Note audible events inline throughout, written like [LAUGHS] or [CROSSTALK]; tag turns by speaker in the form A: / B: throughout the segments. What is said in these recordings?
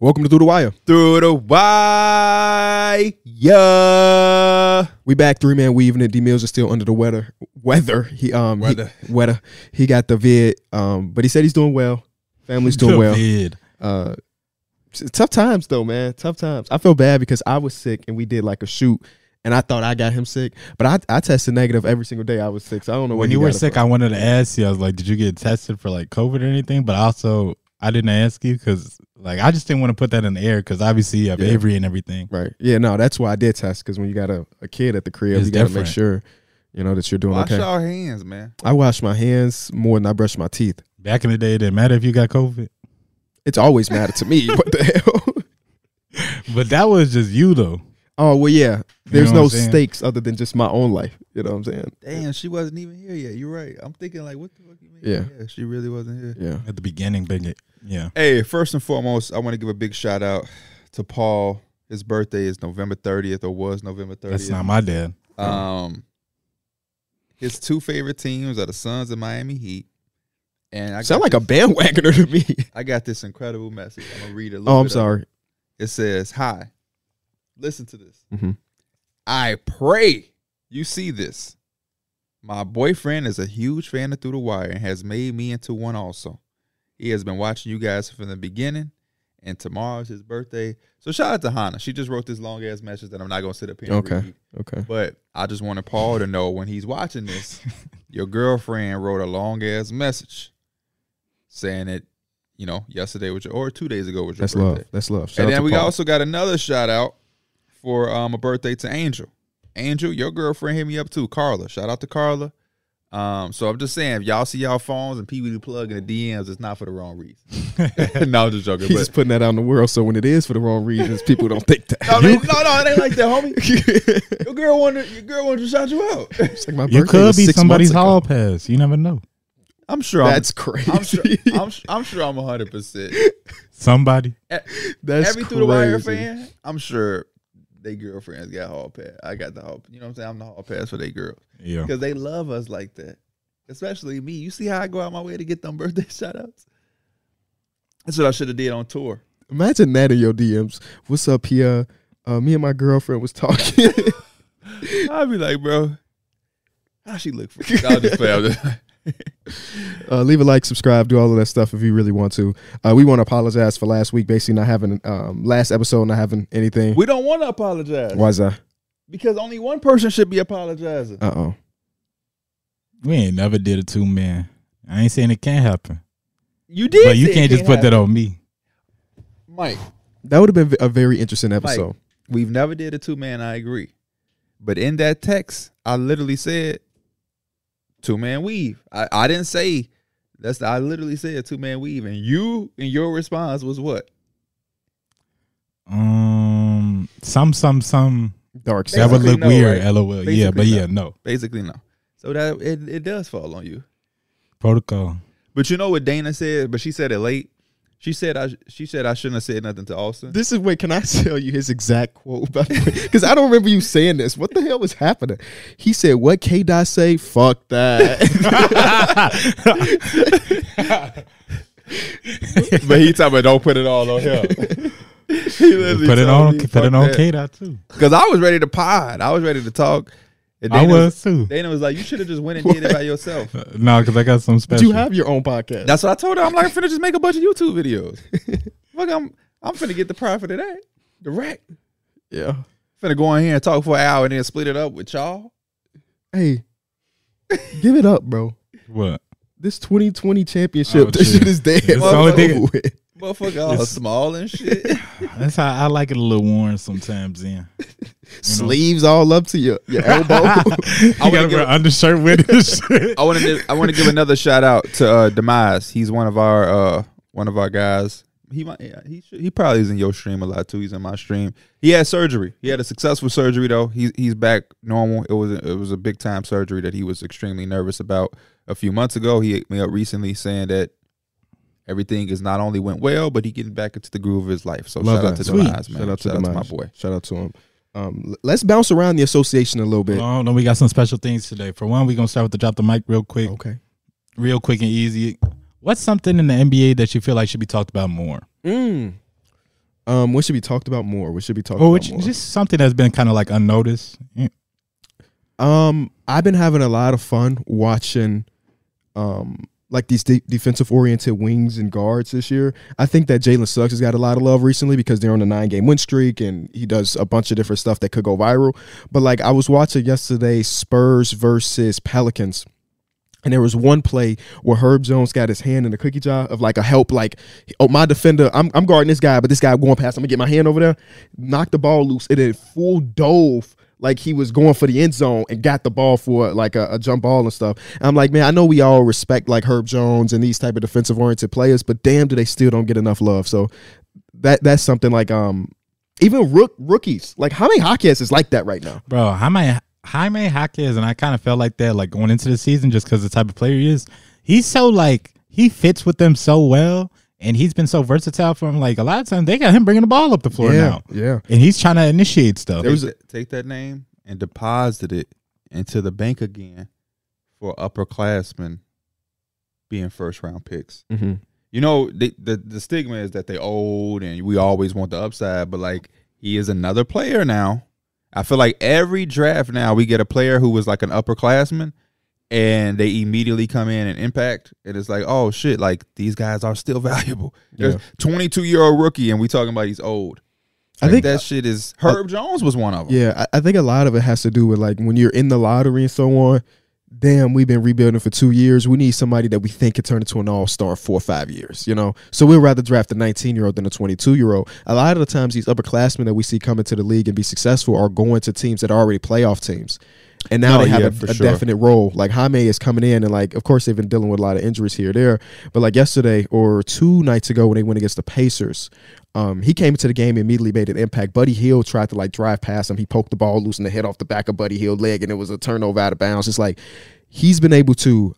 A: Welcome to Through the Wire.
B: Through the wire.
A: We back three man weaving and D Mills is still under the weather. Weather. He um he-
B: Weather.
A: weather. He got the vid. Um, but he said he's doing well. Family's doing well.
B: Vid.
A: Uh, t- tough times though, man. Tough times. I feel bad because I was sick and we did like a shoot, and I thought I got him sick, but I I tested negative every single day I was sick. So I don't know where
C: when
A: he
C: you were
A: got it
C: sick,
A: from.
C: I wanted to ask you. I was like, "Did you get tested for like COVID or anything?" But also, I didn't ask you because like I just didn't want to put that in the air because obviously you have
A: Yeah.
C: Avery and everything.
A: right? Yeah, no, that's why I did test because when you got a, a kid at the crib,
C: It's
A: you got to make
C: different.
A: sure you know that you're doing
B: Wash
A: Oh, okay.
B: our hands, man.
A: I wash my hands more than I brush my teeth.
C: Back in the day, it didn't matter if you got COVID, [LAUGHS]
A: It's always mattered to me. [LAUGHS] What the hell?
C: but that was just you though.
A: Oh well, yeah. There's
C: know what
A: no
C: I'm saying?
A: stakes other than just my own life. You know what I'm saying?
B: Damn, she wasn't even here yet. You're right. I'm thinking like, what the fuck you mean?
A: Yeah.
B: she really wasn't here.
A: Yeah.
C: At the beginning, big yeah.
B: Hey, first and foremost, I want to give a big shout out to Paul. His birthday is November 30th, or was November 30th.
C: That's not my dad.
B: Um, his two favorite teams are the Suns and Miami Heat. And I got,
A: Sound like a bandwagoner to
B: [LAUGHS]
A: me.
B: I got this incredible message. I'm gonna read it. a little
A: Oh, I'm
B: bit of it.
A: sorry.
B: It says, "Hi, listen to this.
A: Mhm.
B: I pray you see this. My boyfriend is a huge fan of Through the Wire and has made me into one. Also, he has been watching you guys from the beginning, and tomorrow's his birthday. So shout out to Hannah. She just wrote this long ass message that I'm not gonna sit up here. And
A: Okay.
B: read.
A: Okay.
B: But I just wanted Paul to know when he's
A: [LAUGHS]
B: watching this, your girlfriend wrote a long ass message saying that, you know, yesterday was your or two days ago was your
A: That's
B: birthday.
A: love. That's love. Shout
B: and
A: out
B: then
A: to
B: we
A: Paul. [LAUGHS]
B: also got another shout out for um, a birthday to Angel. Angel, your girlfriend hit me up too. Carla, shout out to Carla. Um, so I'm just saying, if y'all see y'all phones and people plug in the DMs, it's not for the wrong reason. [LAUGHS] no, I'm just joking.
A: He's
B: but
A: just putting that out in the world, so when it is for the wrong reasons, people don't think that.
B: [LAUGHS]
A: [LAUGHS]
B: no, they- no, no, it ain't like that, homie. your girl wanted, your girl wanted to shout you out.
A: It's like my
C: You
A: birthday
C: could
A: was
C: be
A: six
C: somebody's
A: months ago.
C: hall pass. You never know.
B: [LAUGHS] I'm sure. I'm-
A: [LAUGHS] That's crazy.
B: [LAUGHS] I'm sure. I'm, su- I'm sure. I'm 100. percent
C: Somebody.
A: That's
B: Every through the wire
A: crazy.
B: fan, I'm sure they girlfriends got hall pass. I got the hall. You know what I'm saying? I'm the hall pass for they girls
C: Yeah.
B: because they love us like that. Especially me. You see how I go out my way to get them birthday [LAUGHS] shout outs? That's what I should have did on tour.
A: Imagine that in your DMs. What's up here? Uh, me and my girlfriend was talking. [LAUGHS]
B: I'd be like, bro, how she look for?
C: [LAUGHS]
B: I'll just play. I'll just-
A: uh, leave a like, subscribe, do all of that stuff if you really want to. Uh, we want to apologize for last week, basically not having um, last episode, not having anything.
B: we don't want to apologize
A: Why's that?
B: because only one person should be apologizing.
A: Uh oh.
C: We ain't never did a two man. I ain't saying it can't happen,
B: You did,
C: but you
B: say it
C: can't just put that
B: happen.
C: on me.
B: Mike.
A: That would have been a very interesting episode.
B: We've never did a two man. I agree, but in that text, I literally said two man weave. I, I didn't say that's. I literally said two man weave, and you and your response was what?
C: Um, some, some, some.
A: Dark
C: That would
A: side.
B: Basically
C: look
B: no,
C: weird,
B: right?
C: lol. yeah, but
B: Basically
C: yeah, no
B: Basically, no. So that it, it does fall on you.
C: protocol.
B: But you know what Dana said, but she said it late. She said I. She said I shouldn't have said nothing to Austin.
A: This is wait. Can I tell you his exact quote? Because I don't remember you saying this. What the hell was happening? He said, "What K Dot say? Fuck that."
B: [LAUGHS] [LAUGHS]
A: [LAUGHS]
B: but he talking about don't put it all on [LAUGHS] him.
C: put it on, put it on K dot too.
B: Because I was ready to pod. I was ready to talk. And
C: I
B: Dana
C: was too.
B: Dana was like, "You should have just went and did it
C: [LAUGHS]
B: by yourself."
C: Uh, No, because I got some
A: But
C: special.
A: you have your own podcast.
B: That's what I told her. I'm like, "I'm finna just make a bunch of YouTube
C: [LAUGHS]
B: videos. Look, I'm I'm finna get the profit of that, the rack.
A: yeah.
B: Finna go in here and talk for an hour and then split it up with y'all.
A: Hey, give it up, bro.
C: what?
A: This 2020 championship,
C: Oh,
A: this
C: shit.
A: shit is dead.
C: It's the only thing-
A: Over with.
B: Motherfucker, all
C: Yes.
B: small and shit.
C: That's how I like it a little worn sometimes. In
A: Sleeves all up to your, your
C: [LAUGHS]
A: elbow.
C: I
B: wanna
C: got
B: give-
C: an undershirt with this. shit.
B: I want to I want to give another shout out to uh, Demise. He's one of our uh, one of our guys. He might yeah, he should, he probably is in your stream a lot too. He's in my stream. He had surgery. He had a successful surgery though. He's he's back normal. It was a, it was a big time surgery that he was extremely nervous about a few months ago. He hit me up recently saying that everything is not only went well, but he getting back into the groove of his life. So
A: Love
B: shout out to
A: that. Sweet.
B: Demise, man.
A: Shout out to
B: my
A: Demise.
B: boy.
A: Shout out to him. Um, l- let's bounce around the association a little bit.
C: Oh no, we got some special things today. For one, we gonna start with the drop the mic real quick,
A: Okay.
C: real quick and easy. What's something in the NBA that you feel like should be talked about more?
A: Mm. Um, what should be talked about more? What should be talked
C: Or
A: about
C: which
A: more?
C: Oh, just something that's been kind of like unnoticed. Yeah.
A: Um, I've been having a lot of fun watching, um, like these de- defensive oriented wings and guards this year. I think that Jalen Suggs has got a lot of love recently because they're on a nine game win streak and he does a bunch of different stuff that could go viral. But like I was watching yesterday, Spurs versus Pelicans. And there was one play where Herb Jones got his hand in the cookie jar of like a help, like, oh, my defender, I'm, I'm guarding this guy, but this guy going past, I'm gonna get my hand over there, knocked the ball loose, and then full dove, like he was going for the end zone and got the ball for like a, a jump ball and stuff. And I'm like, man, I know we all respect like Herb Jones and these type of defensive oriented players, but damn, do they still don't get enough love. So that that's something like, um, even rook, rookies, like how many hockey is like that right now?
C: Bro, Jaime Jaime Jaquez, and I kind of felt like that, like going into the season, just because the type of player he is. He's so like he fits with them so well, and he's been so versatile for him. Like a lot of times, they got him bringing the ball up the floor now,
A: yeah.
C: and he's trying to initiate stuff.
A: There was
B: take, that, take that name and deposit it into the bank again for upperclassmen being first round picks.
A: Mm-hmm.
B: You know, the, the the stigma is that they old and we always want the upside, but like he is another player now. I feel like every draft now we get a player who was like an upperclassman and they immediately come in and impact and it's like, oh shit, like these guys are still [LAUGHS] valuable. There's
A: Yeah.
B: twenty two year old rookie and we talking about he's old.
A: I
B: Like,
A: think
B: that shit is Herb Jones was one of them.
A: Yeah, I, I think a lot of it has to do with like when you're in the lottery and so on. Damn, we've been rebuilding for two years. We need somebody that we think could turn into an all star four or five years, you know? So we'd rather draft a 19 year old than a 22 year old. A lot of the times, these upperclassmen that we see come into the league and be successful are going to teams that are already playoff teams. And now
B: No,
A: they have
B: yeah,
A: a,
B: for
A: a
B: sure.
A: definite role. Like Jaime is coming in, and like, of course, they've been dealing with a lot of injuries here or there. But like yesterday or two nights ago when they went against the Pacers, um, he came into the game and immediately made an impact. Buddy Hill tried to like drive past him. He poked the ball loose in the head off the back of Buddy Hill's leg, and it was a turnover out of bounds. It's like he's been able to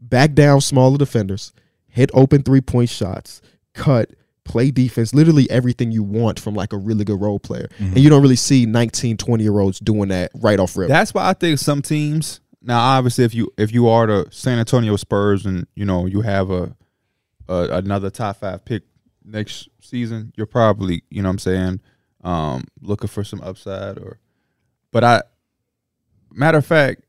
A: back down smaller defenders, hit open three point shots, cut, play defense, literally everything you want from like a really good role player.
B: Mm-hmm.
A: And you don't really see 19, 20 year olds doing that right off rip.
B: That's why I think some teams now obviously if you if you are the San Antonio Spurs and you know you have a, a another top 5 pick next season, you're probably, you know what I'm saying, um looking for some upside or but I matter of fact,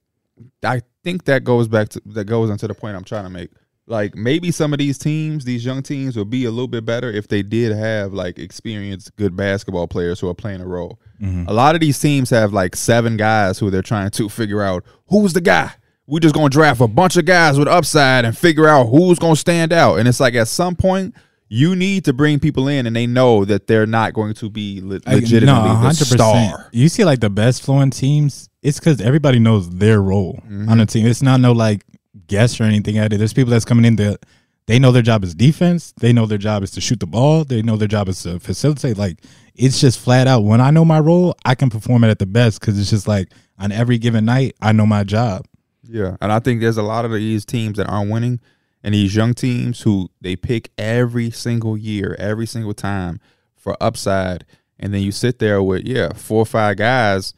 B: I think that goes back to that goes into the point I'm trying to make. Like maybe some of these teams, these young teams, would be a little bit better if they did have like experienced good basketball players who are playing a role. A lot of these teams have like seven guys who they're trying to figure out who's the guy. We're just gonna draft a bunch of guys with upside and figure out who's gonna stand out. And it's like at some point you need to bring people in, and they know that they're not going to be le-
C: Like,
B: legitimately the star.
C: You see, like the best flowing teams, it's because everybody knows their role
B: Mm-hmm.
C: on a team. It's not no like guess or anything at it. There's people that's coming in that they know their job is defense. They know their job is to shoot the ball. They know their job is to facilitate. Like it's just flat out. When I know my role, I can perform it at the best because it's just like on every given night, I know my job.
B: Yeah, and I think there's a lot of these teams that aren't winning, and these young teams who they pick every single year, every single time for upside, and then you sit there with yeah four or five guys,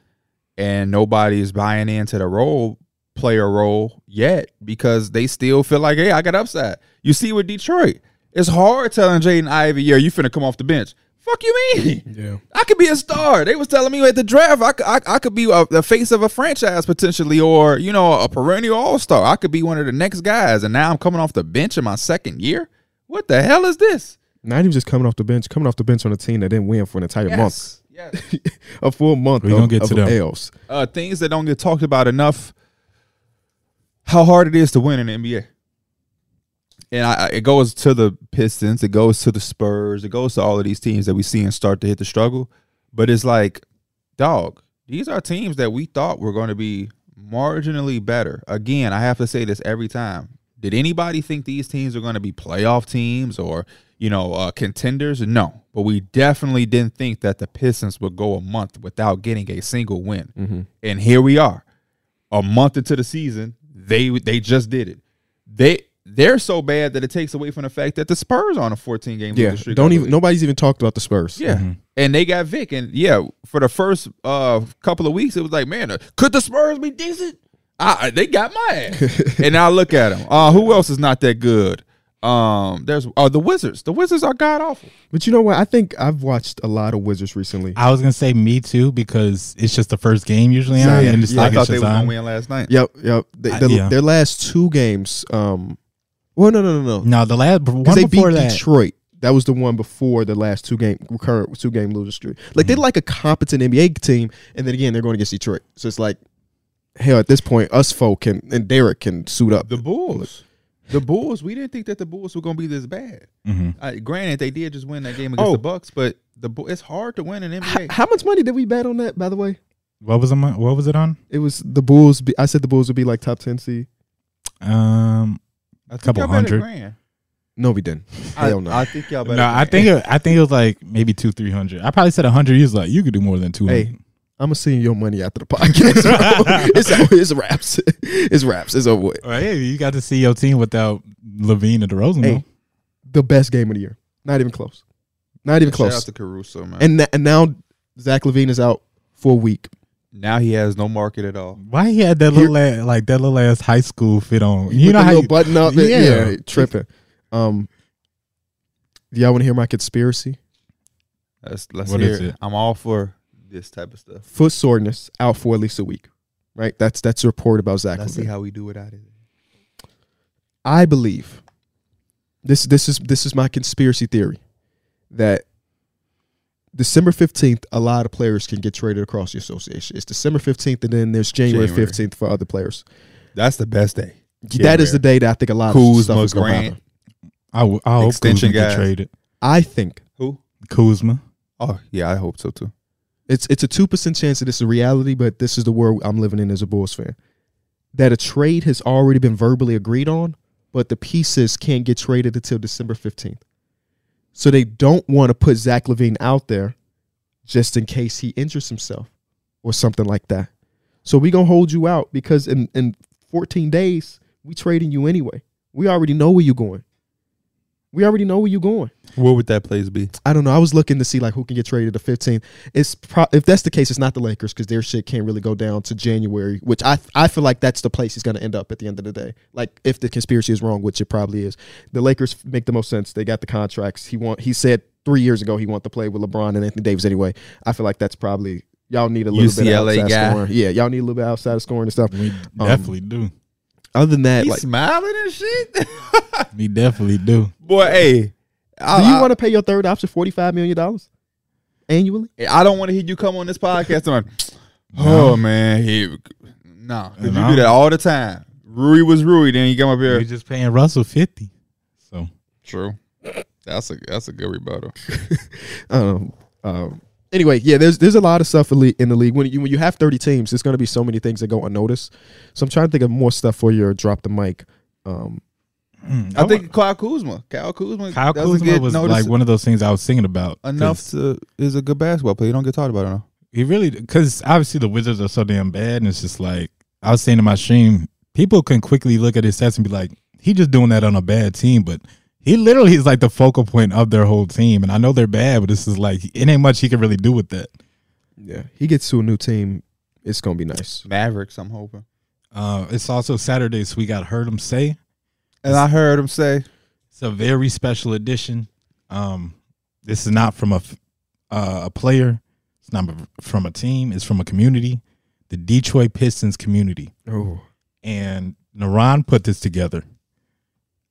B: and nobody's buying into the role player role yet because they still feel like hey I got upside. You see with Detroit, it's hard telling Jaden Ivey yeah you finna come off the bench. Fuck you mean? [LAUGHS]
A: Yeah.
B: I could be a star. They was telling me at the draft, I could, I, I could be a, the face of a franchise potentially, or you know, a perennial all star. I could be one of the next guys, and now I'm coming off the bench in my second year. What the hell is this?
A: Not even just coming off the bench, coming off the bench on a team that didn't win for an entire month.
B: yes. [LAUGHS]
A: A full month
C: We
A: of,
C: gonna get
A: of
C: to them.
A: L's.
B: Uh, things that don't get talked about enough. How hard it is to win in the NBA, and I, I- it goes to the Pistons, it goes to the Spurs, it goes to all of these teams that we see and start to hit the struggle. But it's like dog, these are teams that we thought were going to be marginally better. Again, I have to say this every time. Did anybody think these teams are going to be playoff teams or, you know, uh, contenders? No. But we definitely didn't think that the Pistons would go a month without getting a single win.
A: Mm-hmm.
B: And here we are. A month into the season, they they just did it. They they're so bad that it takes away from the fact that the Spurs are on a 14 game
A: Yeah.
B: losing streak. I
A: Don't
B: believe.
A: even nobody's even talked about the Spurs.
B: Yeah.
C: Mm-hmm.
B: And they got Vic. And yeah, for the first uh, couple of weeks, it was like, man, uh, could the Spurs
C: [LAUGHS]
B: be decent? I, I- they got my ass. and now look at them. Uh, who else is not that good? Um, there's oh the Wizards. The Wizards are god awful.
A: But you know what? I think I've watched a lot of Wizards recently.
C: I was gonna say me too because it's just the first game usually
A: Yeah,
C: on,
A: yeah,
C: and it's
A: yeah.
B: I
C: like
B: thought
C: it's
B: they was
C: just
B: gonna
C: on.
B: win last night.
A: Yep, yep. They,
C: I-
A: the-
C: yeah.
A: Their last two games. Um, well, no, no, no, no.
C: No, the last one
A: 'Cause they
C: before
A: beat
C: that.
A: Detroit. That was the one before the last two game recurrent two game losing streak. Like
C: Mm-hmm.
A: they're like a competent NBA team, and then again they're going against Detroit. So it's like, hell, at this point, us folk can and Derek can suit up.
B: The Bulls. The Bulls. We didn't think that the Bulls were gonna be this bad.
C: Mhm.
B: Uh, granted, they did just win that game against
A: Oh.
B: the Bucks, but the Bu- it's hard to win an
A: H-
B: NBA.
A: how much money did we bet on that? By the way,
C: What was on? What was it on?
A: it was the Bulls. be- I said the Bulls would be like top ten seed.
C: Um,
B: A
C: couple hundred.
A: No, we didn't.
B: I,
A: Hell no.
B: I think y'all better.
C: no, I [LAUGHS]
B: grand.
C: think it, I think it was like maybe two, three hundred. I probably said hundred. He was like, you could do more than two.
A: Hey. I'm gonna send you your money after the podcast. bro. it's, it's wraps. It's wraps. It's over. With.
C: Well, hey, you got to see your team without Levine and DeRozan.
A: Hey.
C: though.
A: The best game of the year. Not even close. Not even
B: Shout
A: close.
B: out to Caruso, man.
A: And na- and now Zach Levine is out for a week.
B: now he has no market at all.
C: Why he had that little ass, like that little ass high school fit on? You
A: With
C: know
A: the
C: how
A: little
C: you-
A: button up. and-
C: Yeah.
A: yeah. tripping. Um, do y'all want to hear my conspiracy?
B: Let's, let's
C: What
B: hear
C: is
B: it.
C: it?
B: I'm all for this type of stuff.
A: Foot soreness, out for at least a week. Right. That's that's the report about Zach
B: Let's see
A: Levine.
B: how we do without it.
A: I believe this this is this is my conspiracy theory that December 15th a lot of players can get traded across the association. It's December 15th and then there's January,
B: January.
A: 15th for other players.
B: That's the best day.
A: That is the day that I think a lot of
B: Kuzma,
A: stuff is going to
B: Grant.
A: happen.
C: I, w- I hope
B: Extension
C: Kuzma get
B: guys.
C: traded.
A: I think
B: Who?
C: Kuzma.
B: Oh yeah, I hope so too.
A: it's it's a two percent chance that it's a reality, but this is the world I'm living in as a Bulls fan. That a trade has already been verbally agreed on, but the pieces can't get traded until December 15th. So they don't want to put Zach Levine out there just in case he injures himself or something like that. So we gonna hold you out because in, in 14 days, we trading you anyway. We already know where you going. We already know where you going.
B: Where would that place be?
A: I don't know. I was looking to see like who can get traded to 15. It's pro- if that's the case, it's not the Lakers because their shit can't really go down to January, which I I feel like that's the place he's going to end up at the end of the day. Like if the conspiracy is wrong, which it probably is, the Lakers make the most sense. They got the contracts. He want he said three years ago he wanted to play with LeBron and Anthony Davis anyway. I feel like that's probably y'all need a little
B: UCLA
A: bit outside
B: guy. Mm-hmm.
A: scoring. Yeah, y'all need a little bit outside of scoring and stuff.
C: We definitely do.
A: Other than that,
B: He
A: like, do
B: smiling and shit.
C: We definitely do.
B: [LAUGHS] Boy, hey, I,
A: you
B: I-
A: want to pay your third option forty five million dollars annually?
B: I don't want to hear you come on this podcast [SNIFFS] on. Oh man, he no, 'cause you
C: No.
B: do that all the time. Rui was Rui, then you come up
C: We're
B: here.
C: just paying Russell fifty. So
B: True, that's a that's a good rebuttal.
A: um, um, anyway, yeah, there's there's a lot of stuff in le- in the league. When you when you have 30 teams, there's going to be so many things that go unnoticed. So I'm trying to think of more stuff for your drop the mic. Um,
C: mm,
B: I think Kyle Kuzma, Kyle Kuzma,
C: Kyle
B: doesn't
C: Kuzma
B: get
C: was
B: noticed
C: like one of those things I was thinking about. 'cause
B: enough to is a good basketball player. You don't get talked about enough.
C: He really because obviously the Wizards are so damn bad, and it's just like I was saying in my stream, people can quickly look at his stats and be like, he just doing that on a bad team, but. He literally is like the focal point of their whole team, and I know they're bad, but this is like it ain't much he can really do with that.
A: yeah, he gets to a new team, it's going to be nice.
B: Mavericks, I'm hoping.
C: Uh, it's also Saturday, so we got heard him say.
B: And I heard him say,
C: It's a very special edition. Um, this is not from a f- uh, a player. It's not from a team. It's from a community, the Detroit Pistons community.
A: Oh,
C: And Naran put this together.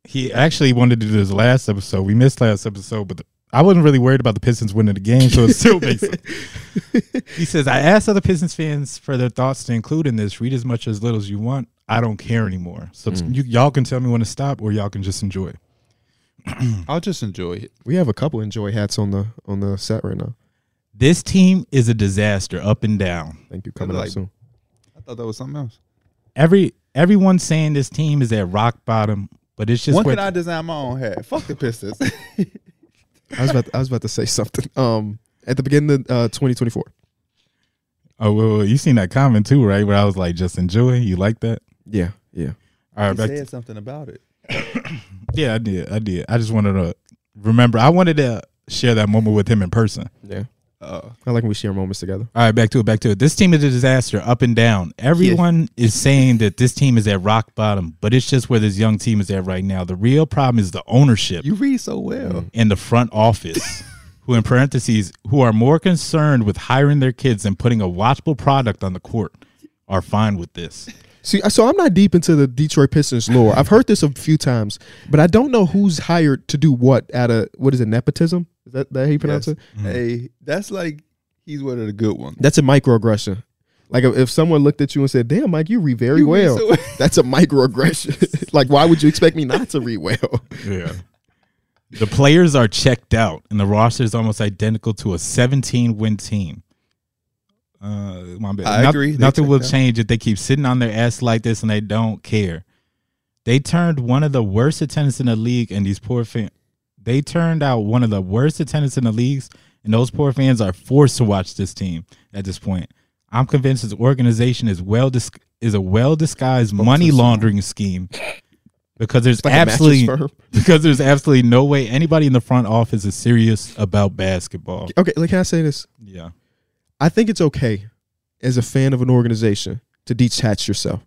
C: He actually wanted to do this last episode. We missed last episode, but the, I wasn't really worried about the Pistons winning the game, so it
B: [LAUGHS]
C: still makes sense. [LAUGHS] He says, I asked other Pistons fans for their thoughts to include in this. Read as much as little as you want. I don't care anymore. So
B: Mm.
C: you, y'all can tell me when to stop or y'all can just enjoy it.
B: "I'll just enjoy it."
A: we have a couple enjoy hats on the on the set right now.
C: This team is a disaster up and down.
A: Thank you coming
B: like-
A: up soon.
B: I thought that was something else.
C: Every everyone saying this team is at rock bottom, but it's just
B: when
C: where-
B: can I design my own hat? Fuck the Pistons. [LAUGHS]
A: I was about to, I was about to say something. Um, at the beginning of uh, 2024.
C: Oh, well, well, you seen that comment too, right? Where I was like, just enjoy. You like that?
A: Yeah, yeah.
C: All
B: I
C: right, back to-
B: said something about it.
C: yeah, I did. I did. I just wanted to remember. I wanted to share that moment with him in person.
A: Yeah.
B: uh,
A: I like when we share moments together.
C: All right, back to it. Back to it. This team is a disaster, up and down. Everyone is saying that this team is at rock bottom, but it's just where this young team is at right now. The real problem is the ownership
B: you read so well.
C: and the front office, who, in parentheses, who are more concerned with hiring their kids than putting a watchable product on the court, are fine with this.
A: See, so I'm not deep into the Detroit Pistons lore. I've heard this a few times, but I don't know who's hired to do what out of what is it nepotism? Is that that how you pronounce
B: Yes.
A: it?
B: Hey, that's like he's one of the good ones.
A: That's a microaggression. Like if, if someone looked at you and said, "Damn, Mike, you read very
B: You read
A: well," [LAUGHS]
B: so well.
A: that's a microaggression. [LAUGHS] like, why would you expect me not to read well?
C: Yeah. [LAUGHS] The players are checked out, and the roster is almost identical to a 17 win team. Uh, my bad.
B: I
C: Noth-
B: agree. They
C: Nothing will
B: checked out.
C: change if they keep sitting on their ass like this and they don't care. They turned one of the worst attendants in the league, and these poor fans. They turned out one of the worst attendants in the leagues, and those poor fans are forced to watch this team at this point. I'm convinced this organization is well dis- is a well disguised money laundering scheme because there's
A: like a mattress
C: absolutely
A: firm.
C: [LAUGHS] because there's absolutely no way anybody in the front office is serious about basketball.
A: Okay, like can I say this?
C: Yeah.
A: I think it's okay as a fan of an organization to detach yourself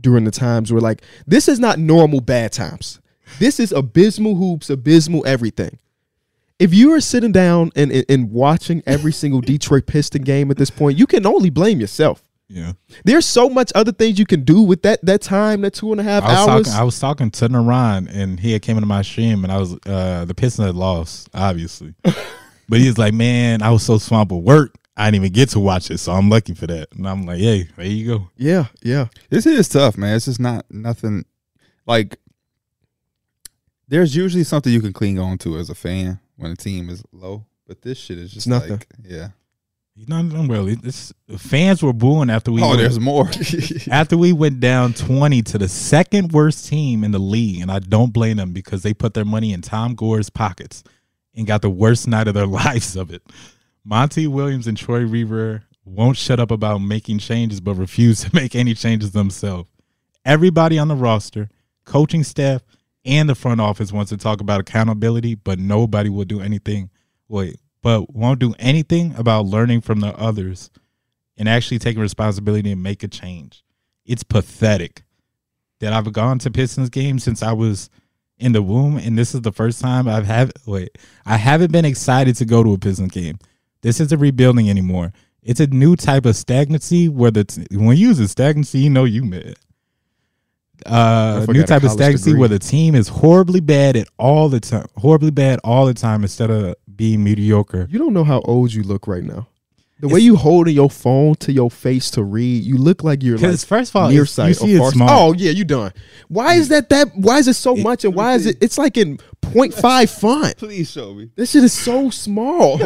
A: during the times where like this is not normal bad times. This is abysmal hoops, abysmal everything. If you are sitting down and, and, and watching every
C: [LAUGHS]
A: single Detroit Piston game at this point, you can only blame yourself.
C: Yeah.
A: There's so much other things you can do with that that time, that two and a half
C: I was
A: hours.
C: talking I was talking to Naran and he had came into my stream and I was uh the Pistons had lost, obviously. but he's like, Man, I was so swamped with work, I didn't even get to watch it, so I'm lucky for that. And I'm like, Hey, there you go.
A: yeah, yeah.
B: This is tough, man. It's just not nothing like there's usually something you can cling on to as a fan when a team is low. But this shit is just
A: nothing.
B: Like, yeah.
C: You know, I'm really this fans were booing after we
B: oh,
C: went-
B: there's [LAUGHS] more.
C: [LAUGHS] after we went down 20 to the second worst team in the league, and I don't blame them because they put their money in Tom Gore's pockets and got the worst night of their [LAUGHS] lives of it. Monty Williams and Troy Reaver won't shut up about making changes but refuse [LAUGHS] to make any changes themselves. Everybody on the roster, coaching staff, and the front office wants to talk about accountability, but nobody will do anything. Wait, but won't do anything about learning from the others and actually taking responsibility and make a change. It's pathetic that I've gone to Pistons games since I was in the womb, and this is the first time I've have wait. I haven't been excited to go to a Pistons game. This isn't rebuilding anymore. It's a new type of stagnancy. Where the t- when you use a stagnancy, you know you mad. Uh,
A: Motherfucker
C: new
A: got a
C: type of
A: college
C: stagnancy
A: degree.
C: where the team is horribly bad at all the time, horribly bad all the time instead of being mediocre.
A: You don't know how old you look right now. The way you holding your phone to your face to read, you look like you're like
C: Because first of all,
A: near
C: it's-
A: sight
C: you see
A: or far
C: it's small.
A: Oh yeah, you done. Why is that that? Why is it so much? And why is it? It's like in 0.5 font.
B: Please show me.
A: This shit is so [LAUGHS] small.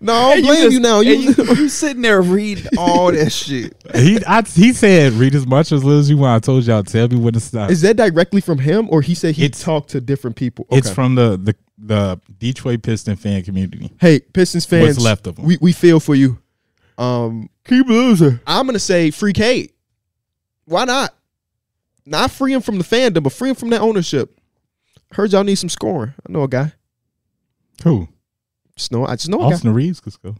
A: no, I don't
B: And
A: blame you,
B: just-
A: now. You, [LAUGHS]
B: and you, you sitting there reading all that shit.
C: he I, he said read as much as little as you want. I told y'all tell me when to stop.
A: is that directly from him, or he said he
C: It's-
A: talked to different people?
C: It's from the the the Detroit Piston fan community.
A: hey Pistons fans.
C: left of 'em.
A: We we feel for you. Um,
B: Keep losing.
A: I'm gonna say free Kate. Why not? Not free him from the fandom, but free him from that ownership. Heard y'all need some scoring. I know a guy.
C: Who?
A: Just know. I just know a guy.
C: Austin Reeves could go.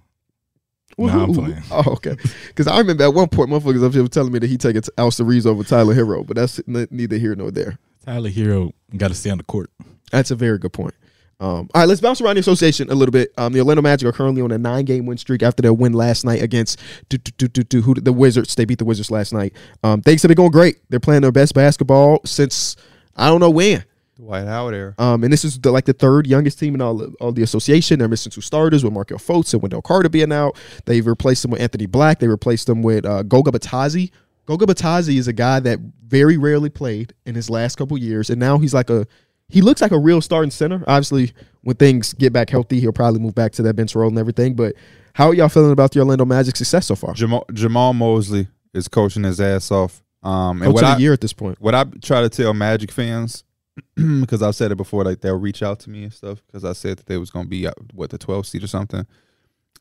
A: Well,
C: Nah, I'm
A: who-
C: playing.
A: Oh, okay. Because I remember at one point, motherfuckers up here were telling me that he taking Alster Reeves over Tyler Hero, but that's n- neither here nor there.
C: Tyler Hero got to stay on the court.
A: That's a very good point. Um, all right, let's bounce around the association a little bit. Um, the Orlando Magic are currently on a nine-game win streak after their win last night against do, do, do, do, do, who, the Wizards. They beat the Wizards last night. Um, things have been going great. They're playing their best basketball since I don't know when.
B: Dwight Howard era.
A: Um, and this is the, like the third youngest team in all of, all the association. They're missing two starters with Markel Fultz and Wendell Carter being out. They've replaced them with Anthony Black. They replaced them with uh, Goga Batazzi. Goga Batazzi is a guy that very rarely played in his last couple years, and now he's like a he looks like a real starting center. Obviously, when things get back healthy, he'll probably move back to that bench role and everything. But how are y'all feeling about the Orlando Magic success so far?
B: Jamal, Jamal Mosley is coaching his ass off. Um,
A: Go
B: and
A: Oh, to
B: what
A: the
B: I,
A: year at this point.
B: what I try to tell Magic fans, [CLEARS THROAT] because I've said it before, like they'll reach out to me and stuff, because I said that they was gonna be uh, what the 12th seed or something,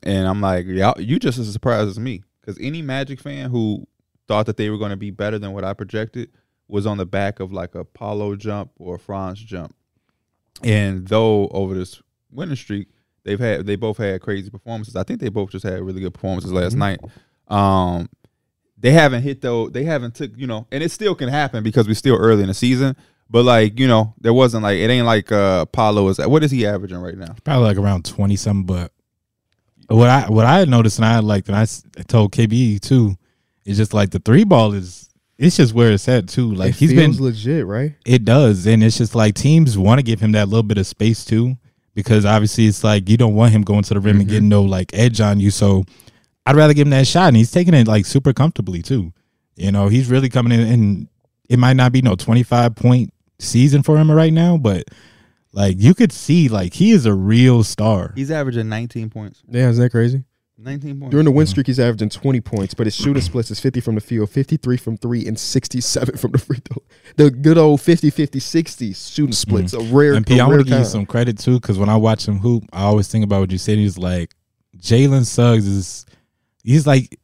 B: and I'm like, yeah, you just as surprised as me, because any Magic fan who thought that they were gonna be better than what I projected was on the back of like a Apollo jump or a Franz jump, and though over this winning streak. They've had they both had crazy performances. I think they both just had really good performances last night. Um, they haven't hit though. They haven't took you know, and it still can happen because we're still early in the season. But like you know, there wasn't like it ain't like uh Paulo is. What is he averaging right now?
C: probably like around twenty something. But what I what I had noticed and I had liked and I s- I told KBE too, is just like the three ball is it's just where it's at too. Like
A: Like
C: he's
A: he
C: been
A: feels legit, right?
C: It does, and it's just like teams want to give him that little bit of space too, because obviously it's like you don't want him going to the rim and getting no like edge on you. So I'd rather give him that shot, and he's taking it like super comfortably too. You know, he's really coming in, and it might not be no twenty five point season for him right now, but like you could see, like he is a real star.
B: He's averaging 19 points.
A: Yeah, isn't that crazy?
B: 19 points.
A: During the win streak, he's averaging 20 points, but his shooting splits is 50 from the field, 53 from three, and 67 from the free throw. The good old 50 50 60 shooting splits,
B: Mm.
A: a rare,
C: And
A: a
C: P, I
A: rare
C: want to give you
A: time.
C: some credit too, because when I watch him hoop, I always think about what you said. He's like Jalen Suggs is he's like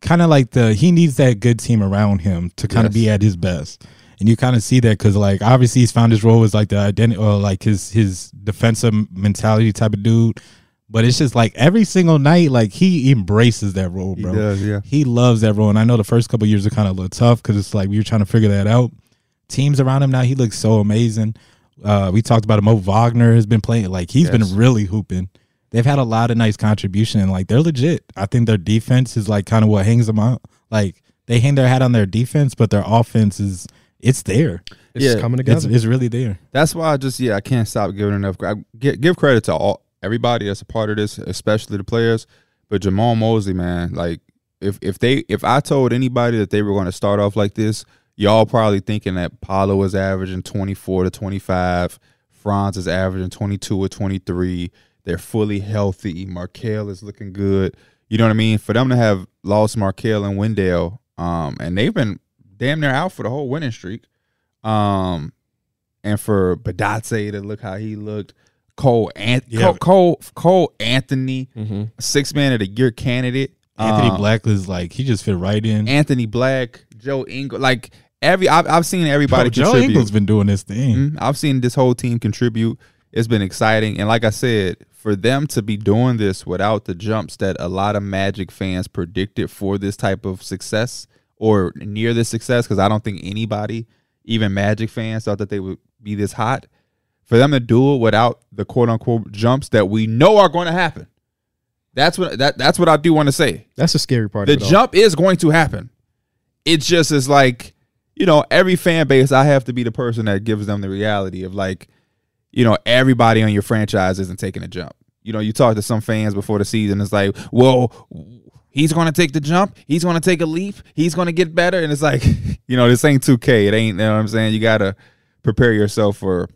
C: kind of like the he needs that good team around him to kind of
B: Yes.
C: be at his best, and you kind of see that because like obviously he's found his role as like the identity or like his his defensive mentality type of dude. But it's just like every single night, like he embraces that role,
B: he
C: bro
B: does, yeah.
C: he loves that role. And I know the first couple years are kind of a little tough because it's like we were trying to figure that out. Teams around him now, he looks so amazing. Uh, we talked about him. Mo Wagner has been playing like he's
B: Yes.
C: been really hooping. They've had a lot of nice contribution and like they're legit. I think their defense is like kind of what hangs them out. Like they hang their hat on their defense, but their offense is it's there.
A: It's
B: Yeah,
A: coming
C: It's,
A: together.
C: it's really there.
B: That's why I just yeah I can't stop giving enough. I give, give credit to all everybody that's a part of this, especially the players. But Jamal Mosley, man, like if if they if I told anybody that they were going to start off like this, y'all probably thinking that Paolo was averaging twenty four to twenty five, Franz is averaging twenty two or twenty three. They're fully healthy. Markel is looking good. You know what I mean? For them to have lost Markel and Wendell, um, and they've been damn near out for the whole winning streak. Um, and for Badatze to look how he looked, Cole Anth-
C: Yeah.
B: Cole, Cole Cole Anthony,
A: mm-hmm.
B: six man of the year candidate.
C: Anthony
B: Um,
C: Black is like he just fit right in.
B: Anthony Black, Joe Ingles, like every I've, I've seen
C: Bro,
B: everybody
C: Joe
B: contribute.
C: Ingles been doing this thing.
B: Mhm. I've seen this whole team contribute. It's been exciting, and like I said, for them to be doing this without the jumps that a lot of Magic fans predicted for this type of success or near this success, because I don't think anybody, even Magic fans, thought that they would be this hot. For them to do it without the quote unquote jumps that we know are going to happen, that's what that that's what I do want to say.
A: That's the scary part.
B: The
A: of it all.
B: jump is going to happen. It just is like, you know, every fan base, I have to be the person that gives them the reality of like, you know, everybody on your franchise isn't taking a jump. You know, you talk to some fans before the season, it's like, well, he's going to take the jump. He's going to take a leap. He's going to get better. And it's like, [LAUGHS] you know, this ain't 2K. It ain't, you know what I'm saying? You got to prepare yourself for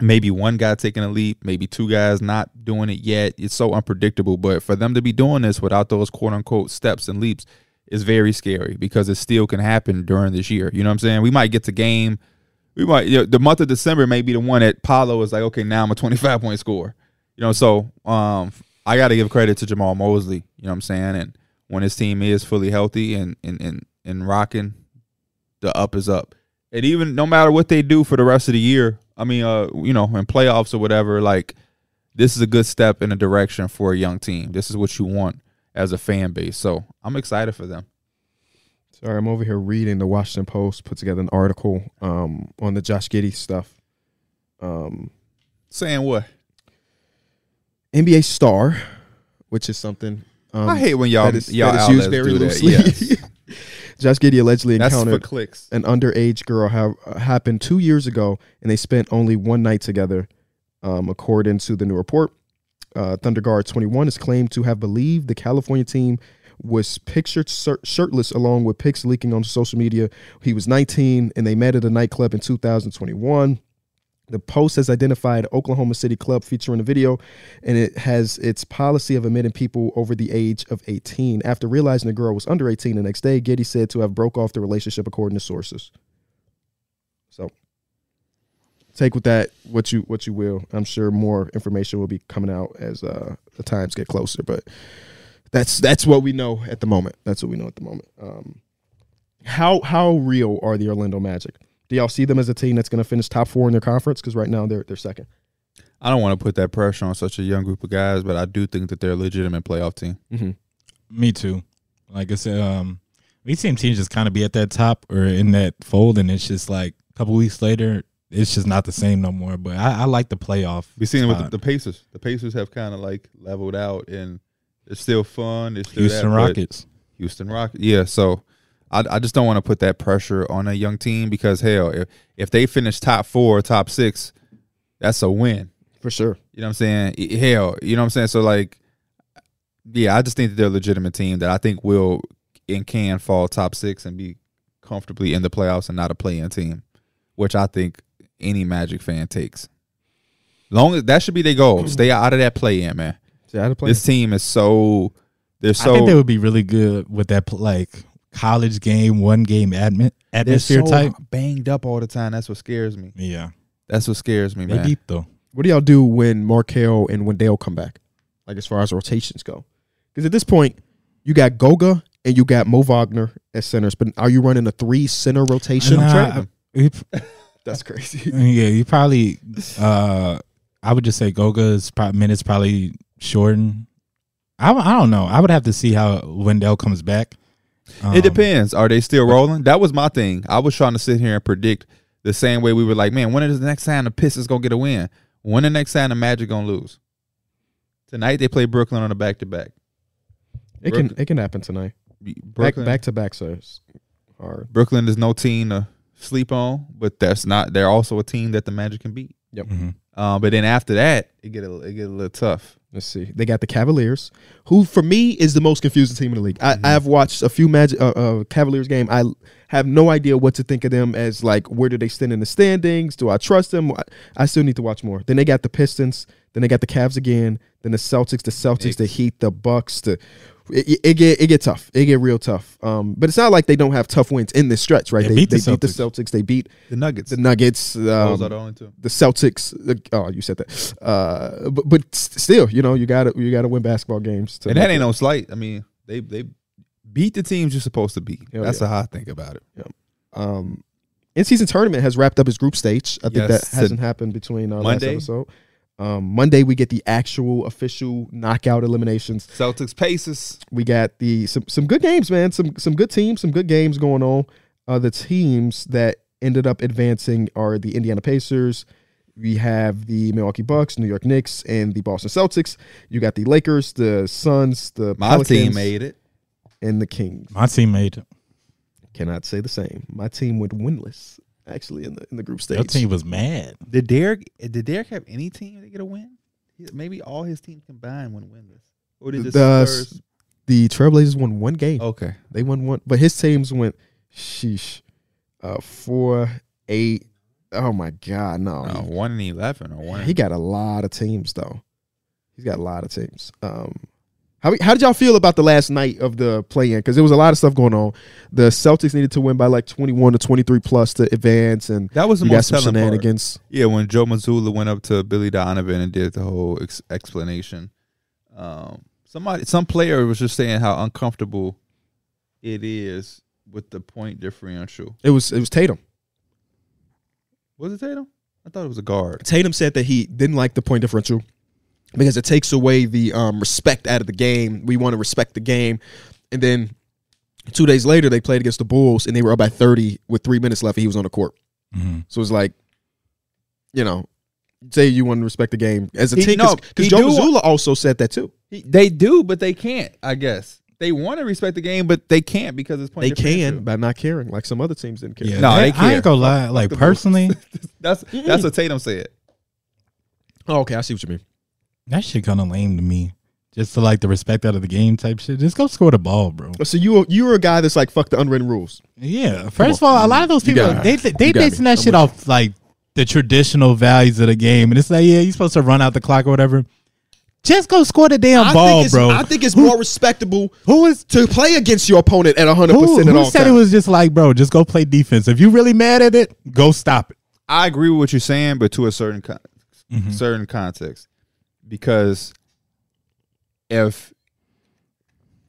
B: maybe one guy taking a leap, maybe two guys not doing it yet. It's so unpredictable. But for them to be doing this without those quote unquote steps and leaps is very scary because it still can happen during this year. You know what I'm saying? We might get to game. We might you know, the month of December may be the one that Paolo is like, okay, now I'm a [LAUGHS] 25 point scorer. You know, so um, I got to give credit to Jamal Mosley. You know what I'm saying? And when his team is fully healthy and and and, and rocking, the up is up. And even no matter what they do for the rest of the year, I mean, uh, you know, in playoffs or whatever, like this is a good step in a direction for a young team. This is what you want as a fan base. So I'm excited for them.
A: Sorry, I'm over here reading the Washington Post put together an article um, on the Josh Giddy stuff. Um,
B: Saying what?
A: NBA star, which is something um,
B: I hate when y'all
A: that is,
B: y'all
A: that is
B: outlets
A: used very
B: do that.
A: loosely. [LAUGHS]
B: Yes.
A: Josh Giddy allegedly
B: That's for
A: encountered
B: clicks.
A: an underage girl ha- happened two years ago, and they spent only one night together, um, according to the new report. Uh, Thunder guard 21 is claimed to have believed the California team was pictured shir- shirtless along with pics leaking on social media. He was 19, and they met at a nightclub in 2021. The Post has identified Oklahoma City club featuring the video, and it has its policy of admitting people over the age of 18. After realizing the girl was under 18 the next day, Giddy said to have broke off the relationship according to sources. So take with that what you what you will. I'm sure more information will be coming out as uh, the times get closer, but that's that's what we know at the moment. That's what we know at the moment. Um, how how real are the Orlando Magic? Do y'all see them as a team that's going to finish top four in their conference? Because right now they're they're second.
B: I don't want to put that pressure on such a young group of guys, but I do think that they're a legitimate playoff team.
C: Me too. Like I said, um, we've seen teams just kind of be at that top or in that fold, and it's just like a couple weeks later, it's just not the same no more. But I, I like the playoff.
B: We seen it with the,
C: spot.
B: the Pacers. The Pacers have kind of like leveled out, and it's still fun. It's still
C: Houston
B: that, but-
C: Rockets.
B: Houston Rockets. Yeah, so I, I just don't want to put that pressure on a young team because hell, if if they finish top four, top six, that's a win.
A: for sure.
B: You know what I'm saying? E- Hell, you know what I'm saying? So like, yeah, I just think that they're a legitimate team that I think will and can fall top six and be comfortably in the playoffs and not a play-in team, which I think any Magic fan takes. Long as that should be their goal. Stay out of that play-in, man.
A: See, I had a play.
B: This team is so they're so
C: I think they would be really good with that pl- like college game, one game admin, atmosphere type.
B: banged up all the time. That's what scares me.
C: Yeah,
B: That's what scares me,
C: they
B: man.
C: deep though.
A: What do y'all do when Markel and Wendell come back? Like as far as rotations go, because at this point you got Goga and you got Mo Wagner as centers, but are you running a three center rotation?
C: Nah,
B: trade him.
C: you-
A: That's crazy.
C: uh, [LAUGHS] yeah, you probably. Uh, I would just say Goga's pro- minutes probably shortened. I, w- I don't know. I would have to see how Wendell comes back. Um,
B: it depends. Are they still rolling? That was my thing. I was trying to sit here and predict the same way we were like, man, when is the next time the Pistons gonna get a win? When the next time the Magic gonna lose? Tonight they play Brooklyn on a back to back.
A: It can it can happen tonight. Back
B: Brooklyn,
A: back to back, so it's hard.
B: Brooklyn is no team to sleep on, but that's not. They're also a team that the Magic can beat.
C: mhm.
B: Uh, but then after that, it get a, it get a little tough.
A: Let's see. They got the Cavaliers, who for me is the most confusing team in the league. I, I've watched a few Magic uh, uh, Cavaliers game. I have no idea what to think of them as like where do they stand in the standings? Do I trust them? I, I still need to watch more. Then they got the Pistons. Then they got the Cavs again. Then the Celtics, the Celtics, the Heat, the Bucks. The it, it- it get it get tough. It get real tough. Um, but it's not like they don't have tough wins in this stretch, right?
C: They
A: they
C: beat the
A: they beat the Celtics. They beat
B: The Nuggets.
A: the Nuggets. Um,
B: Those are the only two.
A: the Celtics. The, oh, you said that. Uh, but, but s- still, you know, you got to you got to win basketball games. To
B: And that ain't no slight. I mean, they they beat the teams you're supposed to beat.
A: Hell
B: That's
A: yeah.
B: how I think about it.
A: um, in season tournament has wrapped up its group stage. I think
B: Yes,
A: that hasn't happened between our
B: Monday.
A: last episode. Um, Monday we get the actual official knockout eliminations.
B: Celtics Pacers.
A: We got the some some good games, man. Some some good teams, some good games going on. Uh, the teams that ended up advancing are the Indiana Pacers. We have the Milwaukee Bucks, New York Knicks, and the Boston Celtics. You got the Lakers, the Suns, the
B: My
A: Pelicans,
B: team made it.
A: and the Kings.
C: My teammate,
A: Cannot say the same. My team went winless actually in the in the group
C: your
A: stage.
C: team was mad.
B: Did Derek did Derek have any team that get a win? He- Maybe all his teams combined would win this. Or did the,
A: The-
B: Spurs?
A: The Trailblazers won one game.
B: Okay.
A: They won one, but his teams went sheesh, uh, four, eight. Oh my God, no.
B: No,
A: He-
B: Uh, one and eleven or one.
A: He got a lot of teams though. He's got a lot of teams. Um, how how did y'all feel about the last night of the play in? Because there was a lot of stuff going on. The Celtics needed to win by like twenty one to twenty three plus to advance, and
B: that was the
A: you got
B: most
A: some
B: telling part.
A: shenanigans.
B: Yeah, when Joe Mazzulla went up to Billy Donovan and did the whole ex- explanation, um, somebody, some player was just saying how uncomfortable it is with the point differential.
A: It was it was Tatum.
B: Was it Tatum? I thought it was a guard.
A: Tatum said that he didn't like the point differential because it takes away the um, respect out of the game. We want to respect the game. And then two days later, they played against the Bulls and they were up by 30 with three minutes left and he was on the court.
C: Mhm.
A: So it's like, you know, say you want to respect the game as a
B: He-
A: team.
B: no,
A: Because
B: he
A: Joe
B: do-
A: Mazzulla also said that too.
B: He, they do, but they can't. I guess they want to respect the game, but they can't because it's point.
A: They can
B: differential.
A: by not caring like some other teams didn't care.
C: Yeah,
B: No,
C: I-
B: they
C: I
B: care.
C: ain't gonna lie. Like
B: the Bulls.
C: personally,
A: [LAUGHS]
B: That's that's what Tatum said.
A: Oh, okay. I see what you mean.
C: that shit kind of lame to me. Just to like the respect out of the game type shit. Just go score the ball, bro.
A: So you, you're a guy that's like, fuck the unwritten rules.
C: Yeah. First of all, a lot of those
A: You
C: people
A: got
C: they
A: me.
C: they, they
A: You got
C: basing
A: me.
C: that
A: I'm
C: shit
A: with
C: off like the traditional values of the game, and it's like, yeah, you're supposed to run out the clock or whatever. Just go score the damn
A: I think
C: ball,
A: it's,
C: bro.
A: I think it's more respectable
C: who is
A: to play against your opponent at 100%
C: who,
A: at
C: who
A: all
C: said
A: times.
C: it was just like, bro, just go play defense. If you really mad at it, go stop it.
B: I agree with what you're saying, but to a certain con-
A: Mm-hmm.
B: certain context, because if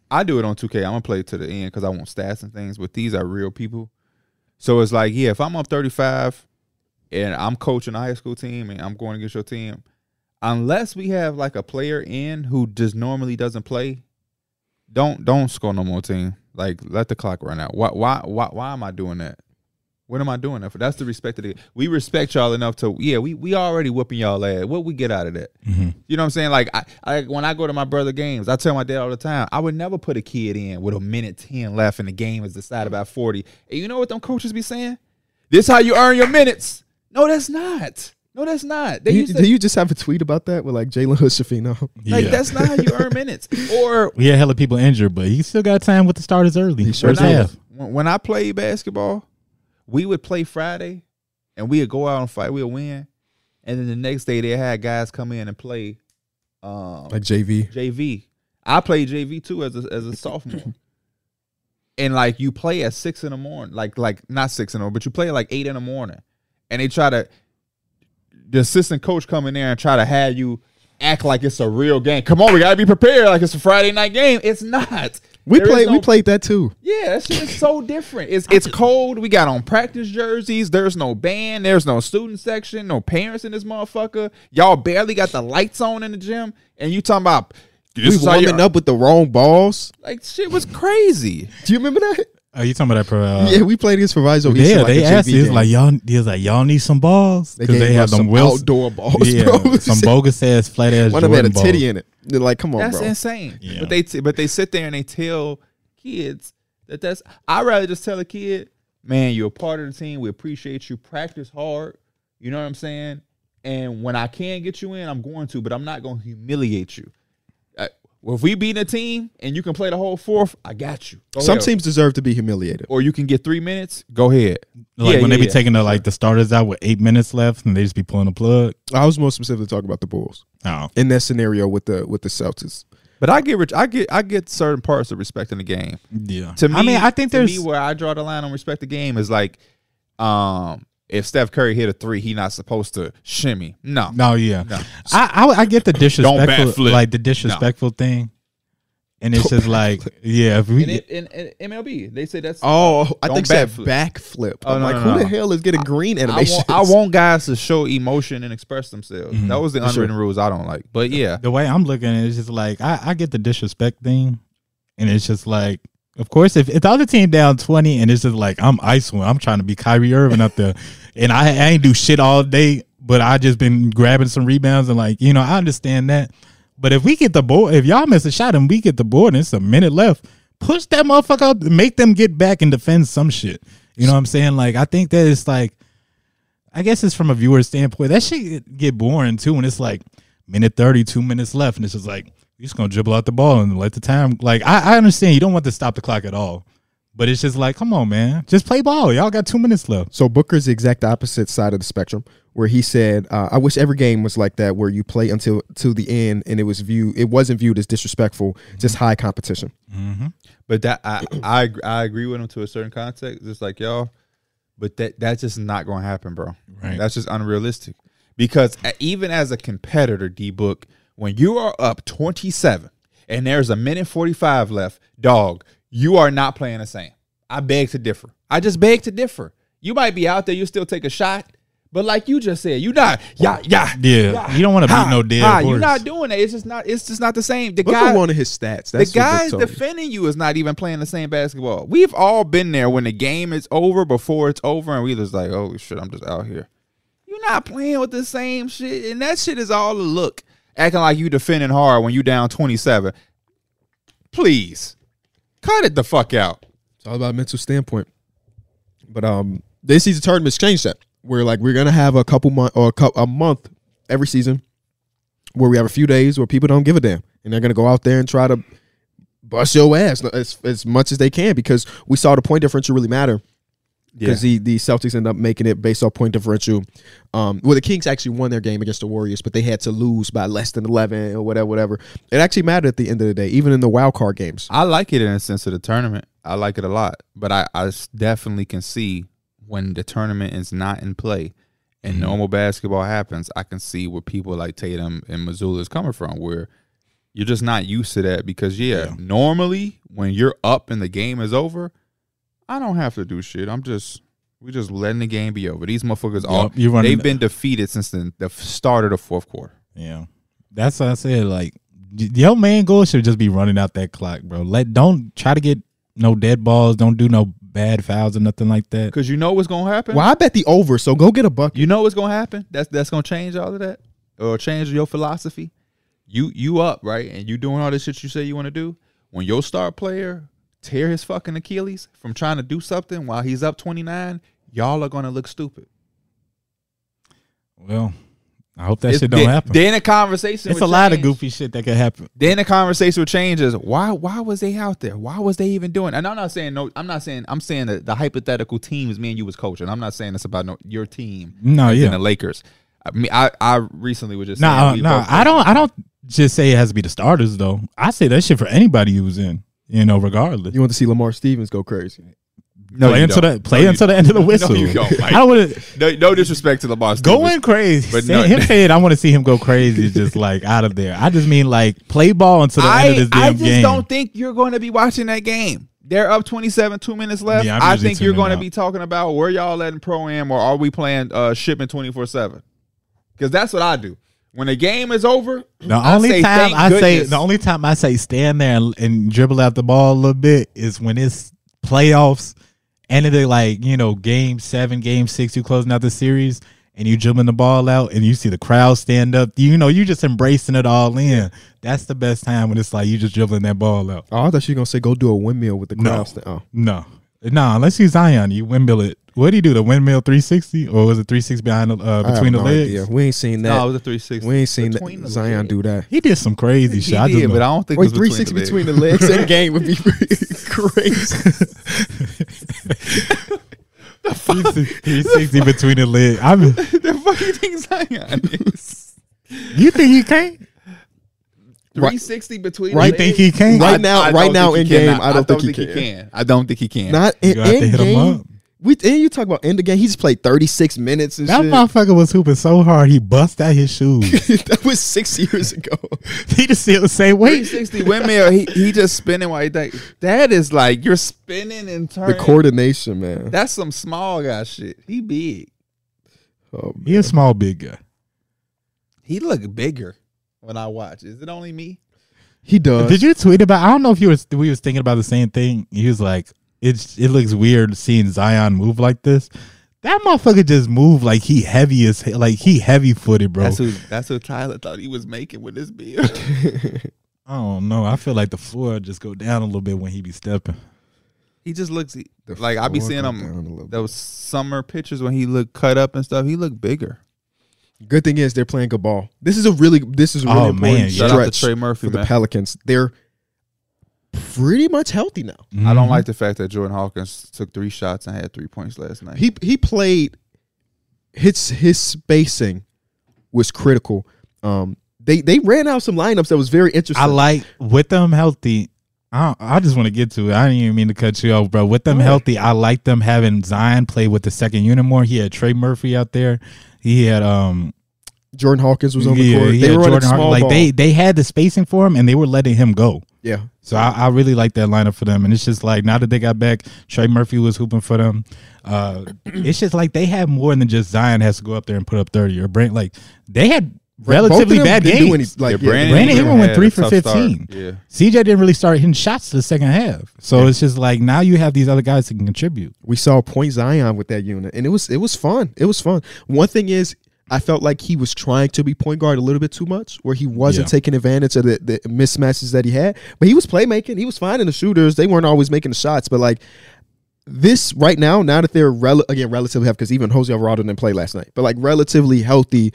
B: I do it on 2K, I'm gonna play to the end because I want stats and things. But these are real people, so it's like, yeah, if I'm up 35 and I'm coaching a high school team and I'm going against your team, unless we have like a player in who just normally doesn't play, don't don't score no more team. Like let the clock run out. Why why why why am I doing that? What am I doing that for? That's the respect of the we respect y'all enough to yeah, we we already whooping y'all ass. What we get out of that?
A: Mm-hmm.
B: You know what I'm saying? Like I, I when I go to my brother games, I tell my dad all the time, I would never put a kid in with a minute ten left and the game is decided by 40. And you know what them coaches be saying? This how you earn your minutes. No, that's not. No, that's not. They
A: You-
B: used to,
A: do you just have a tweet about that with like Jalen Hood Shafino?
B: like
C: yeah.
B: that's not how you earn minutes. Or
C: we had hella people injured, but he still got time with the starters early.
A: He sure
C: First
A: does.
C: half.
B: when, when I played basketball, we would play Friday and we would go out and fight, we'd win. And then the next day they had guys come in and play um
A: Like JV.
B: JV. I played JV too as a,
A: [LAUGHS]
B: as a sophomore. and like you play at six in the morning, like like not six in the morning, but you play at like eight in the morning, and they try to the assistant coach come in there and try to have you act like it's a real game. Come on, we gotta be prepared. Like it's a Friday night game. It's not.
A: We
B: There is
A: played.
B: no-
A: we played that too.
B: Yeah, that shit is [LAUGHS] so different. It's it's cold. We got on practice jerseys. There's no band. There's no student section. No parents in this motherfucker. Y'all barely got the lights on in the gym, and you talking about this
A: we
B: is how you
A: warming up with the wrong balls.
B: like shit was crazy.
A: Do you remember that?
C: Oh, you talking about that? For, uh,
A: yeah, we played against Proviso. East
C: yeah,
A: in, like, a
C: they
A: JV
C: asked. He was
A: game.
C: like, y'all. He was like, y'all need some balls
A: They
C: because
A: gave
C: they
A: us
C: had them
A: some
C: Wilson,
A: outdoor [LAUGHS] balls, [LAUGHS]
C: yeah,
A: bro.
C: some bogus ass flat ass.
A: One of them had a
C: Jordan
A: titty
C: balls.
A: in it. They're like, come on,
B: That's
A: bro.
B: insane.
C: Oh, Yeah.
B: But they t- but they sit there and they tell kids that that's. I would rather just tell a kid, man, you're a part of the team. We appreciate you. Practice hard. You know what I'm saying. And when I can get you in, I'm going to. But I'm not going to humiliate you. Uh, well, if we beat a team and you can play the whole fourth, I got you. Go
A: Some
B: ahead.
A: teams deserve to be humiliated.
B: or you can get three minutes. Go ahead.
C: Like
B: Yeah,
C: when
B: yeah,
C: they be
B: yeah.
C: taking the like the starters out with eight minutes left, and they just be pulling the plug.
A: I was more specifically talking about the Bulls
C: Oh,
A: in that scenario with the with the Celtics.
B: But I get rich. I get I get certain parts of respecting the game.
C: yeah.
B: To me,
C: I mean, I think
B: to
C: there's
B: me where I draw the line on respect the game is like, um, if Steph Curry hit a three, he not supposed to shimmy. No,
C: no, yeah.
B: No.
C: I, I I get the disrespectful,
B: backflip.
C: like the disrespectful thing, and it's just like, yeah, if we
B: In, in, in MLB, they say that's.
A: Oh, I
B: Don't
A: think said
B: backflip.
A: backflip.
B: Oh,
A: I'm
B: no,
A: like,
B: no,
A: who
B: no.
A: the hell is getting green
B: I
A: animation?
B: want,
A: [LAUGHS]
B: I want guys to show emotion and express themselves.
C: Mm-hmm.
B: That was the
A: sure.
B: unwritten rules I don't like. But yeah,
C: the way I'm looking at it is just like I, I get the disrespect thing, and it's just like, of course, if, if the other team down twenty, and it's just like I'm isoing, I'm trying to be Kyrie Irving up there, [LAUGHS] and I, I ain't do shit all day, but I just been grabbing some rebounds and like you know I understand that, but if we get the board, if y'all miss a shot and we get the board, and it's a minute left, push that motherfucker up, make them get back and defend some shit. You know what I'm saying? Like I think that it's like I guess it's from a viewer's standpoint. That shit get boring too when it's like minute 30, two minutes left, and it's just like you're just gonna dribble out the ball and let the time. Like I, I understand you don't want to stop the clock at all, but it's just like, come on, man, just play ball. Y'all got two minutes left.
A: So Booker's the exact opposite side of the spectrum, where he said, uh, "I wish every game was like that, where you play until to the end, and it was viewed, it wasn't viewed as disrespectful, just high competition."
B: but that I
C: [CLEARS THROAT]
B: I ag- I agree with him to a certain context, just like y'all. But that that's just not going to happen, bro.
C: Right.
B: That's just unrealistic. Because a- even as a competitor, D book, when you are up twenty seven and there's a minute forty five left, dog, you are not playing the same. I beg to differ. I just beg to differ. You might be out there, you still take a shot, but like you just said, you not yeah yeah
C: Yeah, you don't want to
B: ha,
C: beat no dead
B: ha,
C: horse.
B: You're not doing that. It's just not. It's just not the same. The
A: Booker
B: guy
A: wanted his stats. That's
B: the guys
A: what Book told me.
B: defending you is not even playing the same basketball. We've all been there when the game is over, before it's over, and we just like, oh shit, I'm just out here. You're not playing with the same shit, and that shit is all a look. Acting like you defending hard when you down 27. Please, cut it the fuck out.
A: It's all about mental standpoint. But um, this season tournament's changed that. Where like we're gonna have a couple month or a, cou- a month every season, where we have a few days where people don't give a damn, and they're gonna go out there and try to bust your ass as, as much as they can because we saw the point differential really matter. Because the, the Celtics end up making it based off point differential. Um, well, the Kings actually won their game against the Warriors, but they had to lose by less than eleven or whatever, whatever. It actually mattered at the end of the day, even in the wild card games.
B: I like it in a sense of the tournament. I like it a lot, but I, I s- definitely can see when the tournament is not in play and normal basketball happens. I can see where people like Tatum and Missoula is coming from, where you're just not used to that because yeah, normally when you're up and the game is over, I don't have to do shit. I'm just we just letting the game be over. These motherfuckers all
C: Yup, you running-
B: they've been defeated since the, the start of the fourth quarter.
C: Yeah, that's what I said. Like y- your main goal should just be running out that clock, bro. Let don't try to get no dead balls. Don't do no bad fouls or nothing like that.
B: Because you know what's gonna happen.
A: Well, I bet the over, so go get a bucket.
B: You know what's gonna happen. That's that's gonna change all of that, or change your philosophy. You you up right, and you doing all this shit you say you want to do. When your star player tear his fucking Achilles from trying to do something while he's up twenty nine, y'all are gonna look stupid.
C: Well, I hope that
B: It's-
C: shit don't
B: then,
C: happen.
B: Then a conversation.
C: it's a
B: would
C: lot of
B: change.
C: goofy shit that could happen.
B: Then the conversation would change is why why was they out there? Why was they even doing? And I'm not saying no. I'm not saying I'm saying that the hypothetical teams me and you was coaching. I'm not saying it's about no, your team
C: No,
B: and
C: yeah,
B: the Lakers. I mean, I I recently was just
C: no,
B: saying
C: nah, uh,
B: we
C: nah,
B: both-
C: I don't. I don't just say it has to be the starters though. I say that shit for anybody who's in. You know, regardless.
A: You want to see Lamar Stevens go crazy.
B: no
C: play
B: you
C: until
B: don't.
C: the play
B: No, you
C: until the end of the
B: [LAUGHS] No,
C: whistle.
B: you don't, Mike.
C: I don't want to
B: No, no disrespect to Lamar.
C: go
B: Stevens.
C: in crazy.
B: But
C: Say-
B: no-
C: him saying I want to see him go crazy is just like out of there. I just mean like play ball until the
B: I,
C: end of this damn
B: I just
C: game.
B: don't think you're going to be watching that game. They're up 27, two minutes left.
C: Yeah, I'm
B: I
C: usually
B: think you're
C: tuning
B: going to
C: out.
B: be talking about where y'all letting pro am or are we playing uh, shipping 24 7? Because that's what I do. When the game is over,
C: the
B: I
C: only
B: say,
C: time
B: "Thank
C: I say
B: goodness."
C: the only time I say stand there and, and dribble out the ball a little bit is when it's playoffs and they're like you know game seven, game six, you closing out the series and you dribbling the ball out and you see the crowd stand up. You know you just embracing it all in. That's the best time when it's like you just dribbling that ball out.
A: Oh, I thought you were gonna say go do a windmill with the
C: No.
A: crowd. stand- Oh.
C: No. No, unless you Zion, you windmill it. What did he do? The windmill 360 or was it 360 behind the,
A: I
C: uh,
A: have
C: between the
A: no
C: legs?
A: idea. We ain't seen that.
B: no, it was a 360.
A: we ain't seen
B: Between
A: that
B: the
A: Zion
B: legs.
A: do that.
C: He did some crazy
B: He
C: shit. I just
B: did,
C: know.
B: but I don't think
A: Wait,
B: it was
A: 360
B: between the, [LAUGHS]
A: between
B: legs.
A: the legs in game would be [LAUGHS] crazy.
C: The
B: [LAUGHS]
C: 360 between the legs. I mean,
B: the fucking thing Zion is.
C: you think he can't?
B: 360 between
A: Right-
B: the
C: you think
B: legs?
C: he can't?
A: Right
B: I-
A: now-
B: I
A: right
B: don't
A: now
B: think
A: in
B: he
A: game,
B: cannot.
A: I don't think he
B: he can. I don't think he can. [LAUGHS]
A: Not in,
C: You have to
A: in
C: hit him
A: game.
C: up.
A: We and you talk about end the game. He just played 36 minutes and
C: That
A: shit.
C: motherfucker was hooping so hard he bust out his
A: [LAUGHS]
C: shoes. [LAUGHS]
A: that was six years
B: [LAUGHS]
A: ago.
C: he just still say, wait.
B: 360 windmill. He, he just spinning while he that, that is like you're spinning and
A: The
B: turning.
A: coordination, man.
B: That's some small guy shit. He big.
A: Oh, man.
C: He a small big guy.
B: He look bigger when I watch. Is it only me?
A: He does.
C: Did you tweet about? I don't know if you were we was thinking about the same thing. He was like, "It's it looks weird seeing Zion move like this." That motherfucker just moved like he heavy as like he heavy footed, bro.
B: That's who that's who Tyler thought he was making with his beard.
A: [LAUGHS]
B: [LAUGHS]
C: I don't know. I feel like the floor just go down a little bit when he be stepping.
B: he just looks e-,
A: The
B: like I be
A: floor
B: seeing
A: go
B: him
A: down a little bit.
B: those summer pictures when he looked cut up and stuff. He looked bigger.
A: Good thing is they're playing good ball. This is a really this is a really
C: Oh,
A: important
C: man, yeah.
B: Shout out to
A: stretch
B: Trey Murphy,
A: for the
B: man.
A: Pelicans. They're pretty much healthy now.
B: I don't like the fact that Jordan Hawkins took three shots and had three points last night.
A: He he played his his spacing was critical. Um they they ran out some lineups that was very interesting.
C: I like with them healthy. I don't- I just want to get to it. I didn't even mean to cut you off, bro. With them healthy, I like them having Zion play with the second unit more. He had Trey Murphy out there. He had um
A: Jordan Hawkins was on
C: yeah,
A: the court.
C: he
A: They
C: had
A: were on a
C: Jordan Hart-
A: small
C: like
A: ball.
C: they they had the spacing for him and they were letting him go.
A: yeah.
C: So I, I really like that lineup for them. And it's just like now that they got back, Trey Murphy was hooping for them. Uh, it's just like they had more than just Zion has to go up there and put up thirty or Brand. Like they had relatively bad
A: game.
C: games.
A: like
B: Yeah,
A: yeah,
C: Brandon Ingram went
B: had
C: three
B: a
C: for
B: tough start.
C: 15.
B: Yeah.
C: CJ didn't really start hitting shots the second half. So it's just like now you have these other guys that can contribute.
A: we saw Point Zion with that unit, and it was it was fun. It was fun. One thing is, I felt like he was trying to be point guard a little bit too much, where he wasn't
C: Yeah.
A: taking advantage of the, the mismatches that he had. But he was playmaking. He was finding the shooters. They weren't always making the shots, but like. This right now, now that they're rel- again relatively healthy, because even Jose Alvarado didn't play last night, but like relatively healthy,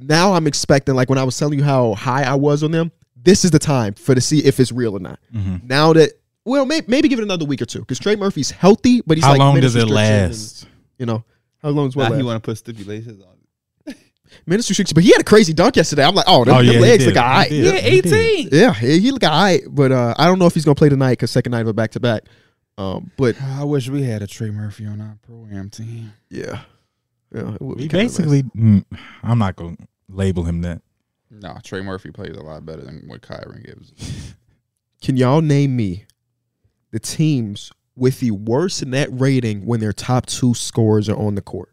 A: now I'm expecting like when I was telling you how high I was on them, this is the time for to see if it's real or not.
C: Mm-hmm.
A: Now that well, may- maybe give it another week or two because Trey Murphy's healthy, but he's
C: How
A: like
C: long
A: minutes
C: does it
A: restriction and,
C: last?
A: you know, how long is what
B: Now he
A: last?
B: want to put stipulations on. it.
A: minutes restriction? But he had a crazy dunk yesterday. I'm like, oh, them,
C: Oh,
A: them
C: yeah, he
A: legs
C: did.
A: look
C: He
A: alright.
C: did. Yeah, he did.
A: Yeah, he he look alright, but uh, I don't know if he's gonna play tonight because second night of a back to back. Um, but
B: I wish we had a Trey Murphy on our program team.
A: yeah, yeah, it would be
C: We
A: kinda nice.
C: basically, Mm, I'm not going to label him that.
B: No, Trey Murphy plays a lot better than what Kyron gives.
A: Can y'all name me the teams with the worst net rating when their top two scorers are on the court?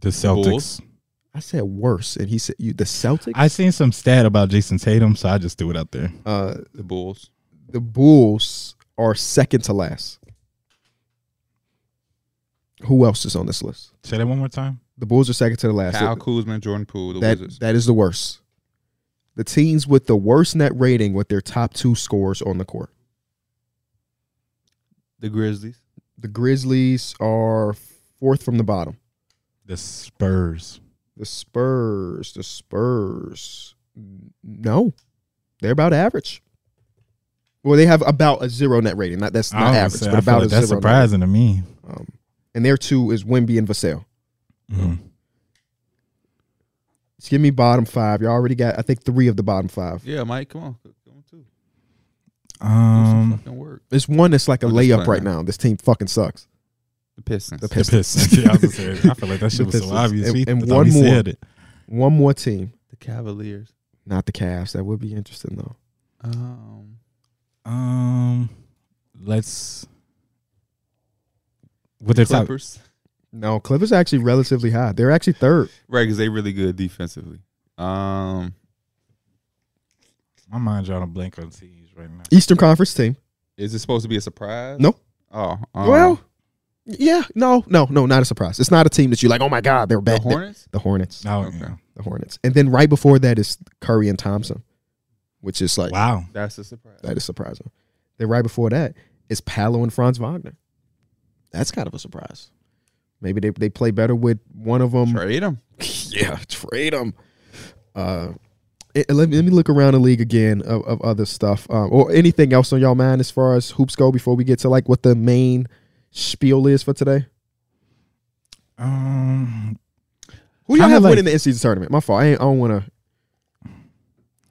C: The Celtics.
B: Bulls.
A: I said worse, and he said you the Celtics,
C: I seen some stat about Jason Tatum, so I just threw it out there.
A: uh,
B: The Bulls.
A: the Bulls are second to last. Who else is on this list?
C: Say that one more time.
A: The Bulls are second to the last.
B: Kyle Kuzma, Jordan Poole, the
A: that
B: Wizards.
A: that is the worst. The teams with the worst net rating with their top two scores on the court.
B: The Grizzlies.
A: The Grizzlies are fourth from the bottom.
C: The Spurs.
A: The Spurs, the Spurs. No, they're about average. Well, they have about a zero net rating. Not that's
C: I
A: not
C: would
A: average,
C: say- I
A: but
C: feel
A: about
C: like
A: a
C: that's
A: zero. net
C: surprising to me.
A: rating. Um, and their two is Wimby and Vassell.
C: Mhm.
A: Just give me bottom five. You already got, I think, three of the bottom five.
B: Yeah, Mike, come on. Come on too. Do some
C: Um,
B: fucking work.
A: There's one that's like a
B: I'm just
A: layup
B: playing
A: right
B: that.
A: now. This team fucking sucks.
B: The Pistons.
A: The
C: the
A: Pistons.
C: Pistons. [LAUGHS] yeah, I, was gonna say, I feel like that
A: The
C: shit was so
A: Pistons.
C: obvious.
A: And-
C: we,
A: and
C: I thought
A: one
C: we
A: more.
C: said it.
A: One more team,
B: the Cavaliers.
A: not the Cavs. That would be interesting though.
B: Um,
C: Um, let's. With their top,
B: Clippers.
A: No, Clippers are actually relatively high. They're actually third.
B: Right, because they really good defensively. Um,
C: my mind drawing a blank on teams right now.
A: Eastern Conference team.
B: is it supposed to be a surprise?
A: No.
B: Oh, um,
A: Well, yeah, no, no, no, not a surprise. It's not a team that you're like, oh my god, they're
B: the
A: bad.
B: Hornets.
A: The Hornets.
C: Now,
B: Okay.
C: yeah.
A: The Hornets. And then right before that is Curry and Thompson, which is like
C: Wow.
B: That's a surprise.
A: that is surprising. Then right before that is Palo and Franz Wagner. That's kind of a surprise. Maybe they, they play better with one of them.
B: Trade them.
A: [LAUGHS] Yeah, trade them. Uh, it- let me let me look around the league again of, of other stuff um, or anything else on y'all mind as far as hoops go before we get to like what the main spiel is for today.
C: Um,
A: Who do y'all
C: Kinda
A: have
C: like-
A: winning the in-season tournament? My fault. I, ain't, I don't want to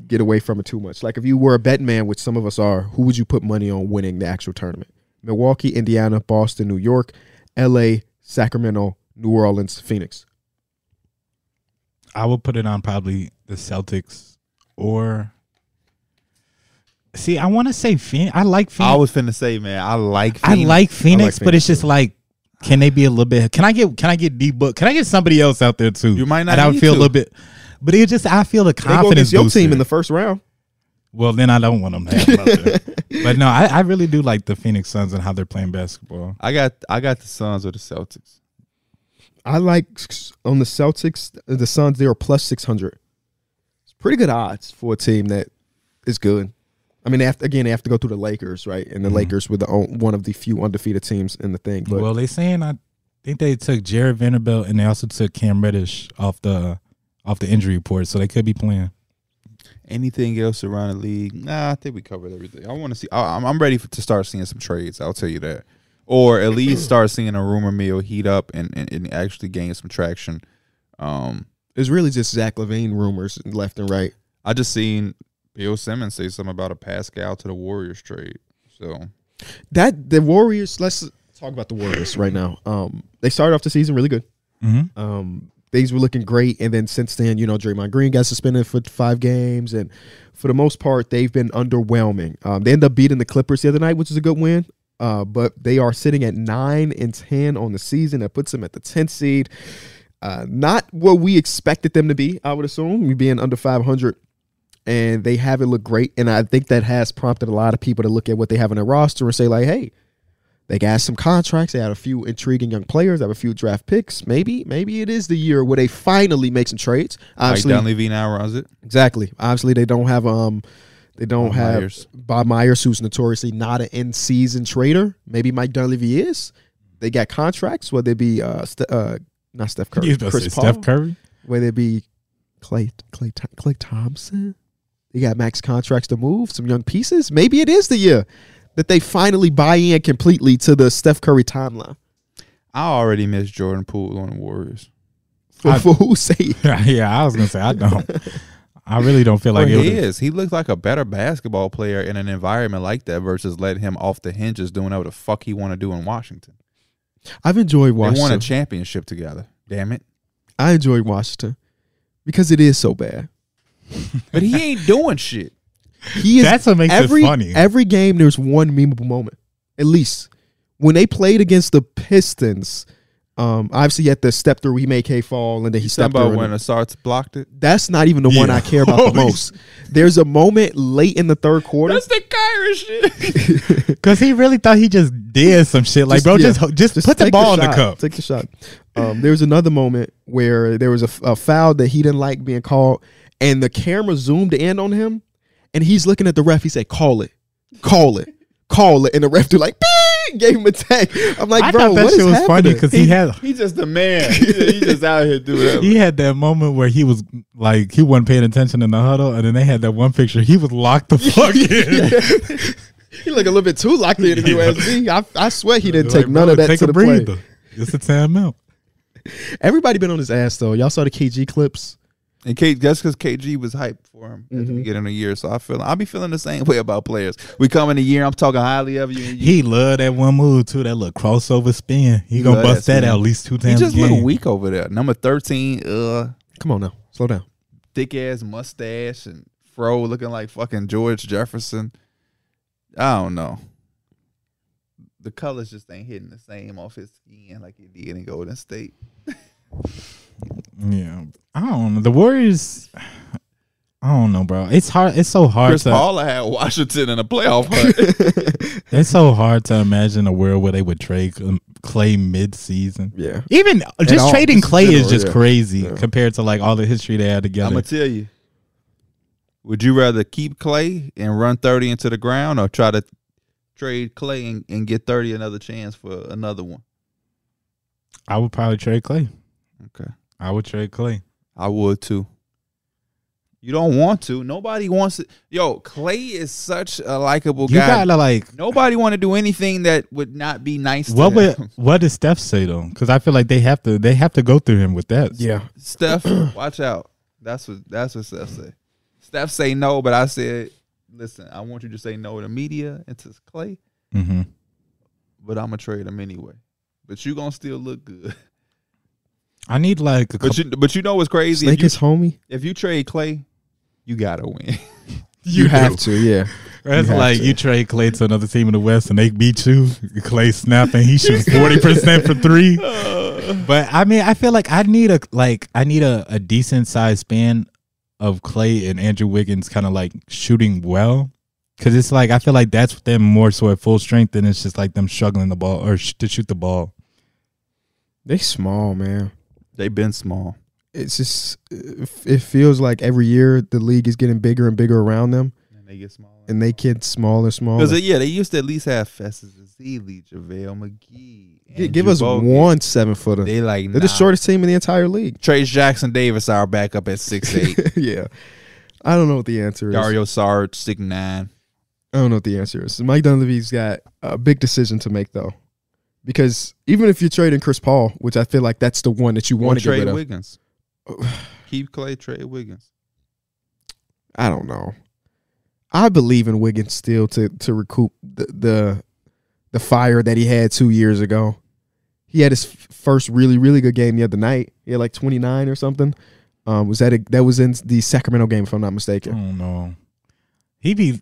A: get away from it too much. Like if you were a bet man, which some of us are, who would you put money on winning the actual tournament? Milwaukee, Indiana, Boston, New York, L.A., Sacramento, New Orleans, Phoenix.
C: I would put it on probably the Celtics or. See, I want to say Phoenix. I like Phoenix.
B: I was finna say, man, I like.
C: I
B: Phoenix.
C: like Phoenix, but
A: Phoenix,
C: it's just like, can they be a little bit? Can I get? Can I get D book? Can I get somebody else out there too?
B: You might not
C: And I would
B: need
C: feel
B: to.
C: a little bit, but it just I feel the
A: They go
C: confidence.
A: against your team
C: booster.
A: in the first round.
C: well, then I don't want them to have them out
A: [LAUGHS]
C: there. But no, I, I really do like the Phoenix Suns and how they're playing basketball.
B: I got. I got the Suns or the Celtics.
A: I like s- on the Celtics, uh, the Suns. They are plus six hundred. It's pretty good odds for a team that is good. I mean, they have to- again, they have to go through the Lakers, right? And the Lakers were the on- one of the few undefeated teams in the thing. But
C: well, they saying I think they took Jared Vanderbilt and they also took Cam Reddish off the off the injury report, so they could be playing. [LAUGHS]
B: Anything else around the league? Nah, I think we covered everything. I want to see. I, I'm, I'm ready for, to start seeing some trades. I'll tell you that, or at least start seeing a rumor mill heat up and, and, and actually gain some traction. Um,
A: it's really just Zach Levine rumors left and right.
B: I just seen Bill Simmons say something about a Pascal to the Warriors trade. So
A: That the Warriors. Let's talk about the Warriors right now. Um, they started off the season really good.
C: Mm-hmm.
A: Um, things were looking great, and then since then, you know, Draymond Green got suspended for five games, and for the most part, they've been underwhelming. Um, they end up beating the Clippers the other night, which is a good win. Uh, but they are sitting at nine and ten on the season. That puts them at the tenth seed. Uh, not what we expected them to be. I would assume being under five hundred, and they haven't looked great. And I think that has prompted a lot of people to look at what they have in their roster and say like, "Hey, they got some contracts. They had a few intriguing young players. Have a few draft picks. Maybe, maybe it is the year where they finally make some trades. Obviously,
B: Mike Dunleavy now runs it.
A: Exactly. Obviously, they don't have um, they don't
B: Bob
A: have
B: Myers.
A: Bob Myers, who's notoriously not an in season trader. Maybe Mike Dunleavy is. They got contracts, whether it be uh, Ste- uh not Steph Curry, Chris Paul,
C: Steph Curry. [LAUGHS]
A: whether it be Clay Clay Tho- Clay Thompson. They got max contracts to move some young pieces. Maybe it is the year that they finally buy in completely to the Steph Curry timeline.
B: I already miss Jordan Poole on the Warriors.
A: For, [LAUGHS]
C: I-
A: for who's sake?
C: yeah, I was gonna say I don't. I really don't feel like it.
B: he
C: would've-
B: is. He looks like a better basketball player in an environment like that versus letting him off the hinges doing whatever the fuck he want to do in Washington.
A: I've enjoyed
B: They
A: watching.
B: won a championship together. Damn it.
A: I enjoyed Washington because it is so bad.
C: [LAUGHS]
B: But he ain't doing shit.
A: He is
C: That's what makes
A: every
C: it funny.
A: every game. There's one memeable moment, at least when they played against the Pistons. Um, obviously, at the step through, he made K fall, and then he stepped
B: Somebody
A: through.
B: when
A: and-
B: Asarts blocked it.
A: That's not even the one
C: Yeah.
A: I care
C: [LAUGHS]
A: about the most. There's a moment late in the third quarter.
B: the Kyrie shit.
C: Because he really thought he just did some shit. Like,
A: Just-
C: bro,
A: yeah.
C: just, ho- just put the
A: take
C: ball in
A: shot.
C: the cup.
A: Take the shot. Um, there was another moment where there was a, f- a foul that he didn't like being called, and the camera zoomed in on him, and he's looking at the ref. He said, "Call it, call it, call it," and the ref do like, "Bing!" gave him a tag. I'm like,
C: I
A: bro,
C: thought that
A: what
C: shit
A: is
C: was funny
A: happening? [LAUGHS]
C: because he had
B: he just a [LAUGHS] man. He just, he just out here doing that.
C: he had that moment where he was like he wasn't paying attention in the huddle, and then they had that one picture. He was [LAUGHS] locked the fuck in. [LAUGHS]
A: he looked a little bit too locked in the USC. I, I swear he didn't
C: Like,
A: take none
C: bro,
A: of that
C: take
A: to
C: a
A: the play.
C: breather. It's a timeout.
A: Everybody been on his ass though. Y'all saw the KG clips.
B: And K, that's because KG was hyped for him at
C: Mm-hmm.
B: the
A: Mhm.
B: beginning of the year. So I feel I'll be feeling the same way about players. We come in the year, I'm talking highly of you. And you
C: He loved that one move too. That little crossover spin. He gonna
B: love
C: bust
B: that
C: that,
B: spin.
C: out at least two
B: he
C: times.
B: just
C: a game.
B: look weak over there. Number thirteen, uh,
A: Come on now, slow [LAUGHS] down.
B: thick ass mustache and fro, looking like fucking George Jefferson. I don't know. The colors just ain't hitting the same off his skin like it did in Golden State.
C: Yeah, I don't know. The Warriors. [SIGHS] I don't know, bro. It's hard. It's so hard
B: Chris
C: to.
B: Paul had Washington in a [LAUGHS] playoff hunt.
C: It's so hard to imagine a world where they would trade um, Clay mid-season.
A: [LAUGHS] Yeah.
C: Even just
A: all,
C: trading
A: just in
C: Clay
A: general,
C: is just
A: yeah.
C: crazy
A: Yeah.
C: compared to like all the history they had together.
B: I'm gonna tell you. Would you rather keep Clay and run 30 into the ground, or try to trade Clay and, and get 30 another chance for another one?
C: I would probably trade Clay.
B: Okay.
C: I would trade Clay.
B: I would too. You don't want to. Nobody wants it. Yo, Clay is such a likable
C: You
B: guy.
C: gotta like.
B: Nobody want to do anything that would not be nice.
C: What
B: to
C: would
B: them. [CLEARS THROAT]
C: what does Steph say though? Because I feel like they have to they have to go through him with that.
A: Yeah. [CLEARS THROAT]
B: Steph? watch out. That's what that's what Steph said. Steph say no, but I said, listen, I want you to say no to media and to Clay.
C: hmm
B: but I'm gonna trade him anyway. But you gonna still look good. [LAUGHS]
C: I need like a couple.
B: But you, but you know what's crazy?
A: Snake
B: If you,
A: is homie.
B: if you trade Clay, you gotta
A: [LAUGHS]
B: win. [LAUGHS]
A: You, have to, yeah.
C: That's
A: You have
C: like
A: to.
C: you trade Clay to another team in the West and they beat you. Clay snapping, he shoots forty percent for three. But I mean, I feel like I need a like I need a, a decent sized span of Clay and Andrew Wiggins kind of like shooting well. Cause it's like I feel like that's them more so at full strength than it's just like them struggling the ball or sh- to shoot the ball.
A: They small, man.
B: They've been small.
A: It's just it it feels like every year the league is getting bigger and bigger around them,
B: And they get smaller.
A: and they get smaller, smaller.
B: because yeah, they used to at least have Festus Ezeli, JaVale McGee.
A: Gi-
B: and
A: Give us
B: Jrue Bogut.
A: one seven footer. They,
B: They like
A: are the shortest team in the entire league. [LAUGHS]
B: Trace Jackson Davis, our backup [LAUGHS] at six eight.
A: yeah, I don't know what the answer is.
B: Dario Sarge six nine.
A: I don't know what the answer is. Mike Dunleavy's got a big decision to make though, because even if you're trading Chris Paul, which I feel like that's the one that you want to get
B: trade
A: rid of,
B: [SIGHS] Wiggins? Keep Clay. Trade Wiggins.
A: I don't know. I believe in Wiggins still to to recoup the the, the fire that he had two years ago. He had his f- first really really good game the other night. He had like twenty nine or something. Um, was that a, that was in the Sacramento game if I'm not
C: I
A: mistaken.
C: don't know. He be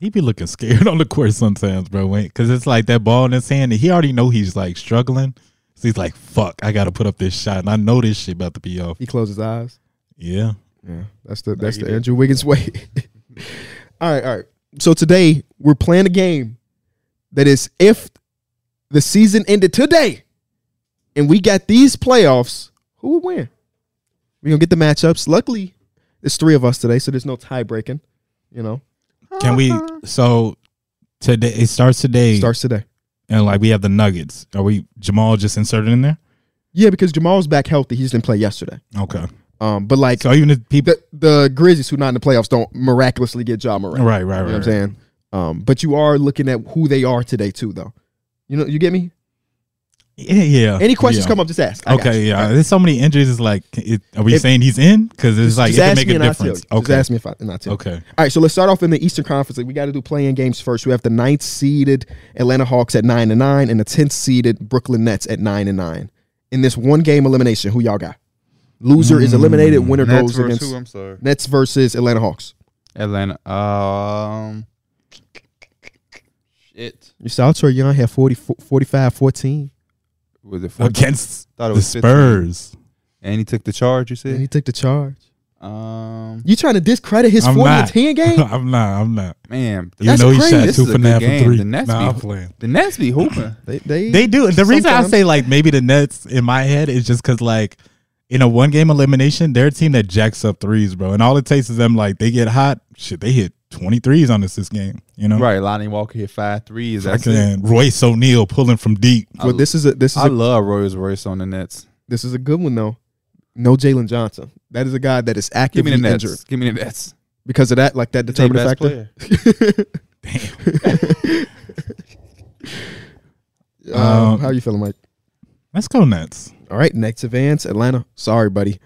C: he be looking [LAUGHS] scared on the court sometimes, bro. Wait, cause it's like that ball in his hand, and he already know he's like struggling. So he's like, "Fuck, I gotta put up this shot," and I know this shit about to be off.
A: He closed his eyes.
C: Yeah,
A: Yeah, that's the that's
B: he
A: the
B: did.
A: Andrew Wiggins way. [LAUGHS] all right, all right. So today we're playing a game that is if the season ended today and we got these playoffs, who would win? We're gonna get the matchups. Luckily, there's three of us today, so there's no tie breaking. You know,
C: can we? So today it starts today,
A: starts today.
C: and like we have the Nuggets. Are we Jamal just inserted in there?
A: Yeah, because Jamal's back healthy. He just didn't play yesterday.
C: Okay,
A: Um, but like
C: so even if people,
A: the the Grizzlies, who not in the playoffs, don't miraculously get Ja Morant.
C: right, right,
A: You know what I'm
C: right.
A: saying? Um, but you are looking at who they are today too, though. You know, you get me?
C: Yeah, yeah.
A: Any questions
C: yeah.
A: come up, just ask. I got you.
C: Okay, yeah. There's so many injuries. It's like, it, are we
A: If-
C: saying he's in? Because it's like it
A: just
C: can
A: ask
C: make
A: me
C: a
A: and I'll tell you.
C: difference.
A: Just
C: Okay,
A: ask me if I and I'll tell you.
C: okay.
A: All right, so let's start off in the Eastern Conference. Like, We got to do playing games first. We have the ninth seeded Atlanta Hawks at nine and nine, and the tenth seeded Brooklyn Nets at nine and nine. In this one game elimination, who y'all got? Loser is
C: Mm.
A: eliminated. Winner
B: Nets
A: goes
B: versus
A: against
B: who? I'm sorry.
A: Nets versus Atlanta Hawks.
B: Atlanta. Um. Shit.
A: You saw Trae Young had 40, 45, 14.
B: was it 14?
C: against
B: Thought it
C: the
B: was 15.
C: Spurs.
B: And he took the charge. You
A: And he
B: said,
A: took the charge.
B: um,
A: You trying to discredit his
C: I'm
A: forty to
C: not. [LAUGHS]
A: ten game?
C: I'm not. I'm not.
B: man, the,
C: You
A: That's
C: know he
A: crazy.
C: shot
B: This
C: two
B: is a
C: for
B: good
C: nine for
B: game.
C: three.
B: The Nets
C: Nah,
B: be-
C: I'm playing.
B: the Nets
C: [COUGHS]
B: be hooping.
A: They, they,
C: They do. The reason I
A: Sometimes.
C: say like maybe the Nets in my head is just because like in a one game elimination, they're a team that jacks up threes, bro. And all it takes is them like they get hot. Shit, they hit 23s on this this game. You know,
B: Right, Lonnie Walker hit five threes. That's it.
C: Fucking Royce O'Neal pulling from deep.
A: well, this is a this is
B: I
A: a,
B: love Royce Royce on the Nets.
A: this is a good one though. No Jalen Johnson. That is a guy that is
B: Give
A: actively
B: me the Nets.
A: injured
B: Give me the Nets.
A: because of that, like that
B: He's their
A: determining
B: best
A: factor.
B: player.
A: Um,
C: Um,
A: how you feeling, Mike?
C: Let's go Nets.
A: All right, next advance, Atlanta. Sorry, buddy.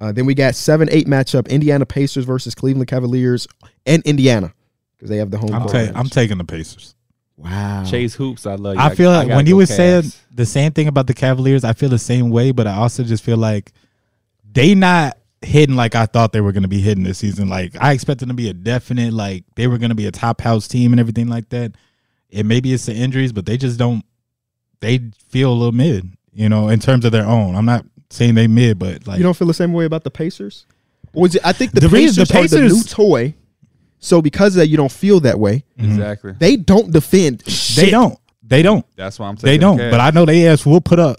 A: Uh, then we got seven eight matchup: Indiana Pacers versus Cleveland Cavaliers and Indiana because they have the home.
C: I'm,
A: court
C: ta-
A: advantage.
C: I'm taking the Pacers.
A: wow.
B: Chase Hoops, I love you.
C: I feel like
B: gotta
C: when
B: go
C: you was
B: Cavs.
C: saying the same thing about the Cavaliers, I feel the same way, but I also just feel like they not hitting like I thought they were going to be hitting this season. Like I expected them to be a definite, like they were going to be a top house team and everything like that. And maybe it's the injuries, but they just don't. They feel a little mid, you know, in terms of their own. I'm not saying they mid, but like
A: You don't feel the same way about the Pacers? Or is it, I think the,
C: The
A: Pacers
C: reason- the
A: are the new
C: Pacers-
A: toy. So because of that, you don't feel that way.
C: Mhm.
B: exactly.
A: They don't defend. Shit.
C: they don't. They don't.
B: That's why I'm taking.
C: They don't.
B: The Cavs.
C: But I know they ass will put up.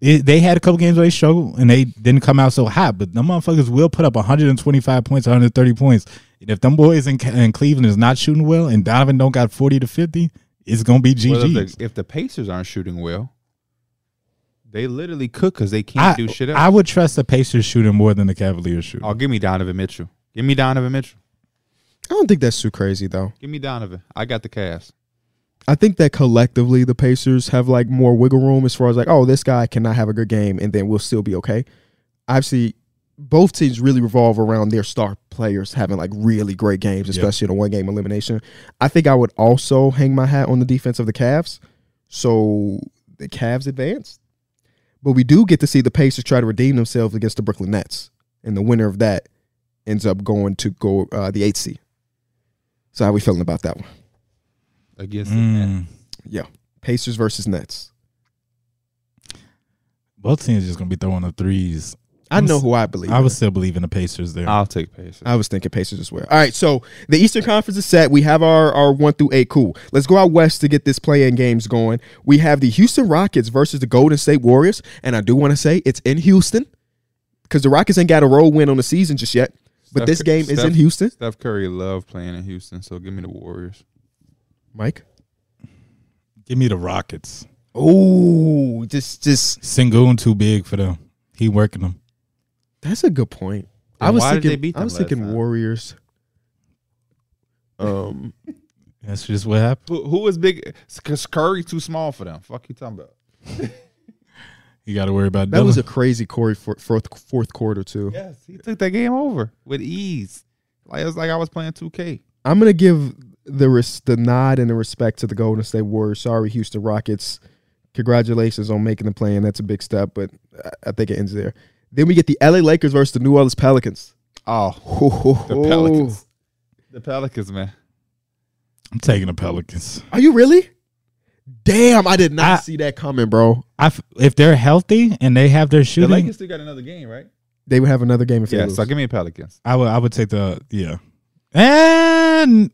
C: It, they had a couple games where they struggled and they didn't come out so hot, but them motherfuckers will put up 125 points, 130 points. And if them boys in, Ca- in Cleveland is not shooting well and Donovan don't got 40 to 50, it's gonna be
B: Well,
C: GG.
B: if, the, if the Pacers aren't shooting well, they literally cook because they can't
C: I,
B: do shit
C: I
B: else.
C: would trust the Pacers shooting more than the Cavaliers shooting.
B: oh, give me Donovan Mitchell. Give me Donovan Mitchell.
A: I don't think that's too crazy though.
B: Give me Donovan. I got the Cavs.
A: I think that collectively the Pacers have like more wiggle room as far as like, oh, this guy cannot have a good game and then we'll still be okay. Obviously, both teams really revolve around their star players having like really great games, especially in a one game elimination. I think I would also hang my hat on the defense of the Cavs. So the Cavs advance. But we do get to see the Pacers try to redeem themselves against the Brooklyn Nets. And the winner of that ends up going to go uh, the eight seed. So how we feeling about that one?
B: Against the Nets.
C: Mm.
A: Pacers versus Nets.
C: Both teams just gonna be throwing the threes.
A: I
C: I'm
A: know
C: s-
A: who I believe.
C: I would still believe in the Pacers there.
B: I'll take Pacers.
A: I was thinking Pacers as well. All right, so the Eastern Conference is set. We have our, our one through eight. Cool. Let's go out west to get this play-in games going. We have the Houston Rockets versus the Golden State Warriors, and I do want to say it's in Houston because the Rockets ain't got a road win on the season just yet. But
B: Steph-
A: this game is in
B: Steph-
A: Houston.
B: Steph Curry love playing in Houston, so give me the Warriors.
A: Mike.
C: Give me the Rockets.
A: Oh, just just
C: Sengun too big for them. He working them.
A: that's a good point. I
B: Then
A: was
B: why did
A: thinking.
B: they beat
A: I
B: them
A: was
B: last
A: thinking
B: time?
A: Warriors.
C: [LAUGHS]
A: Um,
C: That's just what happened.
B: Who, who is big? Because Curry too small for them. Fuck you talking about?
C: You got to worry about
A: that was
C: Dillon.
A: a crazy Corey for, fourth fourth quarter too.
B: Yes, he took that game over with ease. Like it's like I was playing 2K.
A: I'm gonna give the res- the nod and the respect to the Golden State Warriors. Sorry, Houston Rockets. Congratulations on making the play, and that's a big step. But I, I think it ends there. Then we get the LA Lakers versus the New Orleans Pelicans.
B: Oh, the
A: [LAUGHS]
B: Pelicans. The Pelicans, man.
C: I'm taking the Pelicans.
A: Are you really? Damn, I did not
C: I-
A: see that coming, bro.
C: I f- if they're healthy and they have their
B: The
C: shooting,
B: Lakers still got another game, right?
A: They would have another game if
B: Yeah,
A: they lose.
B: so give me the Pelicans.
C: I would I would take the yeah. And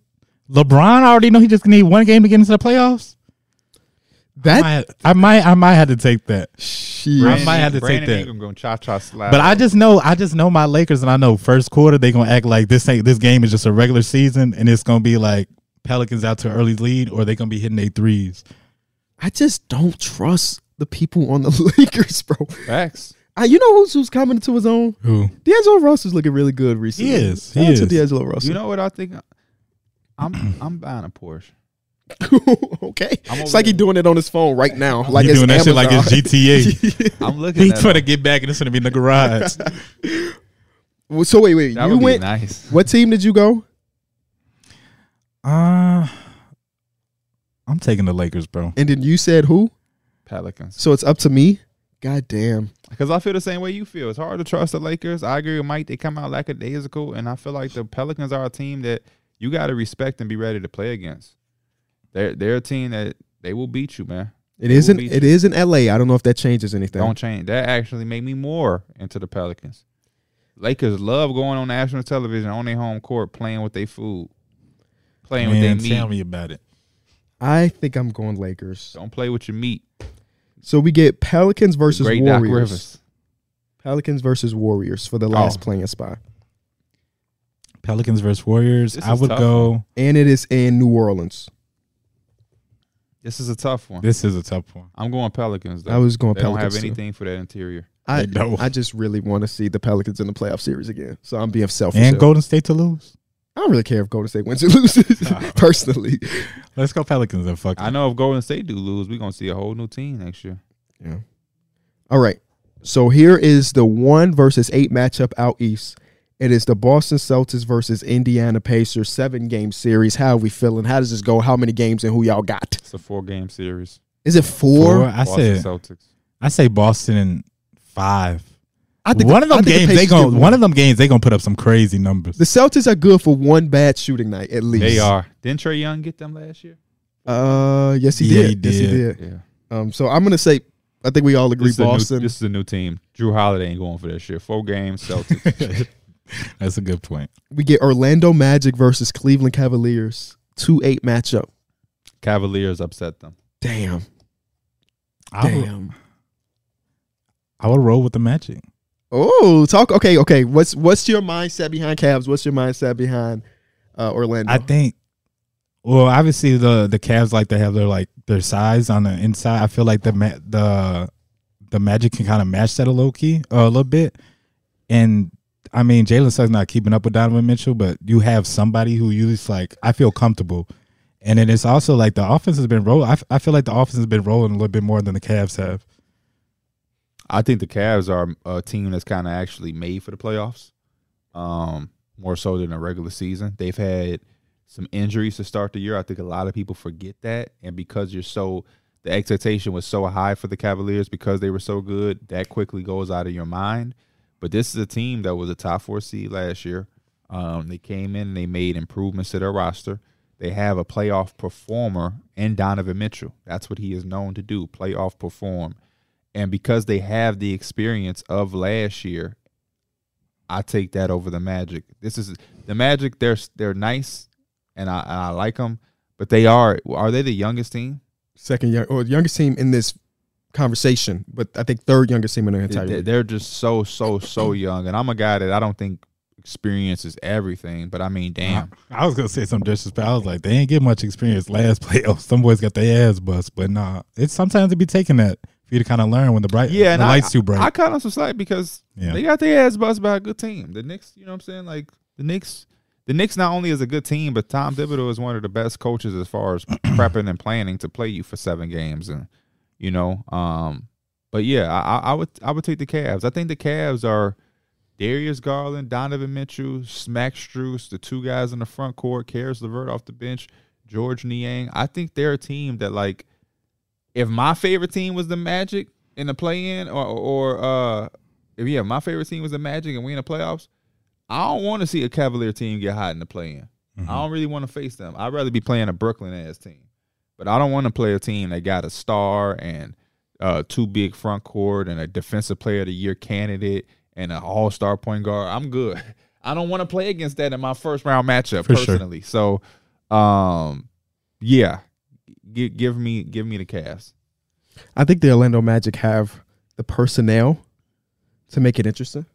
C: LeBron already know he just need one game to get into the playoffs. I
A: that
C: might, I might I might have to take that.
A: shit.
C: Right. might have to take that.
B: Ingram gonna cha cha slide.
C: But I just know I just know my Lakers and I know first quarter they gonna act like this ain't this game is just a regular season and it's gonna be like Pelicans out to an early lead or they gonna be hitting their threes.
A: I just don't trust the people on the [LAUGHS] Lakers, bro.
B: facts.
A: I, you know who's, who's coming to his own?
C: Who?
A: D'Angelo Russell's looking really good recently.
C: He is.
A: Shout
C: He
A: out to
C: is.
A: D'Angelo Russell.
B: You know what I think? I'm I'm buying a Porsche.
A: [LAUGHS] okay.
B: I'm
A: It's
B: over
A: like he
B: there.
A: doing it on his phone right now. Like
C: He
A: it's
C: doing that shit
A: Amazon.
C: like it's
A: [LAUGHS]
C: GTA.
B: I'm looking
C: He's
B: at. it.
C: trying to get back and it's gonna be in the garage.
A: Well, So wait, wait.
B: That
A: you
B: would
A: went.
B: be nice.
A: What team did you go?
C: Uh I'm taking the Lakers, bro.
A: And then you said who?
B: Pelicans,
A: So it's up to me. God damn.
B: because I feel the same way you feel. It's hard to trust the Lakers. I agree with Mike. They come out lackadaisical, and I feel like the Pelicans are a team that you got to respect and be ready to play against. They're they're a team that they will beat you, man.
A: It isn't.
B: beat
A: It is in L.A. I don't know if that changes anything.
B: Don't change. That actually made me more into the Pelicans. Lakers love going on national television on their home court, playing with their food, playing
C: Man,
B: with their
C: tell
B: meat.
C: me about it.
A: I think I'm going Lakers.
B: Don't play with your meat.
A: So we get Pelicans versus
B: Great Doc
A: Warriors.
B: Rivers. Oh.
A: Pelicans versus Warriors for the last playing spot,
C: Pelicans versus Warriors.
B: This
C: I
B: is
C: would
B: tough.
C: go.
A: and it is in New Orleans.
B: This is a tough one.
C: This is a tough one.
B: I'm going Pelicans. Though.
A: I was going
B: they
A: Pelicans.
B: don't have
A: too.
B: anything for that interior.
A: I,
C: They don't.
A: I just really want to see the Pelicans in the playoff series again. So I'm being selfish.
C: And
A: here.
C: Golden State to lose.
A: I don't really care if Golden State wins or [LAUGHS] loses personally.
C: Let's go Pelicans and fuck.
B: I
C: it.
B: know if Golden State do lose, we're gonna see a whole new team next year.
A: All right. So here is the one versus eight matchup out east. It is the Boston Celtics versus Indiana Pacers seven game series. How are we feeling? How does this go? How many games and who y'all got?
B: It's a four game series.
A: Is it four?
C: Four, I
B: Boston
C: said.
B: Celtics.
C: I say Boston in five.
A: I
C: one of
A: I
C: them
A: think
C: games they
A: Pacers
C: going
A: get
C: to one of them games they gonna put up some crazy numbers.
A: [LAUGHS]
C: [LAUGHS]
A: The Celtics are good for one bad shooting night at least.
B: They are. Didn't Trey Young get them last year?
A: Uh, yes he
C: Yeah,
A: did.
C: he
A: Yes he
C: did.
A: did.
B: Yeah.
A: Um, so I'm gonna say I think we all agree
B: This is, a new,
A: Boston.
B: this is a new team. Drew Holiday ain't going for that shit. Four games,
A: [LAUGHS]
B: Celtics.
C: That's a good point.
A: we get Orlando Magic versus Cleveland Cavaliers two eight matchup.
B: Cavaliers upset them.
A: Damn,
C: I would,
A: damn.
C: I would roll with the Magic.
A: Oh, talk. Okay, okay. What's what's your mindset behind Cavs? What's your mindset behind uh, Orlando?
C: I think. Well, obviously the the Cavs like to have their like their size on the inside. I feel like the ma- the the Magic can kind of match that a low key uh, a little bit, and I mean Jalen Suggs not keeping up with Donovan Mitchell, but you have somebody who you just like. I feel comfortable, and then it's also like the offense has been rolling. I, f- I feel like the offense has been rolling a little bit more than the Cavs have.
B: I think the Cavs are a team that's kind of actually made for the playoffs, um, more so than a regular season. They've had some injuries to start the year. I think a lot of people forget that, and because you're so the expectation was so high for the Cavaliers because they were so good, that quickly goes out of your mind. But this is a team that was a top four seed last year. Um, they came in and they made improvements to their roster. They have a playoff performer in Donovan Mitchell. That's what he is known to do: playoff perform. And because they have the experience of last year, I take that over the Magic. This is the Magic. They're they're nice, and I and I like them, but they are are they the youngest team?
A: Second young or youngest team in this conversation, but I think third youngest team in the entire.
B: They-
A: league.
B: They're just so so so young, and I'm a guy that I don't think experiences everything, but I mean, damn,
C: I, I was gonna say some disrespect. I was like, they ain't get much experience last [LAUGHS] playoff. Some boys got their ass bust, but nah. It's sometimes it be taking that for you to kind of learn when the bright
B: yeah, and
C: the
B: I,
C: lights too bright.
B: I kind of suspect because
C: yeah,
B: They got their ass bust by a good team. The Knicks, you know what I'm saying? Like the Knicks, the Knicks not only is a good team, but Tom Thibodeau is one of the best coaches as far as prepping and planning to play you for seven games, and you know, um, but yeah, I, I- I would I would take the Cavs. I think the Cavs are Darius Garland, Donovan Mitchell, Smack Struess, the two guys in the front court, Karis LeVert off the bench, George Niang. I think they're a team that like if my favorite team was the Magic in the play in or or uh if yeah, my favorite team was the Magic and we in the playoffs, I don't want to see a Cavalier team get hot in the play in.
C: Mm-hmm.
B: I don't really want to face them. I'd rather be playing a Brooklyn ass team. But I don't want to play a team that got a star and uh two big front court and a defensive player of the year candidate and an all star point guard. I'm good. [LAUGHS] I don't want to play against that in my first round matchup
C: For sure.
B: personally. So um yeah. Give, give me give me the Cavs.
A: I think the Orlando Magic have the personnel to make it interesting.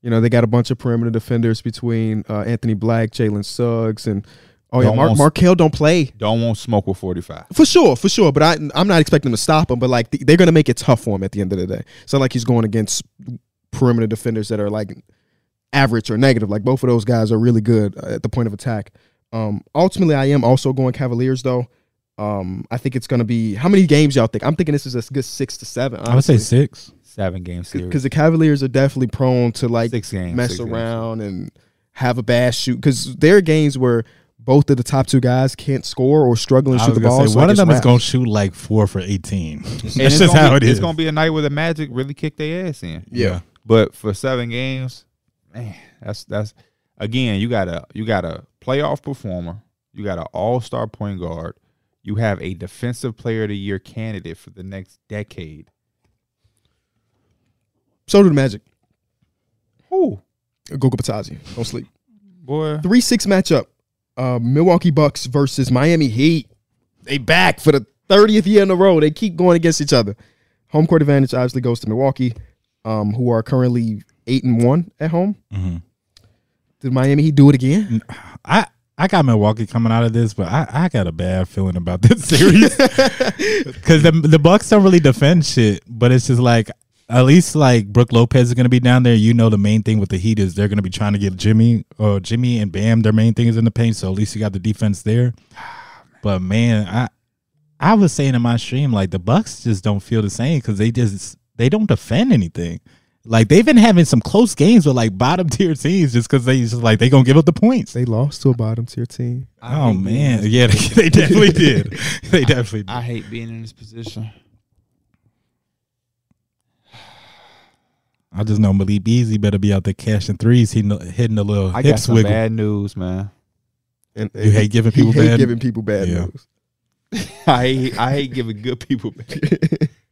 A: You know, they got a bunch of perimeter defenders between uh, Anthony Black, Jalen Suggs, and oh yeah,
B: Don't
A: Mark
B: want-
A: Markel don't play
B: Don't want smoke with 45.
A: for sure, for sure. But I, I'm not expecting them to stop him. But like th- they're gonna make it tough for him at the end of the day. It's not like he's going against perimeter defenders that are like average or negative. Like both of those guys are really good uh, at the point of attack. Um, ultimately, I am also going Cavaliers though. Um, I think it's gonna be how many games y'all think? I'm thinking this is a good six to seven.
C: I would say six.
B: Seven game series.
A: because the Cavaliers are definitely prone to like
B: six games.
A: mess
B: six games.
A: around and have a bad shoot because there are games where both of the top two guys can't score or struggling to
C: I
A: shoot
C: was
A: the
C: gonna
A: ball.
C: say
A: so
C: one
A: it
C: of
A: gets
C: them is
A: wrapped.
C: gonna shoot like four for eighteen. [LAUGHS]
B: And
C: That's just
B: gonna
C: how
B: be,
C: it is.
B: It's gonna be a night where the Magic really kick their ass in.
A: Yeah.
B: But for seven games, man, that's that's again, you got a you got a playoff performer, you got an all star point guard, you have a defensive player of the year candidate for the next decade.
A: So do the Magic.
B: Who?
A: Goga Batazzi. Don't sleep.
B: Boy.
A: Three six matchup. Uh, Milwaukee Bucks versus Miami Heat. They back for the thirtieth year in a row. They keep going against each other. Home court advantage obviously goes to Milwaukee, um, who are currently eight and one at home.
C: Mhm.
A: Did Miami Heat do it again?
C: I I got Milwaukee coming out of this, but I, I got a bad feeling about this series [LAUGHS] because the the Bucks don't really defend shit. But it's just like at least like Brooke Lopez is gonna be down there. You know the main thing with the Heat is they're gonna be trying to get Jimmy or Jimmy and Bam. Their main thing is in the paint, so at least you got the defense there. But man, I I was saying in my stream like the Bucks just don't feel the same because they just they don't defend anything. Like they've been having some close games with like bottom tier teams just because they just like they gonna give up the points.
A: They lost to a bottom tier team.
C: Oh man, yeah, they, they
B: [LAUGHS]
C: definitely did. They definitely did.
B: I hate being in this position.
C: I just know Malik Beasley better be out there cashing threes, hitting a, hitting a little
B: I
C: hip
B: got some
C: swiggle.
B: bad news, man. [LAUGHS]
A: And
C: You hate giving
A: he
C: people
A: hate
C: bad.
A: giving people bad
C: Yeah.
A: news.
B: I hate, I hate giving good people.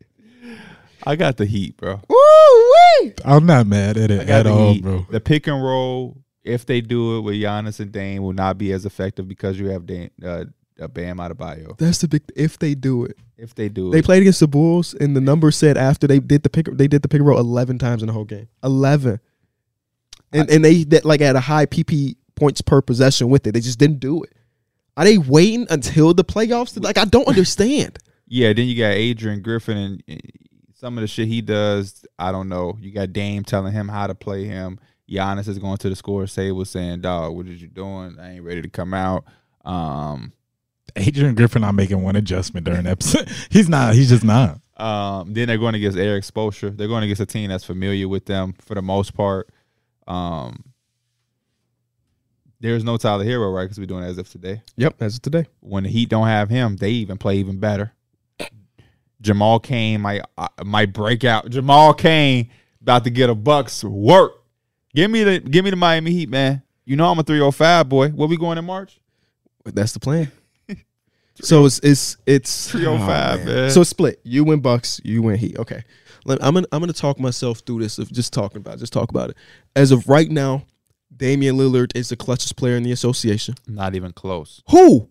C: [LAUGHS]
B: I got the heat, bro.
A: Woo
C: I'm not mad at
B: I
C: it
B: got
C: at
B: the
C: all,
B: Heat.
C: bro.
B: The pick and roll, if they do it with Giannis and Dame, will not be as effective because you have Dame, uh, uh, Bam Adebayo.
A: That's the big. If they do it,
B: If they do
A: they
B: it,
A: played against the Bulls, and the number said after they did the pick, they did the pick and roll eleven times in the whole game, eleven, and and they that like at a high PP points per possession with it. They just didn't do it. Are they waiting until the playoffs? to- Like I don't understand.
B: yeah. Then you got Adrian Griffin and uh, some of the shit he does. I don't know. You got Dame telling him how to play him. Giannis is going to the score table saying, "Dog, what are you doing? I ain't ready to come out." Um,
C: Adrian Griffin not making one adjustment during the episode. [LAUGHS] he's not. He's just not.
B: Um, then they're going against Eric Spoelstra. They're going against a team that's familiar with them for the most part. Um, there's no Tyler Hero, right? Because we're doing it as if today.
A: [LAUGHS] yep, as of today,
B: When the Heat don't have him, they even play even better. Jamal Kane might uh, might break out. Jamal Kane about to get a Bucks work. Give me the give me the Miami Heat, man. You know I'm a 305 boy. Where we going in March?
A: that's the [LAUGHS] plan. so it's it's it's Oh,
B: 305, man.
A: So it's split. You win Bucks. You win Heat. Okay. Let- I'm gonna I'm gonna talk myself through this of just talking about it, just talk about it. As of right now, Damian Lillard is the clutchest player in the association.
B: Not even close.
A: Who?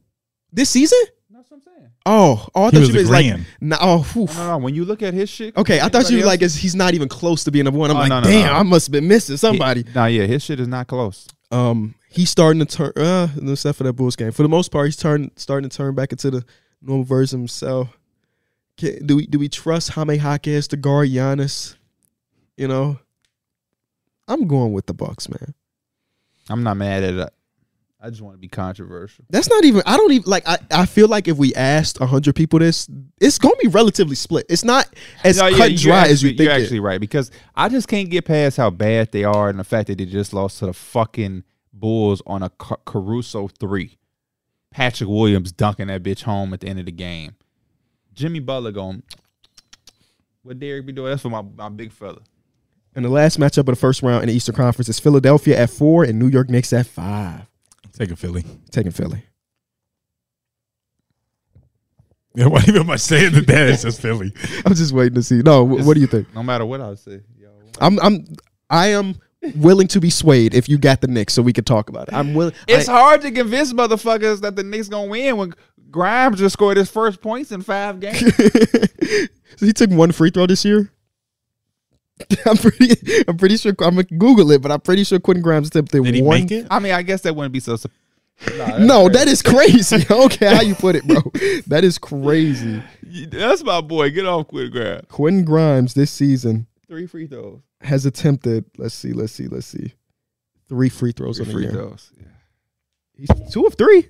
A: This season?
B: That's what I'm saying.
A: Oh, oh I
C: He
A: thought
C: was
A: you was like,
C: agreeing.
A: nah, oh, oof.
B: No, no. When you look at his shit,
A: okay. I thought you
B: Everybody
A: were
B: Uh, else?
A: like, it's- he's not even close to being number one. I'm
B: Oh,
A: like,
B: no, no,
A: damn,
B: no.
A: I must have been missing somebody.
B: He, nah, yeah, his shit is not close.
A: Um, he's starting to turn. Uh, no, except for that Bulls game. For the most part, he's turn starting to turn back into the normal version of himself. Can, do we do we trust Jaime Jaquez to guard Giannis? You know, I'm going with the Bucks, man.
B: I'm not mad at it. I just want to be controversial.
A: That's not even. I don't even like. I, I feel like if we asked hundred people this, it's gonna be relatively split. It's not as
B: No, yeah,
A: cut and
B: you're
A: dry as you
B: actually-
A: think.
B: You're
A: it.
B: actually right because I just can't get past how bad they are and the fact that they just lost to the fucking Bulls on a Ca- Caruso three. Patrick Williams dunking that bitch home at the end of the game. Jimmy Butler going. What Derek be doing? That's for my, my big fella.
A: And the last matchup of the first round in the Eastern Conference is Philadelphia at four and New York Knicks at five.
C: Take a Philly. [LAUGHS]
A: Taking Philly. [LAUGHS]
C: There wasn't even much saying that. That it's just
B: [LAUGHS]
C: Philly.
A: I'm just waiting to see. No, wh- what do you think?
B: No matter what I say, yo.
A: I'm I'm I am willing to be swayed if you got the Knicks, so we could talk about it. I'm willing.
B: It's
A: I,
B: hard to convince motherfuckers that the Knicks gonna win when Grimes just scored his first points in five games.
A: [LAUGHS] so he took one free throw this year. [LAUGHS] I'm pretty. I'm pretty sure. I'm gonna Google it, but I'm pretty sure Quentin Grimes attempted
C: Did he
A: one.
C: make it?
B: I mean, I guess that wouldn't be so. Su- Nah,
A: No,
B: that's
A: that is crazy. I don't care how you put it, bro. That is crazy.
B: crazy. that's my boy. Get off quick, grab
A: Quentin Grimes this season
B: three free throws.
A: has attempted. Let's see. Let's see. Let's see. Three free throws on the year.
B: throws.
A: He's two of three.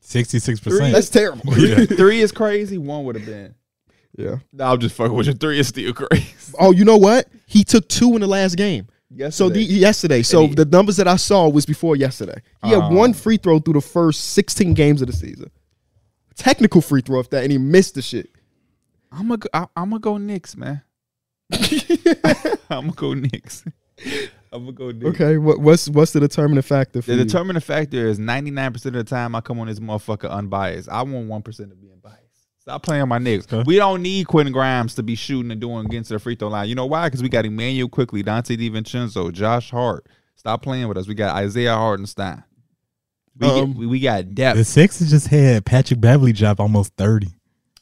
C: Sixty-six
A: That's
C: percent.
A: terrible.
C: Yeah.
B: [LAUGHS] three is crazy. One would have been.
A: [LAUGHS] yeah.
B: No, I'm just fucking with you. Three is still [LAUGHS] crazy.
A: Oh, you know what? He took two in the last game.
B: Yes.
A: So the, yesterday, so
B: he-
A: the numbers that I saw was before yesterday. He had
B: Oh.
A: one free throw through the first 16 games of the season. Technical free throw if that, and he missed the shit.
B: I'm [LAUGHS] gonna I'm gonna go Knicks, man. I'm gonna go Knicks. I'm gonna go dig.
A: Okay, what, what's what's the determining factor for
B: The
A: you?
B: determining factor is 99% of the time I come on this motherfucker unbiased. I want 1% to be unbiased. Stop playing my niggas.
C: Okay.
B: We don't need Quentin Grimes to be shooting and doing against the free throw line. You know why? Because we got Emmanuel Quickly, Dante DiVincenzo, Josh Hart. Stop playing with us. We got Isaiah Hartenstein. We, get-
A: Um,
B: we, we got depth.
C: The Sixers just had Patrick Beverly drop almost 30.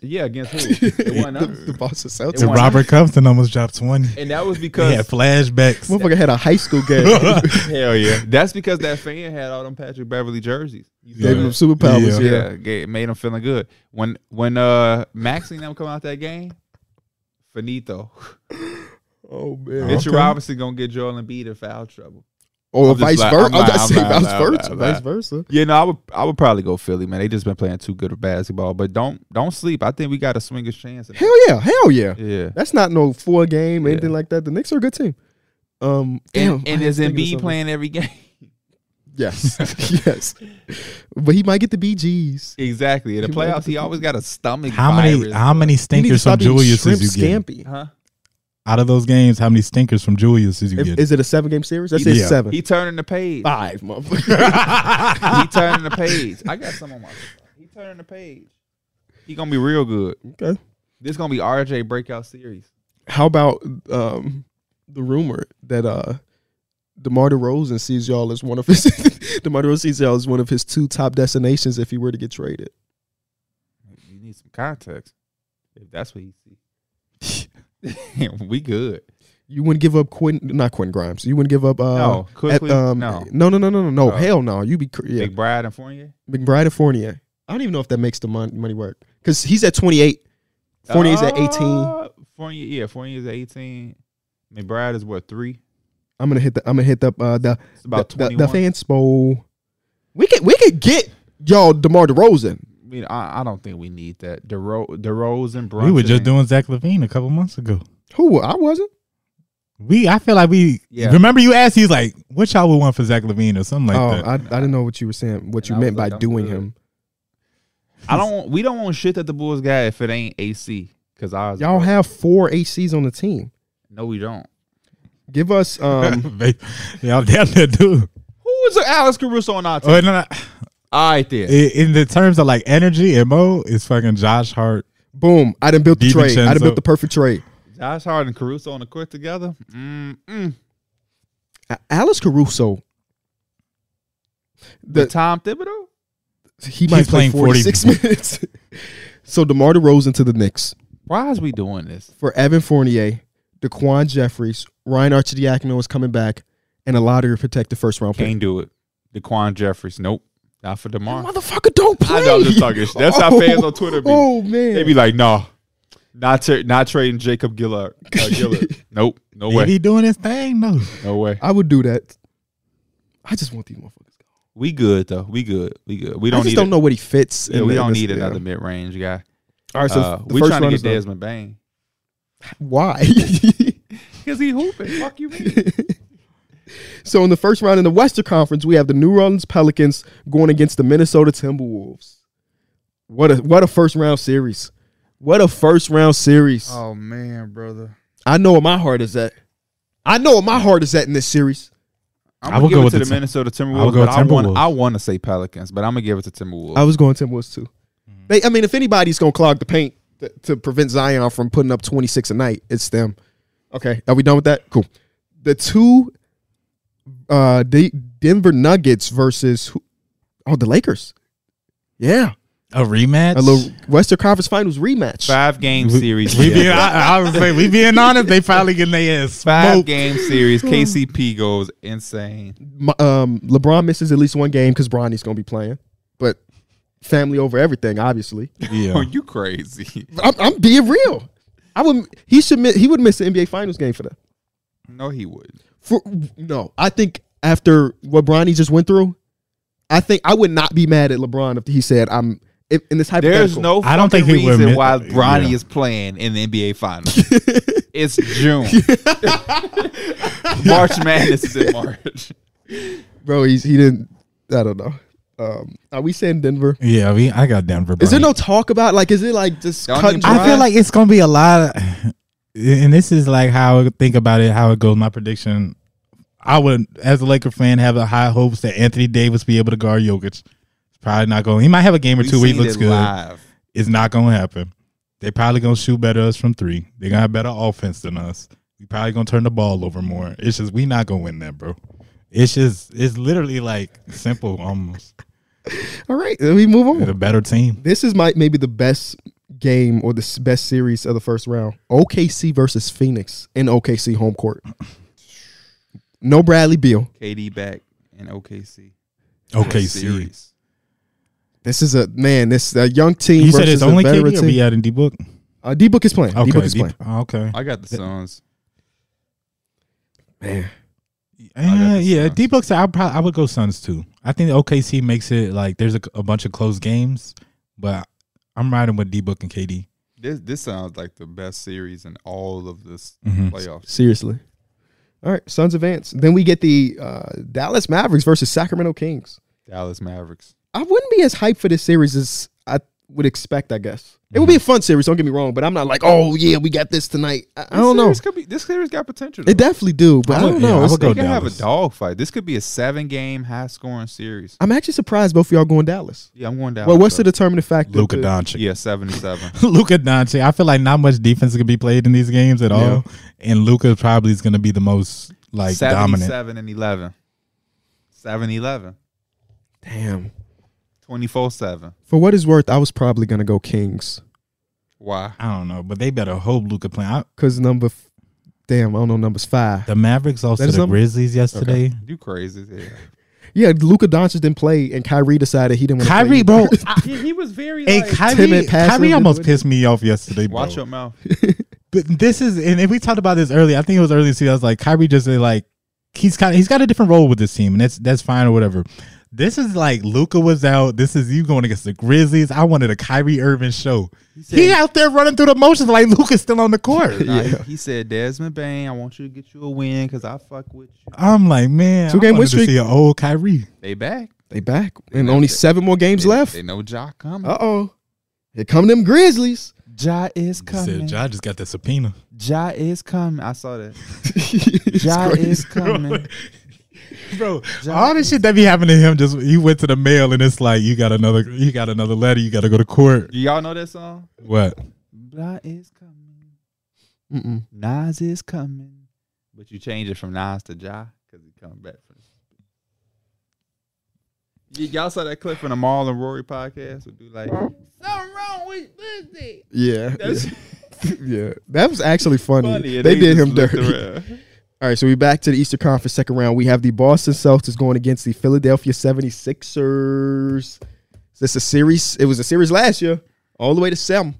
B: yeah, against who?
A: [LAUGHS]
B: They won
A: the,
B: us.
A: the Boston
B: They
C: To
A: Celtics.
B: won.
C: Robert Compton almost dropped 20.
B: and that was because
C: They had
B: [LAUGHS]
C: flashbacks. [LAUGHS]
A: Motherfucker had a high school game.
B: hell yeah. That's because that fan had all them Patrick Beverly jerseys. You
A: Gave
B: feel
A: him
B: me?
A: superpowers. Oh, Yeah.
B: Yeah, ga- it made him feeling good. When when uh Maxine them come out that game, finito.
A: Oh man.
B: Mitchell
C: Okay.
B: Robinson gonna get Joel Embiid in foul trouble.
A: Or
B: I'm just
A: vice
B: lying.
A: versa.
B: I'm
A: I was about to
B: lying.
A: say
B: I'm lying.
A: vice
B: I'm lying.
A: versa.
B: I'm
A: Vice
B: lying.
A: versa.
B: Yeah, no, I would I would probably go Philly, man. They just been playing too good of basketball. But don't don't sleep. I think we got a swinger's chance. in-
A: Hell yeah. Hell yeah.
B: Yeah.
A: That's not no four game,
B: Yeah.
A: anything like that. The Knicks are a good team. Um, damn,
B: And,
A: I
B: and
A: was
B: is
A: thinking of
B: Embiid
A: something.
B: playing every game? [LAUGHS]
A: Yes, [LAUGHS] yes. But he might get the BGs.
B: exactly. In the
A: He might-
B: playoffs, he always got a stomach.
C: How many
B: virus,
C: how
B: bro.
C: many
A: He need to
C: stinkers from
A: stop eating
C: Julius
A: shrimp
C: is you getting?
A: scampi.
B: Huh?
C: Out of those games, how many stinkers from Julius is you
A: If-
C: getting?
A: is it a seven game series? That's
C: He-
A: it.
C: yeah.
A: Seven.
B: He turning
A: [LAUGHS]
B: the page.
A: Five, motherfucker. [LAUGHS]
B: [LAUGHS] he turning the page. I got some on my. He turning the page. He gonna be real good.
A: okay.
B: This gonna be RJ breakout series.
A: How about um, the rumor that uh, DeMar DeRozan sees y'all as one of his [LAUGHS] DeMar DeRozan sees y'all as one of his two top destinations if he were to get traded.
B: You need some context. If that's what he see, [LAUGHS] we good.
A: You wouldn't give up Quentin, not Quentin Grimes. You wouldn't give up. Uh,
B: no, quickly.
A: at, um,
B: no,
A: no, no, no, no, no, no.
B: No.
A: Hell no. You be cr- yeah.
B: Big Brad and Fournier.
A: McBride and Fournier. I don't even know if that makes the mon- money work because he's at 28. Fournier's at 18.
B: Uh, Fournier, yeah, Fournier's at eighteen. McBride is what three?
A: I'm gonna hit the. I'm gonna hit the. Uh, the
B: It's about
A: the,
B: twenty
A: the, the
B: one.
A: fanspo. We could we could get y'all Demar Derozan.
B: I, mean, I, I don't think we need that. DeRo- DeRozan, Brunson.
C: we were just
B: doing.
C: doing Zach Levine a couple months ago.
A: Who I wasn't.
C: We I feel like we
B: Yeah.
C: remember you asked he's like, what y'all would want for Zach Levine or something like
A: oh,
C: that.
A: I, I didn't know what you were saying. What
B: And
A: you
B: I was
A: meant by
B: like, I'm
A: doing
B: good.
A: him.
B: I don't. want- We don't want shit that the Bulls got if it ain't AC. Cause ours
A: Y'all have four HCs on the team.
B: no, we don't.
A: Give
B: [LAUGHS]
A: us um.
C: [LAUGHS] y'all down
A: [LAUGHS]
C: there do.
B: Who was Alex Caruso on
A: Uh,
B: our team?
C: Oh, no, no.
B: All right, there.
C: I- In the terms of like energy and mo, it's fucking Josh Hart.
A: boom. I done built the
C: DiVincenzo.
A: trade. I done built the perfect trade.
B: Josh Hart and Caruso on the court together. Mm, mm.
A: A- Alice Caruso.
B: The
A: The,
B: Tom Thibodeau.
A: he might play
C: playing 40
A: 46 minutes. [LAUGHS] so DeMar DeRozan to the Knicks.
B: Why is we doing this?
A: for Evan Fournier, Daquan Jeffries, Ryan Archidiakono is coming back, and a lottery protect the first round pick.
B: Can't do it. DeQuan Jeffries. Nope. Not for Demar.
A: Motherfucker, don't play.
B: I know I'm just talking. shit. That's how fans on Twitter be.
A: [LAUGHS] Oh man,
B: They be like, nah, not tra- not trading Jacob Gillard. Uh,
A: [LAUGHS]
B: Gillard. nope. No
C: He
B: way.
C: be doing his thing though.
B: No way.
A: I would do that. I just want these motherfuckers. gone.
B: We good though. We good. We good.
A: I
B: We don't
A: just
B: need.
A: don't
B: it.
A: know what he fits.
B: Yeah,
A: in the-
B: we don't
A: in this-
B: need
A: yeah.
B: another mid range guy.
A: All right, so
B: Uh,
A: the
B: we
A: first
B: trying to
A: round
B: get
A: is done.
B: Desmond Bain
A: Why? [LAUGHS]
B: because he hooping. Fuck you, mean? [LAUGHS]
A: so in the first round in the Western Conference, we have the New Orleans Pelicans going against the Minnesota Timberwolves. What a what a first round series. What a first round series.
B: Oh man, brother.
A: I know where my heart is at. I know where my heart is at in this series.
B: I'm
C: I
B: gonna
C: would
B: give
C: go
B: it
C: with
B: to the
C: the Tim-
B: Minnesota Timberwolves.
C: I would go
B: but I
C: Timberwolves.
B: want I want to say Pelicans, but I'm gonna give it to Timberwolves.
A: I was going Timberwolves too. They, I mean, if anybody's gonna clog the paint to, to prevent Zion from putting up twenty six a night, it's them. Okay, are we done with that? Cool. The two, uh, the Denver Nuggets versus who, oh the Lakers. Yeah,
C: A rematch.
A: a little Western Conference Finals rematch.
B: Five
C: [LAUGHS]
B: game
C: We-
B: series.
C: We
B: yeah.
C: being, I, I was say, we being honest, they finally getting their ass
B: Five
C: smoked.
B: game series. KCP goes insane.
A: My- um, LeBron misses at least one game because Bronny's gonna be playing, but family over everything, obviously.
B: Oh,
C: Yeah,
B: you crazy?
A: I'm, I'm being real. I would. He should. mi- He would miss the NBA Finals game for that.
B: [LAUGHS] No, he would.
A: For no, I think after what Bronny just went through, I think I would not be mad at LeBron if he said, "I'm." If, in this hypothetical,
B: There's no.
C: I don't
B: fucking
C: think he would
B: reason
C: admit-
B: why Bronny
C: yeah.
B: is playing in the NBA [LAUGHS] Finals. it's [LAUGHS] June. March Madness is [LAUGHS] in March.
A: bro. He's, he didn't. I don't know. Um, are we saying Denver?
C: yeah. We, I got Denver.
A: Is there
C: Bronny.
A: no talk about like? Is it like just
B: Don't
A: cut and
B: even
A: dry?
C: I feel like it's gonna be a lot, of, and this is like how I think about it, how it goes. My prediction, I would, as a Laker fan, have a high hopes that Anthony Davis be able to guard Jokic. It's probably not going. He might have a game or
B: We've
C: two where he
B: seen
C: looks
B: it
C: good.
B: live.
C: It's not going to happen. They probably going to shoot better us from three. They're going to have better offense than us. We probably going to turn the ball over more. It's just we not going to win that, bro. It's just it's literally like simple almost.
A: All right, let me move on.
C: We're the better team.
A: This is my maybe the best game or the s- best series of the first round. OKC versus Phoenix in OKC home court. No Bradley Beal.
B: KD back in OKC.
C: OKC.
B: Series.
A: This is a man. This a young team.
C: You said
A: versus
C: it's
A: a
C: only
A: veteran
C: KD or
A: team.
C: be out in D book.
A: Uh, D Book is playing. D Book
C: Okay,
A: is
C: D-
A: playing.
C: okay.
B: I got the Suns.
A: Man,
C: Uh,
B: the
C: yeah,
B: Suns.
C: D Bucks. I probably I would go Suns too. I think OKC makes it like there's a, a bunch of close games, but I'm riding with D Book and KD.
B: This this sounds like the best series in all of this
C: Mhm.
B: playoffs.
A: seriously. All right, Suns advance. Then we get the uh, Dallas Mavericks versus Sacramento Kings.
B: Dallas Mavericks.
A: I wouldn't be as hyped for this series as I would expect. I guess it would be a fun series. Don't get me wrong, but I'm not like, oh yeah, we got this tonight. I, I don't
B: this
A: know.
B: Series could be, this series got potential.
A: It definitely do, but I,
C: I would-
A: don't
C: yeah,
A: know.
C: I
A: It's-
C: would
B: They
C: go
B: could have a
C: Dallas.
B: dog fight. This could be a seven game high scoring series.
A: I'm actually surprised both of y'all going Dallas.
B: Yeah, I'm going down.
A: well, what's the determining factor?
C: Luka
A: to-
C: Doncic.
B: Yeah, seventy seven.
C: [LAUGHS] Luka Doncic. I feel like not much defense can be played in these games at all, and Luka probably is going to be the most like dominant.
B: seven and eleven. Seven eleven.
A: Damn.
B: Twenty four seven.
A: For what it's worth, I was probably gonna go Kings
B: Why?
C: I don't know, but they better hope Luka playing. I,
A: because number, f- damn, I don't know numbers five.
C: the Mavericks also
A: That is
C: the
A: number-
C: Grizzlies yesterday.
B: You crazy? Yeah.
A: Yeah, Luka Doncic didn't play, and Kyrie decided he didn't. want to
C: Kyrie,
A: play
C: bro.
A: either.
B: he, he was very.
C: Hey, [LAUGHS]
B: like-
C: Kyrie,
A: timid, passive
C: Kyrie almost
A: ability.
C: pissed me off yesterday, bro.
B: watch your mouth.
C: But this is, and if we talked about this earlier, I think it was earlier. See, I was like, Kyrie just uh, like he's kind of he's got a different role with this team, and that's that's fine or whatever. This is like Luca was out. This is you going against the Grizzlies. I wanted a Kyrie Irving show. he out there running through the motions like Luca's still on the
B: [LAUGHS]
C: court.
B: Nah,
A: Yeah.
B: he, he said, Desmond Bain, I want you to get you a win because I fuck with you.
C: I'm like, man,
A: Two-game
C: I
A: win
C: wanted to
A: streak.
C: see an old Kyrie.
B: They back.
A: They back, and only seven more games
B: They,
A: left.
B: They know Ja coming.
A: Uh oh, here come them Grizzlies. [LAUGHS]
B: Ja is
C: Said,
B: coming.
C: "Ja just got that subpoena.
B: Ja is coming. I saw that.
A: It's
B: Ja
A: crazy. [LAUGHS]
B: is coming.
C: Bro,
B: Ja-
C: all this shit that be happening to him, just you went to the mail and it's like you got another, you got another letter, you got to go to court.
B: Do y'all know that song?
C: What?
B: Ja is coming.
A: Mm-mm.
B: Nas is coming. But you change it from Nas to Ja because he coming back from. Y- y'all saw that clip in the Marl and Rory podcast? Would do like something wrong with Busy.
A: Yeah,
B: [LAUGHS] That's
A: yeah, [LAUGHS] yeah. That was actually funny.
B: funny.
A: They, did
B: and just
A: him
B: looked
A: dirty.
B: around.
A: [LAUGHS] All right, so we back to the Eastern Conference second round. We have the Boston Celtics going against the Philadelphia 76ers. This a series. It was a series last year, all the way to seven.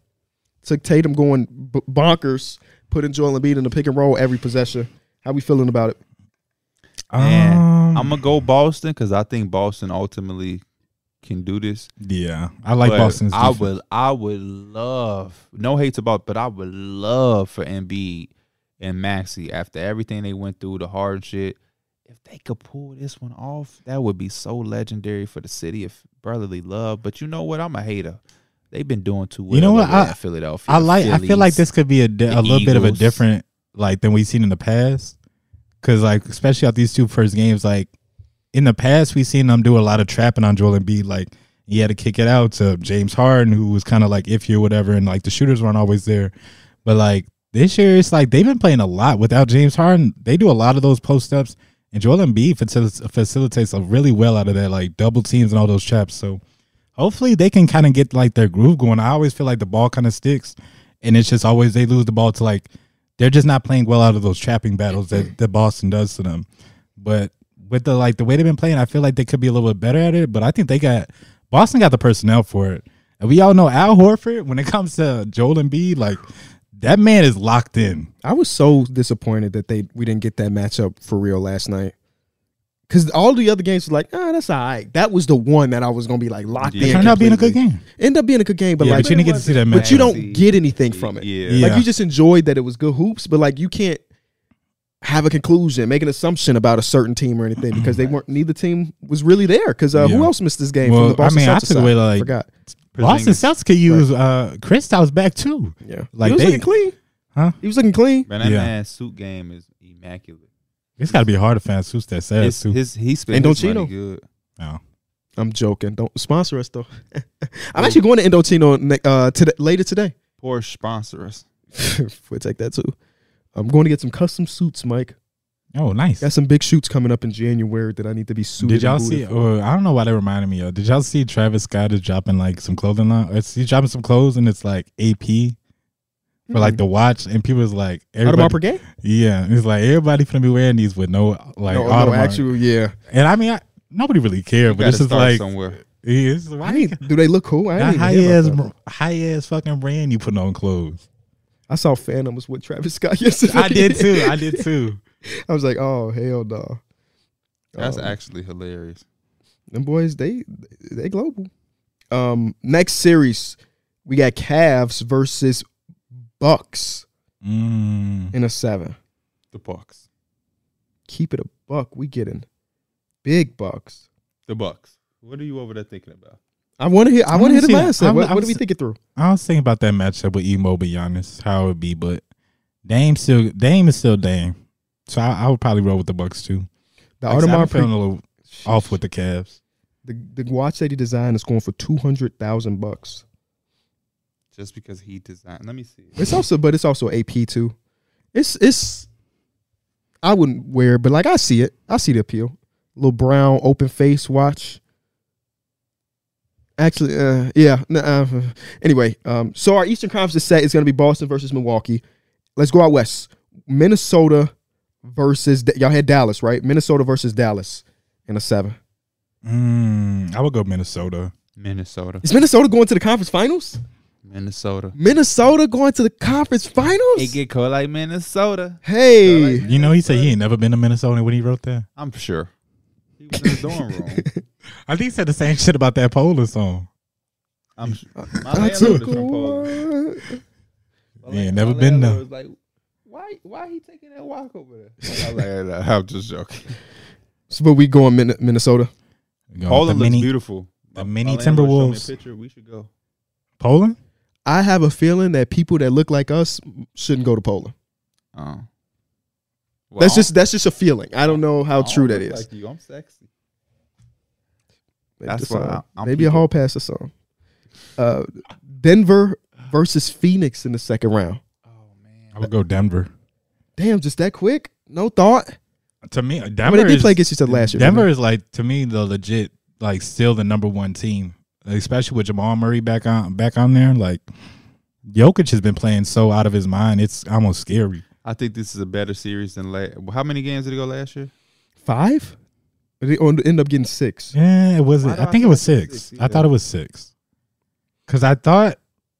A: Took Tatum going b- bonkers, putting Joel Embiid in the pick and roll every possession. How we feeling about it?
B: Man,
C: Um,
B: I'm gonna go Boston because I think Boston ultimately can do this.
C: Yeah, I like
B: But
C: Boston's.
B: I
C: defense.
B: would, I would love no hates about, but I would love for Embiid and Maxi after everything they went through, the hard shit. If they could pull this one off, that would be so legendary for the city of brotherly love. But you know what? I'm a hater. They've been doing too well.
C: You know what?
B: over there
C: I-
B: at Philadelphia.
C: I like. I feel like
B: Phillies.
C: this could be a, di-
B: the
C: a little bit of a
B: Eagles.
C: different like than we've seen in the past. Because like especially out these two first games, like in the past we've seen them do a lot of trapping on Joel Embiid. Like he had to kick it out to James Harden, who was kind of like iffy or whatever, and like the shooters weren't always there. But like this year, it's like they've been playing a lot without James Harden. They do a lot of those post ups, and Joel Embiid facil- facilitates a really well out of that, like double teams and all those traps. So hopefully they can kind of get like their groove going. I always feel like the ball kind of sticks, and it's just always they lose the ball to like they're just not playing well out of those trapping battles that, that Boston does to them. But with the like the way they've been playing, I feel like they could be a little bit better at it. But I think they got Boston got the personnel for it. And we all know Al Horford when it comes to Joel Embiid, like that man is locked in.
A: I was so disappointed that they we didn't get that matchup for real last night. Cause all the other games were like, ah, that's all right. That was the one that I was gonna be like locked
B: Yeah.
A: in.
C: It turned out being a good
A: completely.
C: game.
A: End up being a good game, but
C: yeah,
A: like
C: but you didn't get to see that man.
A: but you don't
B: Yeah.
A: get anything from it.
B: Yeah.
C: Yeah.
A: Like you just enjoyed that it was good hoops, but like you can't have a conclusion, make an assumption about a certain team or anything because they weren't. Neither team was really there. Because uh, who
C: Yeah.
A: else missed this game
C: Well,
A: from the Boston
C: I mean, I
A: Celtics
C: took
A: side?
C: away, like-
A: forgot.
C: Boston Celtics could use uh Kristaps back too.
A: Yeah,
C: Like
A: he was
C: they-
A: looking clean.
C: Huh?
A: He was looking clean.
B: Man, that
C: Yeah.
B: man's suit game is immaculate.
C: It's got to be hard to find suits that says
B: His,
C: too.
B: his, he spent
A: And
B: his
A: Doncino.
B: money good.
C: no.
A: I'm joking. Don't sponsor us though. [LAUGHS] I'm actually going to Indochino ne- uh, today, later today.
B: Porsche sponsor us.
A: [LAUGHS] we'll take that too. I'm going to get some custom suits, Mike.
C: Oh, nice.
A: Got some big shoots coming up in January that I need to be suited.
C: Did y'all
A: and booted
C: see?
A: for.
C: Or I don't know why that reminded me of. Did y'all see Travis Scott is dropping like some clothing line? It's, he's dropping some clothes and it's like AP for
A: Mm-hmm.
C: like the watch, and people is like,
A: Audemars
C: everybody,
A: Piguet?
C: yeah, it's like everybody finna be wearing these with no like
A: no, no,
C: Audemars.
A: actual, yeah.
C: and I mean, I, nobody really cared, but
B: Gotta
C: it's just
B: start
C: like,
B: somewhere.
C: yeah, it's, why
A: I ain't, do they look cool? I
C: that
A: didn't
C: high
A: even hear
C: ass,
A: about that.
C: high ass fucking brand you putting on clothes?
A: I saw Phantom was with Travis Scott [LAUGHS] yesterday.
C: I did too. I [LAUGHS] did too.
A: [LAUGHS] I was like, oh hell no.
B: That's
A: Um,
B: actually hilarious.
A: them boys. They they global. Um, next series we got Cavs versus Bucks
C: Mm.
A: in a seven.
B: The Bucks.
A: Keep it a buck. We getting big bucks.
B: The Bucks. What are you over there thinking about?
A: I want to hear. I
C: I
A: want to
C: wanna
A: hear the
C: see that.
A: mindset.
C: I'm-
A: What,
C: I'm
A: what do we
C: s-
A: think it through?
C: I was thinking about that matchup with Emo Giannis, how it would be, but Dame still Dame is still Dame, so I, I would probably roll with the Bucks too.
A: The
C: Like, so I'm
A: Audemars
C: feeling
A: pre-
C: a little off with the Cavs.
A: the the watch that he designed is going for two hundred thousand bucks.
B: Just because he designed. Let me see.
A: It's also, but it's also AP too. It's it's. I wouldn't wear, it, but like I see it, I see the appeal. Little brown open face watch. Actually, uh, yeah. Nah, uh, anyway, um, so our Eastern Conference set is going to be Boston versus Milwaukee. Let's go out west. Minnesota versus y'all had Dallas, right? Minnesota versus Dallas in a seven.
C: Mm, I would go Minnesota.
B: Minnesota.
A: Is Minnesota going to the conference finals?
B: Minnesota.
A: Minnesota going to the conference finals?
B: It get cold like Minnesota.
A: hey,
C: You know, he said he ain't never been to Minnesota when he wrote that.
B: I'm sure. He was in the dorm [LAUGHS] room.
C: I think he said the same shit about that Polar song.
B: I'm sure. My
A: I
B: landlord
A: took
B: is from Poland.
A: one.
B: My
C: He ain't
B: land-
C: never
B: my
C: been
B: landlord was like, why? Why he taking that walk over there? I was like, [LAUGHS] I'm just joking.
A: So, but we going Min- Minnesota.
C: Going with
B: Poland
C: Oh, the
B: looks
C: mini-
B: beautiful.
C: the
B: My-
C: mini
B: my landlord showed me a
C: Timberwolves.
B: Picture. We should go.
C: Poland.
A: I have a feeling that people that look like us shouldn't go to Poland.
B: Oh. Well,
A: that's
B: I
A: just that's just a feeling. I don't know
B: don't-
A: how
B: I don't
A: true that
B: look
A: is.
B: Like you. I'm sexy.
A: Maybe
B: That's
A: the
B: what
A: song.
B: I- I'm
A: Maybe uh, a
B: people.
A: hall pass or something. Uh, Denver versus Phoenix in the second round.
B: Oh man.
C: I would go Denver.
A: Damn, just that quick? No thought.
C: To me, Denver.
A: I mean, they did
C: is-
A: play against each other last year. didn't
C: Denver is like to me the legit like still the number one team, especially with Jamal Murray back on back on there. Like Jokic has been playing so out of his mind, it's almost scary.
B: I think this is a better series than last. How many games did it go last year?
A: they? five. They on- end up getting six.
C: Yeah, it
B: Why
C: wasn't.
B: do
C: I
B: I
C: think it
B: feel
C: was
B: like it's
C: six.
B: six?
C: I thought it was six because I thought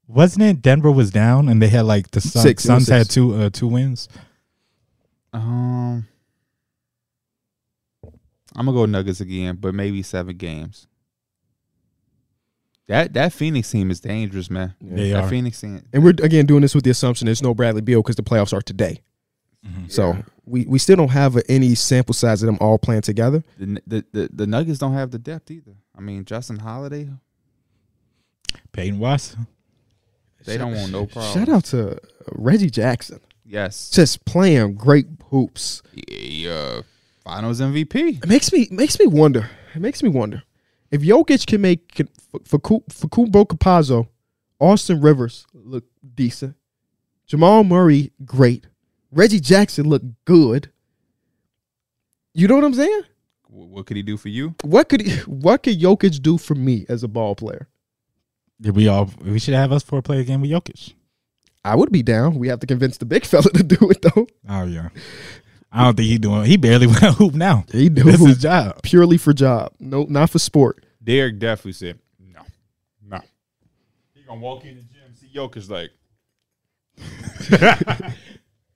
C: wasn't it Denver was down and they had like the Sun,
A: Six, it was
C: Suns had
A: six.
C: two uh, two wins.
B: Um, I'm gonna go Nuggets again, but maybe seven games. That that Phoenix team is dangerous, man.
C: They
B: that
C: are.
B: Phoenix team.
A: And we're again doing this with the assumption there's no Bradley Beal because the playoffs are today.
C: Mhm.
A: So we, we still don't have any sample size of them all playing together.
B: The, the the the Nuggets don't have the depth either. I mean, Justin Holiday,
C: Peyton Watson.
B: they don't want no problem.
A: Shout out to Reggie Jackson.
B: Yes.
A: Just playing great hoops.
B: Yeah. Finals MVP.
A: It makes me makes me wonder. It makes me wonder if Jokic can make can- F- Facu- Facumbo Capazzo, Austin Rivers look decent, Jamal Murray great, Reggie Jackson look good. You know what I'm saying?
B: W- What could he do for you?
A: What could [LAUGHS] he- what could Jokic do for me as a ball player?
C: Did we all? We should have us four play a game with Jokic.
A: I would be down. We have to convince the big [LAUGHS] fella to do it though.
C: Oh yeah. I don't think he doing. He barely [LAUGHS] went hoop now.
A: He do
C: That's his job.
A: purely for job. No, not for sport.
B: Derek definitely said, no, no. He gonna walk in the gym, see Jokic like, [LAUGHS]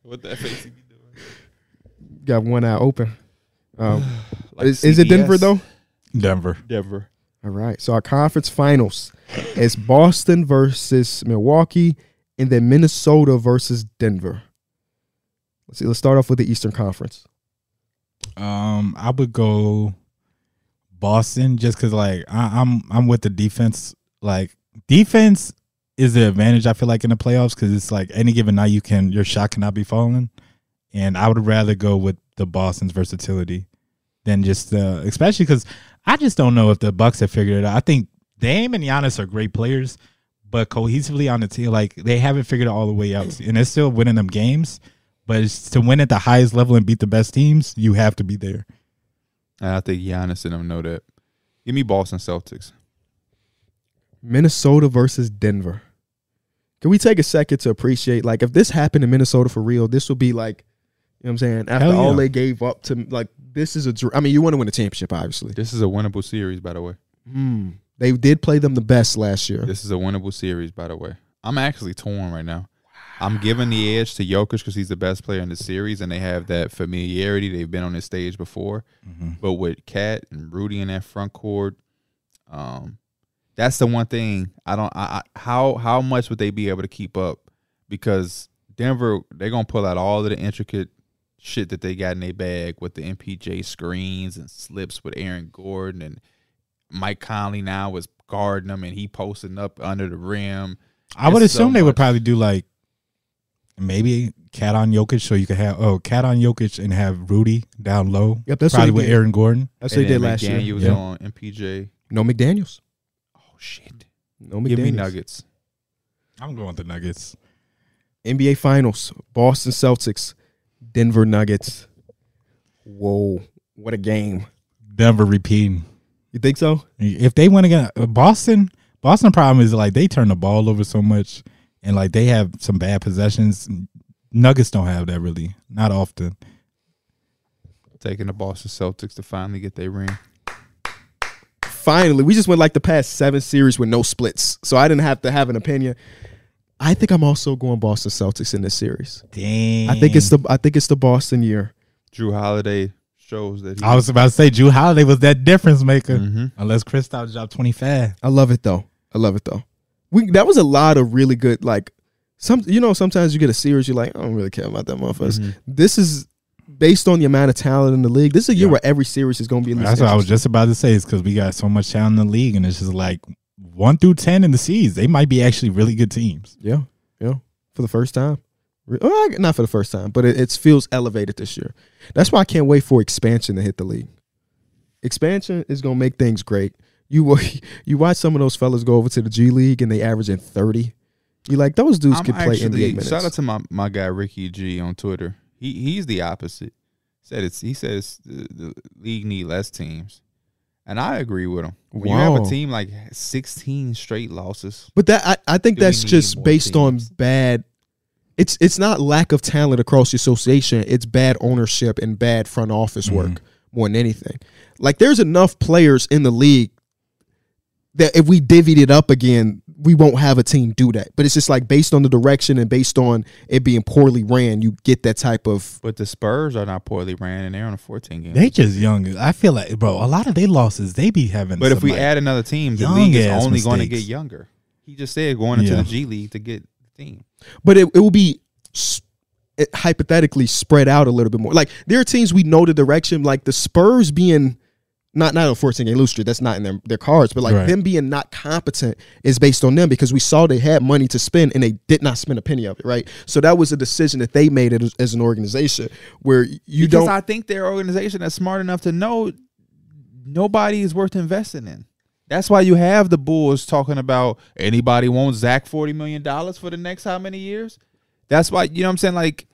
B: what that face he be doing?
A: Got one eye open.
B: [SIGHS]
A: Um, is, is it Denver though?
C: Denver.
B: Denver.
A: All right. So our conference finals is Boston versus Milwaukee, and then Minnesota versus Denver. Let's see. Let's start off with the Eastern Conference.
C: Um, I would go Boston just because like I, I'm I'm with the defense. Like defense is the advantage I feel like in the playoffs because it's like any given night you can your shot cannot be falling, and I would rather go with the Boston's versatility than just the, especially because I just don't know if the Bucks have figured it out. I think Dame and Giannis are great players, but cohesively on the team, like they haven't figured it all the way out, and they're still winning them games. But it's to win at the highest level and beat the best teams, you have to be there.
B: And I think Giannis and them know that. Give me Boston Celtics.
A: Minnesota versus Denver. Can we take a second to appreciate like if this happened in Minnesota for real, this would be like you know what I'm saying? After
C: Hell yeah.
A: all they gave up to like this is a dr- I mean, you want to win a championship obviously.
B: This is a winnable series, by the way.
A: Hmm. They did play them the best last year.
B: This is a winnable series, by the way. I'm actually torn right now. I'm giving the edge to Jokic because he's the best player in the series, and they have that familiarity. They've been on this stage before,
C: Mm-hmm.
B: but with Cat and Rudy in that front court, um, that's the one thing I don't. I, I how how much would they be able to keep up? Because Denver, they're gonna pull out all of the intricate shit that they got in their bag with the MPJ screens and slips with Aaron Gordon and Mike Conley now was guarding them and he posting up under the rim.
C: I would
B: It's so
C: assume they
B: much.
C: would probably do um, like maybe Cat on Jokic, so you could have oh Cat on Jokic and have Rudy down low.
A: Yep, that's what
C: probably
A: he
C: with
A: did.
C: Aaron Gordon.
A: That's what they
B: And
A: did
B: then
A: last
B: McDaniels
A: year.
B: was
C: Yeah.
B: on MPJ.
A: No McDaniels.
B: Oh shit!
A: No McDaniels.
B: Give me Nuggets.
C: I'm going with the Nuggets.
A: NBA Finals, Boston Celtics, Denver Nuggets. Whoa, what a game.
C: Denver repeating.
A: You think so?
C: If they went again, uh, Boston. Boston problem is like they turn the ball over so much, and like they have some bad possessions. Nuggets don't have that really, not often.
B: Taking the Boston Celtics to finally get their ring.
A: Finally, we just went like the past seven series with no splits. So I didn't have to have an opinion. I think I'm also going Boston Celtics in this series.
C: Dang.
A: I think it's the I think it's the Boston year.
B: Drew Holiday shows that he.
C: I was about to say Drew Holiday was that difference maker,
B: Mhm.
C: unless Kristaps dropped twenty five.
A: I love it though. I love it though. We that was a lot of really good like some you know sometimes you get a series you're like I don't really care about that motherfucker.
C: Mm-hmm.
A: This is based on the amount of talent in the league. This is a year
C: Yeah.
A: where every series is going to be at least
C: That's what I was
A: interesting.
C: just about to say. Is because we got so much talent in the league, and it's just like one through ten in the seeds, they might be actually really good teams.
A: Yeah, yeah. For the first time. Re- oh, I- not for the first time, but it, it feels elevated this year. That's why I can't wait for expansion to hit the league. Expansion is gonna make things great. You wa- [LAUGHS] you watch some of those fellas go over to the G League and they averaging thirty. You like those dudes
B: I'm
A: could play
B: actually-
A: NBA minutes.
B: Shout out to my, my guy Ricky G on Twitter. He he's the opposite. Said it's he says the, the league need less teams, and I agree with him. When you have
A: Wow.
B: a team like 16 straight losses,
A: But that I, I think
B: Do we
A: that's
B: need
A: just
B: more
A: based
B: teams?
A: on bad. It's it's not lack of talent across the association. It's bad ownership and bad front office
B: Mm-hmm.
A: work more than anything. Like there's enough players in the league that if we divvied it up again, we won't have a team do that. But it's just like based on the direction and based on it being poorly ran, you get that type of
B: but the Spurs are not poorly ran and they're on a 14 game.
C: They just young. I feel like, bro, a lot of they losses they be having.
B: But if
C: some,
B: we
C: like-
B: add another team, the
C: young
B: league is
C: ass
B: only going to
C: mistakes.
B: get younger. He just said going into
C: Yeah.
B: the G League to get the team.
A: but it, it will be s- it hypothetically spread out a little bit more. Like there are teams we know the direction, like the Spurs being not not on 14 game lose streak. That's not in their, their cards, but like
C: Right.
A: them being not competent is based on them because we saw they had money to spend and they did not spend a penny of it, right? So that was a decision that they made as, as an organization where you
B: because
A: don't.
B: I think their organization is smart enough to know nobody is worth investing in. That's why you have the Bulls talking about anybody wants Zach forty million dollars for the next how many years? That's why you know what I'm saying. Like,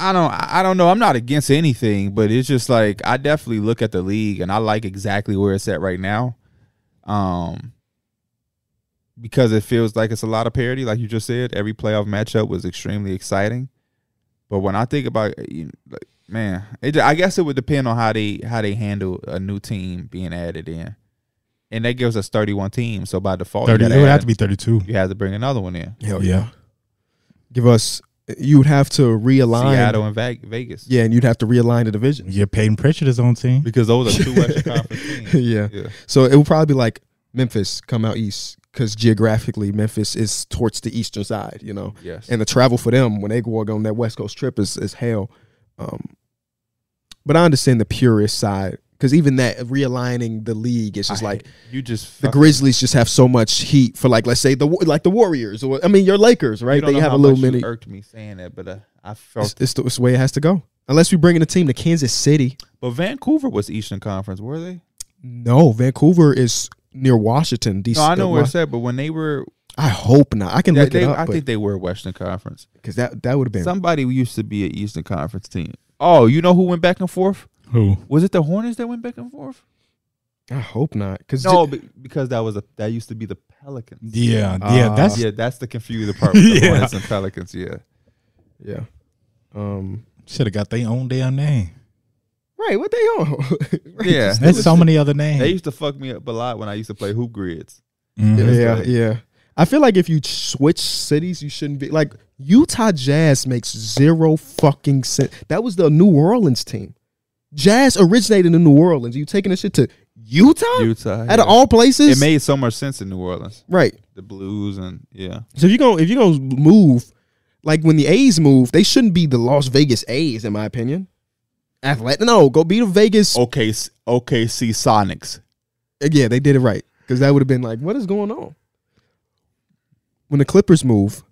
B: I don't, I I don't know. I'm not against anything, but it's just like I definitely look at the league and I like exactly where it's at right now, um, because it feels like it's a lot of parity. Like you just said, every playoff matchup was extremely exciting. But when I think about, eh, you know, like, man, it, ju- I guess it would depend on how they how they handle a new team being added in, and that gives us thirty one teams. So by default,
C: thirty,
B: you,
C: it
B: gotta
C: would
B: add-
C: have to be thirty-two.
B: you have to bring another one in.
A: Hell
C: Oh, yeah.
A: Give us. You would have to realign.
B: Seattle and Vag- Vegas.
A: Yeah, and you'd have to realign the division. [LAUGHS]
C: Get Peyton Pritchard his own team.
B: because those are two Western Conference teams.
A: yeah.
B: Yeah.
A: So it would probably be like Memphis come out east because geographically Memphis is towards the eastern side, you know.
B: Yes.
A: And the travel for them when they go on that West Coast trip is is hell. Um, but I understand the purist side because even that realigning the league, it's just
B: I-
A: like
B: you just
A: the
B: fucking-
A: Grizzlies just have so much heat for like let's say the Wa- like the Warriors or I mean your Lakers,
B: you
A: right?
B: don't
A: They
B: know
A: have
B: how
A: a little
B: much you
A: mini.
B: irked me saying that, but uh, I
A: It's,
B: felt.
A: it's, the, it's the way it has to go. Unless we bring in a team to Kansas City.
B: But Vancouver was Eastern Conference, were they?
A: No, Vancouver is near Washington D.C.
B: No, I know
A: uh,
B: where it's
A: Wa-
B: at, but when they were,
A: I hope not. I can
B: yeah,
A: look
B: they,
A: it up,
B: I
A: but-
B: think they were Western Conference.
A: cause that that would have been
B: Somebody used to be an Eastern Conference team. Oh, you know who went back and forth?
C: Who?
B: Was it the Hornets that went back and forth?
A: I hope not. Because
B: No, be- because that was a that used to be the Pelicans.
C: Yeah,
A: Uh,
B: Ah.
C: yeah. That's
B: Yeah, that's the confusing part. With [LAUGHS] the
C: Yeah.
B: Hornets and Pelicans. Yeah,
A: yeah. Um.
C: should have got their own damn name.
A: Right. What they
B: [LAUGHS]
A: on? Right,
B: yeah.
A: just-
C: There's so many other names.
B: They used to fuck me up a lot when I used to play hoop grids.
C: Mhm.
A: Yeah. Yeah.
B: right.
A: I feel like if you switch cities, you shouldn't be like Utah Jazz makes zero fucking sense. That was the New Orleans team. Jazz originated in New Orleans. You taking this shit to Utah?
B: Utah.
A: Out
B: yeah.
A: of all places,
B: it made so much sense in New Orleans.
A: right?
B: The blues and yeah.
A: So if you go, if you go move, like when the A's move, they shouldn't be the Las Vegas A's, in my opinion. Athletic, no, go be the Vegas.
B: Okay, OKC Sonics.
A: Yeah, they did it right because that would have been like, what is going on? When the Clippers move,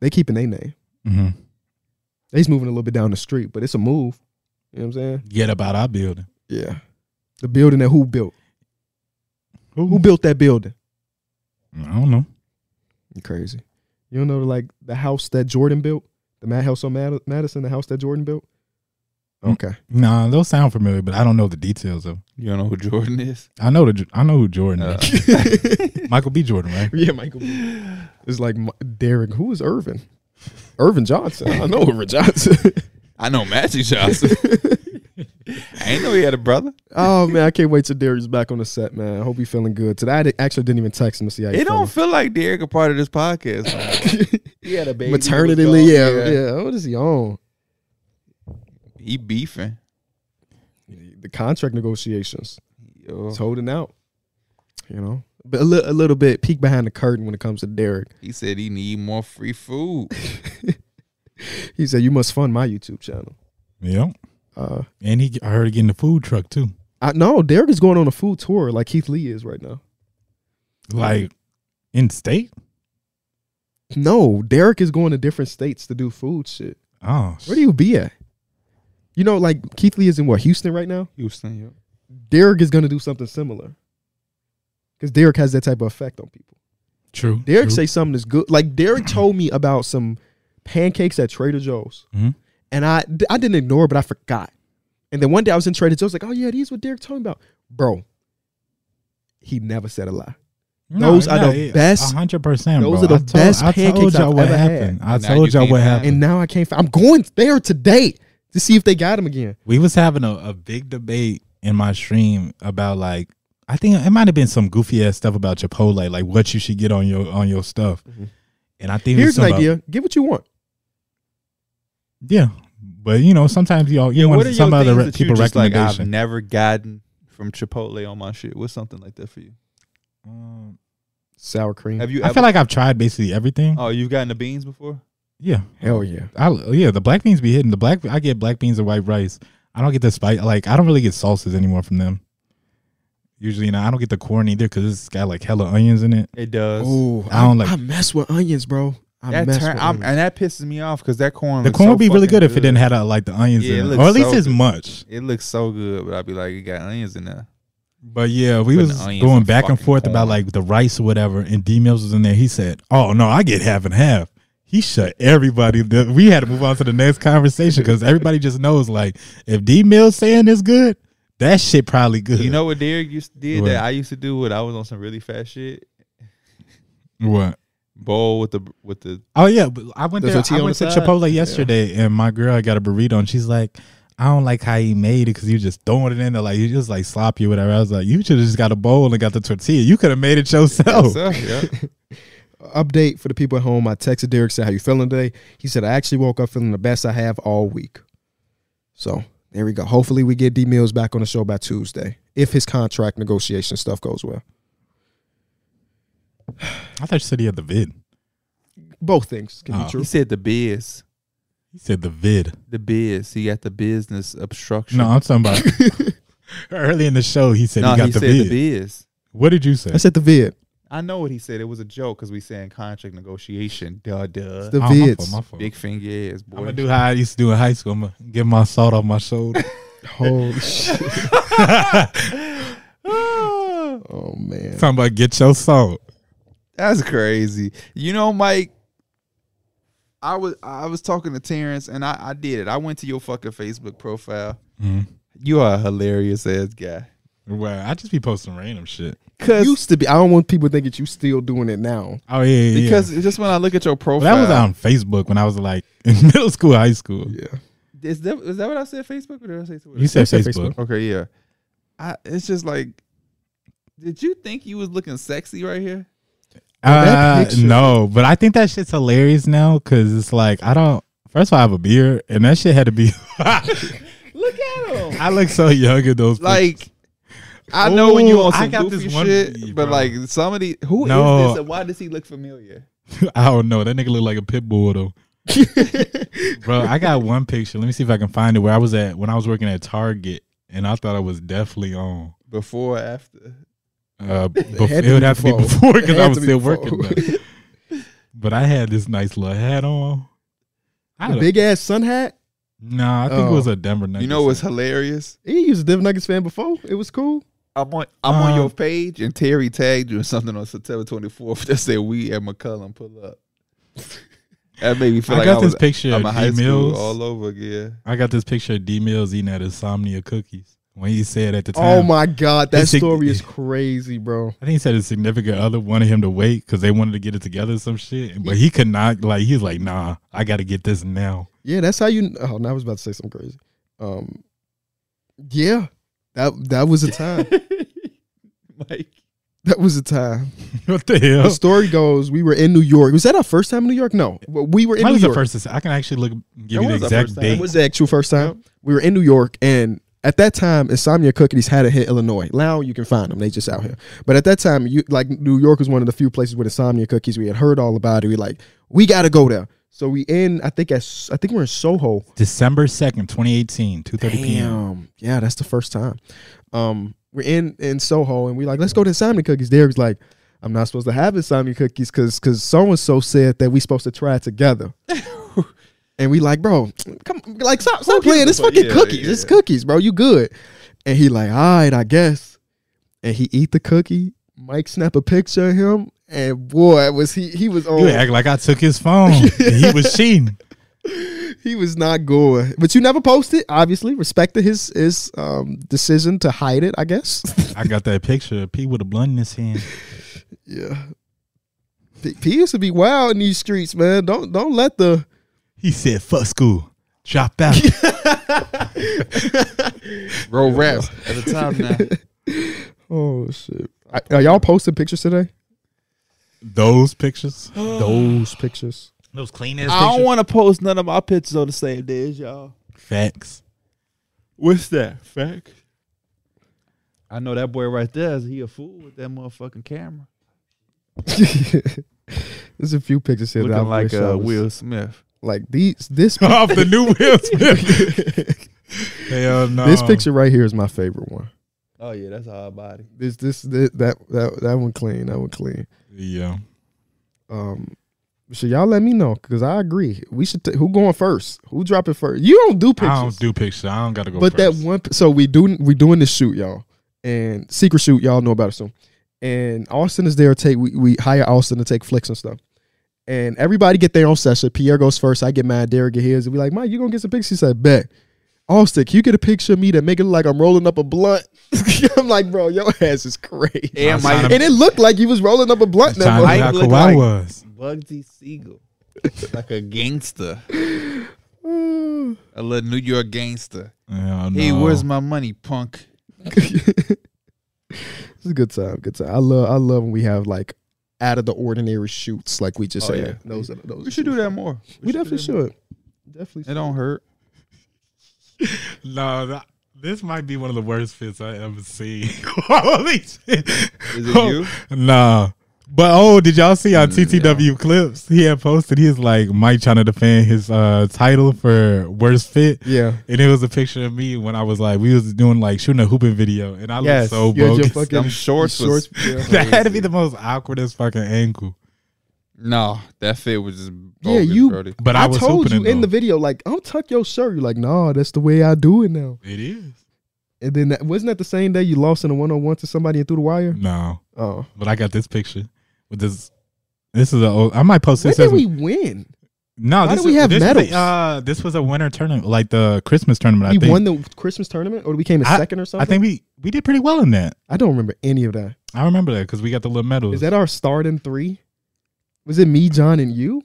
A: they keeping their name.
C: Mhm.
A: They's moving a little bit down the street, but it's a move. You know what I'm saying?
C: Get about our building.
A: Yeah. The building that who built? Who built that building?
C: I don't know.
A: You crazy. You don't know like the house that Jordan built? The Mad House on Mad- Madison, the house that Jordan built?
C: Mm.
A: Okay.
C: Nah, those sound familiar, but I don't know the details of.
B: You don't know who Jordan is?
C: I know the. I know who Jordan
B: Uh,
C: is. [LAUGHS] Michael B. Jordan, right?
A: yeah, Michael. It's like Mi- Derek. Who is Irvin? Irvin Johnson. I know Irvin Johnson.
B: I know Magic Johnson. [LAUGHS] I ain't know he had a brother.
A: [LAUGHS] oh man, I can't wait till Derek's back on the set, man. I hope he's feeling good. Today I di- actually didn't even text him to see how
B: It
A: he's feeling.
B: don't feel like Derek a part of this podcast. man. [LAUGHS] he had a baby.
A: Maternity
B: He was
A: leave. Yeah,
B: gone.
A: yeah, What is he on?
B: He beefing.
A: The contract negotiations.
B: Yo,
A: He's holding out. You know, but a, li- a little bit peek behind the curtain when it comes to Derek.
B: he said he need more free food.
A: He said, "You must fund my YouTube channel."
C: Yeah.
A: Uh,
C: And he, I heard he getting the food truck too.
A: I no, Derek is going on a food tour like Keith Lee is right now.
C: Like in state.
A: No, Derek is going to different states to do food shit.
C: Oh,
A: Where do you be at? You know, like Keith Lee is in what Houston right now.
B: Houston, yo.
A: Derek is going to do something similar because Derek has that type of effect on people.
C: true.
A: Derek
C: true.
A: say something that's good. Like Derek told me about some pancakes at Trader Joe's,
C: Mhm.
A: and I I didn't ignore, but I forgot. And then one day I was in Trader Joe's, like, oh yeah, these what Derek told me about, bro. He never said a lie. those are the
C: yeah,
A: best-
C: a hundred percent.
A: those
C: bro.
A: are the
C: I told,
A: best
C: I
A: pancakes
C: told y'all
A: I've
C: what
A: ever had.
C: happened. I
B: Now you
C: told y'all
B: can't
C: what
B: have
C: happened.
A: And now I can't. Find, I'm going there today to see if they got him again.
C: we was having a, a big debate in my stream about like I think it might have been some goofy ass stuff about Chipotle, like what you should get on your on your stuff.
A: Mhm.
C: And I think it was
A: Here's an
C: something
A: idea: get what you want.
C: about- yeah, but you know sometimes y'all you
B: What
C: want
B: are
C: some
B: your
C: other
B: things
C: re-
B: that you
C: people
B: just like? I've
C: recommendation.
B: never gotten from Chipotle on my shit. What's something like that for you?
C: Um,
A: Sour cream.
B: Have you?
C: I
B: ever,
C: feel like I've tried basically everything.
B: Oh, you've gotten the beans before?
C: Yeah,
A: Hell yeah.
C: I yeah the black beans be hitting the black. I get black beans and white rice. I don't get the spice. Like I don't really get salsas anymore from them. Usually, and I don't get the corn either because it's got like hella onions in it.
B: It does.
A: Oh,
C: I don't like-
A: I mess with onions, bro. I
B: that
A: mess
B: turn,
A: with
B: I'm,
A: onions.
B: and that pisses me off because that corn.
C: The
B: looks
C: corn
B: so
C: would be really
B: fucking
C: good, if it didn't have uh, like the onions
B: Yeah, it
C: in it,
B: looks
C: or at
B: so
C: least as
B: good.
C: much.
B: It looks so good, but I'd be like, it got onions in there.
C: But yeah, we
B: Putting
C: was
B: onions
C: going
B: and
C: back and
B: fucking
C: forth about
B: corn.
C: like the rice or whatever, and D Mills was in there. He said, "Oh no, I get half and half." He shut everybody. the- We had to move on to the next conversation because everybody just knows like if D Mills saying it's good, that shit probably good.
B: You know what Derek used did
C: What?
B: that I used to do when I was on some really fat shit?
C: what?
B: Bowl with the with the
C: Oh yeah, but I went
A: The
C: there.
A: tortilla
C: I
A: on
C: went
A: the
C: to
A: side?
C: Chipotle yesterday, and my girl got a burrito, and she's like, "I don't like how he made it because you just throwing it in there like you just like sloppy or whatever." I was like, "You should have just got a bowl and got the tortilla. You could have made it yourself."
B: stuff, yeah.
A: update for the people at home. I texted Derek, said, How you feeling today? He said, I actually woke up feeling the best I have all week. So there we go. Hopefully we get D Mills back on the show by Tuesday. If his contract negotiation stuff goes well.
C: I thought you said he had the vid.
A: Both things can
C: Oh.
A: be
B: [LAUGHS]
C: [LAUGHS]
B: he
A: true.
B: said the biz,
C: He said the vid.
B: the biz. He got the business obstruction.
C: No, I'm talking about. [LAUGHS] Early in the show, he said
B: no,
C: he got
B: he
C: the
B: said
C: bid.
B: the biz.
C: What did you say?
A: I said the vid.
B: I know what he said. It was a joke because we saying contract negotiation. Duh, duh.
A: The
C: Oh, my fault,
A: vids.
C: my fault.
B: Big finger is
C: I'm
B: boy.
C: gonna do how I used to do in high school. I'm gonna get my salt off my
B: [LAUGHS]
C: shoulder.
A: Holy [LAUGHS]
C: [LAUGHS]
A: shit.
B: Ah,
A: Oh man.
C: Talking about get your salt.
B: That's crazy. You know, Mike. I was I was talking to Terrence and I, I did it. I went to your fucking Facebook profile.
C: Mhm.
B: You are a hilarious ass guy.
C: Well, I just be posting random shit.
B: Cause
A: used to be. I don't want people thinking you still doing it now.
C: Oh yeah, yeah, yeah.
B: because just when I look at your
C: Well,
B: profile,
C: that was on Facebook when I was like [LAUGHS] in middle school, high school.
A: Yeah. [LAUGHS]
B: is that, is that what I said? Facebook or did I say Twitter?
C: You said
A: said
C: Facebook.
B: Okay, yeah. I it's just like did you think you was looking sexy right here?
A: that
C: Uh,
A: picture-
C: no, but I think that shit's hilarious now because it's like I don't. First of all, I have a beard, and that shit had to be. [LAUGHS]
B: Look at him.
C: I look so young in those.
B: like I know when you on
C: Ooh, I
B: some
C: got
B: goofy
C: this one-
B: shit,
C: Yeah,
B: but
C: bro.
B: like somebody who is
C: No.
B: this and why does he look familiar?
C: pictures. [LAUGHS] I don't know. That nigga look like a pit bull though. Bro, I got one picture. Let me see if I can find it. Where I was at when I was working at Target, and I thought I was definitely on.
B: Before or after?
C: Uh,
A: It
C: bef-
A: had
C: it,
A: to
C: would
A: be
C: have to be
A: before.
C: before
A: It
C: because I
A: had
C: was
A: to be
C: still
A: before.
C: working. There. but I had this nice little hat on. I
A: The
C: had a-
A: big ass sun hat.
C: nah, I think it
A: Oh.
C: was a Denver. Nuggets
B: You know what's
C: hat.
B: hilarious?
A: He used a Denver Nuggets fan before. It was cool.
B: I'm on I'm on
C: Um,
B: your page and Terry tagged you in something on September [LAUGHS] 24th that said we at McCullum pull up. [LAUGHS] that made me feel
C: I
B: like
C: got
B: I
C: this
B: was
C: picture
B: I'm a
C: of
B: high
C: D
B: school
C: Mills.
B: all over again.
C: I got this picture of D Mills eating at Insomnia Cookies when he said at the time.
A: Oh my god, that
C: It's sig-
A: story is crazy, bro.
C: I think he said his significant other wanted him to wait because they wanted to get it together or some shit, but he could not. Like he was like, "Nah, I got to get this now."
A: Yeah, that's how you. Oh, now I was about to say something crazy. Um, yeah, that that was a
C: [LAUGHS]
A: time.
B: [LAUGHS] Mike.
A: that was a time.
C: [LAUGHS] what the hell?
A: The story goes, we were in New York. Was that our first time in New York? No, Well, we were in
C: Mine
A: New
C: was the
A: York.
C: first. I can actually look give
B: That
C: you the
B: was the
C: exact
B: first time.
C: date.
A: It was the actual first time. We were in New York, and at that time, Insomnia Cookies had a hit Illinois. Now you can find them; they just out here. But at that time, you like New York was one of the few places with Insomnia Cookies. We had heard all about it. We like, we gotta go there. So we in, I think at, I think we're in Soho.
C: December second, twenty eighteen, two thirty p.m.
A: Damn. Yeah, that's the first time. Um, we're in in Soho, and we like, let's go to Insomnia Cookies. Derek's like, I'm not supposed to have Insomnia Cookies because because so and so said that we supposed to try it
B: [LAUGHS]
A: together. and we like, bro, come like stop stop playing. It's
B: the fuck?
A: fucking
B: Yeah,
A: cookies.
B: yeah,
A: It's
B: yeah.
A: cookies, bro. You good? And he like, all right, I guess. And he eat the cookie. Mike snap a picture of him, and boy, was he he was
C: You
A: on
C: act like I took
A: [LAUGHS]
C: his phone. and he was cheating.
A: he was not good. But you never posted, obviously. Respected his his um decision to hide it, I guess.
C: I got that picture of P with a blunt in his hand.
A: Yeah. P, P used to be wild in these streets, man. Don't don't let the
C: He said, "Fuck school, drop
A: [LAUGHS]
C: out."
B: Bro raps at the time now.
A: Oh shit. I, are y'all posting pictures today?
C: Those pictures,
A: [GASPS] Those pictures.
C: those clean ass
B: I don't
C: pictures.
B: want to post none of my pictures on the same day as y'all.
C: Facts. [LAUGHS]
B: What's that? Fact? I know that boy right there. Is he a fool with that motherfucking camera?
A: [LAUGHS] There's a few pictures here that I
B: Looking like
A: wish I
B: uh,
A: was-
B: Will Smith.
A: Like these this [LAUGHS] pic-
C: Off the new Will
A: [LAUGHS]
C: Smith. Hell no.
A: this picture right here is my favorite one.
B: Oh yeah, that's our body.
A: This this, this that that that one clean. That one clean.
C: Yeah.
A: Um, so y'all let me know because I agree. We should. T- who going first? Who dropping first? You don't do pictures.
C: I don't do pictures. I don't gotta go.
A: but
C: first.
A: that one. So we do. We doing this shoot, y'all, and secret shoot. Y'all know about it soon. And Austin is there. to Take we, we hire Austin to take flicks and stuff. And everybody get their own session. Pierre goes first. I get mine. Derek get his. And we like, Mike, you gonna get some pictures? He said, Bet. Austin, can you get a picture of me that make it look like I'm rolling up a blunt? [LAUGHS] I'm like, bro, your ass is crazy.
C: [LAUGHS]
B: And
C: I'm signing-
B: Mike,
A: And it looked like you was rolling up a blunt. That
C: Trying to
A: morning.
C: be
B: Mike
C: how Kawhi
B: look like-
C: was.
B: Bugsy Siegel, like a gangster,
A: Mm.
B: a little New York gangster.
C: Hell no.
B: Hey, where's my money, punk?
A: [LAUGHS] it's a good time. Good time. I love. I love when we have like out of the ordinary shoots. Like we just
B: Oh,
A: say
B: yeah.
A: those. Are, those.
B: We should do that more.
A: We, definitely
B: do that more.
A: should. Definitely.
B: It don't hurt.
C: No, that, this might be one [LAUGHS]
B: [LAUGHS]
C: of the worst fits I ever seen. Holy shit. Oh,
B: Is it you?
C: Nah. But oh, did y'all see on TTW clips? He had posted. He was like Mike trying to defend his uh, title for worst fit.
A: Yeah.
C: and it was a picture of me when I was like, we was doing like shooting a hooping video, and I looked
B: Yes,
C: so
A: you had your
C: bogus.
A: fucking-
B: Them shorts,
A: shorts,
B: was
A: yeah.
C: [LAUGHS] that had to be the most awkwardest fucking angle.
B: No, that fit was just
A: Yeah,
B: bogus,
A: you-
B: Brody.
C: But I,
A: I,
C: was
A: told
C: hooping
A: you in the video, like, untuck your shirt. You're like, nah, that's the way I do it now.
C: it is
A: And then that, wasn't that the same day you lost in a one on one to somebody and through the wire?
C: no,
A: Oh,
C: but I got this picture with this. This is a old. I might post
A: when
C: this.
A: did
C: as-
A: we win?
C: no,
A: why
C: this
A: do we
C: is-
A: have
C: this
A: medals?
C: Was a, uh, this was a winter tournament, like the Christmas tournament. I
A: we
C: think.
A: won the Christmas tournament, or we came in second or something.
C: I think we we did pretty well in that.
A: I don't remember any of that.
C: I remember that because we got the little medals.
A: Is that our starting three? Was it me, John, and you?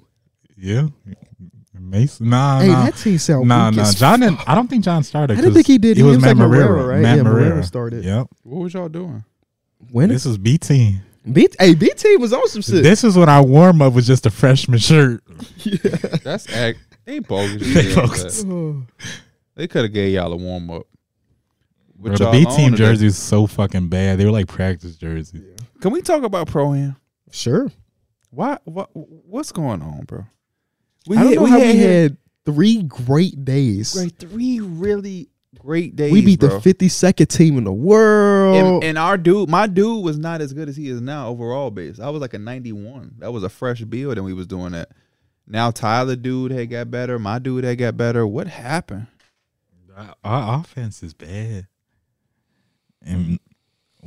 C: yeah? Mason, nah,
A: hey,
C: nah.
A: that team sound
C: Nah,
A: weak
C: nah.
A: as
C: John
A: fuck.
C: didn't. I don't think John started.
A: I didn't
C: 'cause
A: think he did.
C: It
A: He
C: was,
A: was
C: Matt
A: like Marrero,
C: Marrero,
A: right?
C: Matt
A: Yeah, Marrero
C: Marrero.
A: started.
C: Yep.
B: What was y'all doing?
A: When
C: This is B team.
A: B, hey, B team was on some shit.
C: This is when our warm up was just a freshman shirt.
A: [LAUGHS]
B: That's act. They bogus.
C: They
B: as hell,
C: bogus.
B: but
A: Oh.
B: They could have gave y'all a warm up.
C: Bro, the B team jerseys was so fucking bad. They were like practice jerseys.
B: Can we talk about pro am?
A: sure.
B: Why? What? What's going on, bro? We
A: I don't
B: had-
A: know how we had three great days.
B: great three really great days.
A: we beat
B: bro.
A: the 52nd team in the
B: And,
A: world.
B: and our dude, my dude, was not as good as he is now overall base. I was like a 91. That was a fresh build, and we was doing that. Now Tyler, dude, had got better. My dude had got better. What happened?
C: Our- Our offense is bad, and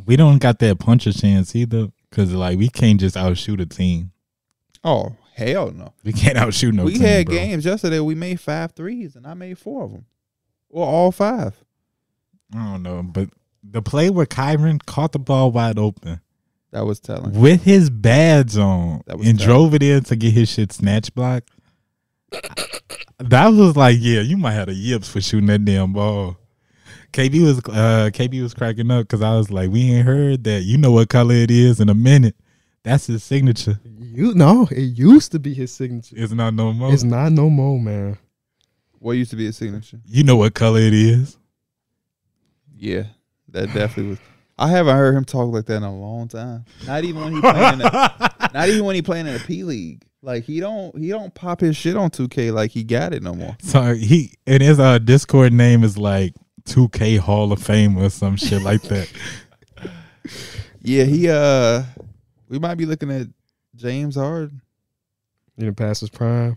C: we don't got that puncher chance either. Cause like we can't just outshoot a team.
B: Oh hell no!
C: We can't [LAUGHS] outshoot no.
B: we
C: team,
B: had
C: bro.
B: games yesterday. We made five threes, and I made four of them, or all five.
C: I don't know, but the play where Kyron caught the ball wide open.
B: That was telling.
C: with his badge on
B: That
C: and
B: was tough.
C: drove it in to get his shit snatch blocked. that was like, yeah, you might have the yips for shooting that damn ball. KB was uh, KB was cracking up because I was like, we ain't heard that. You know what color it is in a minute. That's his signature.
A: you no, it used to be his signature.
C: It's not no more.
A: It's not no more, man.
B: What used to be his signature?
C: you know what color it is.
B: Yeah, that definitely was. I haven't heard him talk like that in a long time. Not even when he playing. In a, [LAUGHS] not even when he playing in a P League. Like he don't he don't pop his shit on 2K like he got it no more.
C: So he and his uh, Discord name is like 2K Hall of Fame or some shit like that.
B: Yeah, he uh, we might be looking at James Harden.
A: You know, past his prime.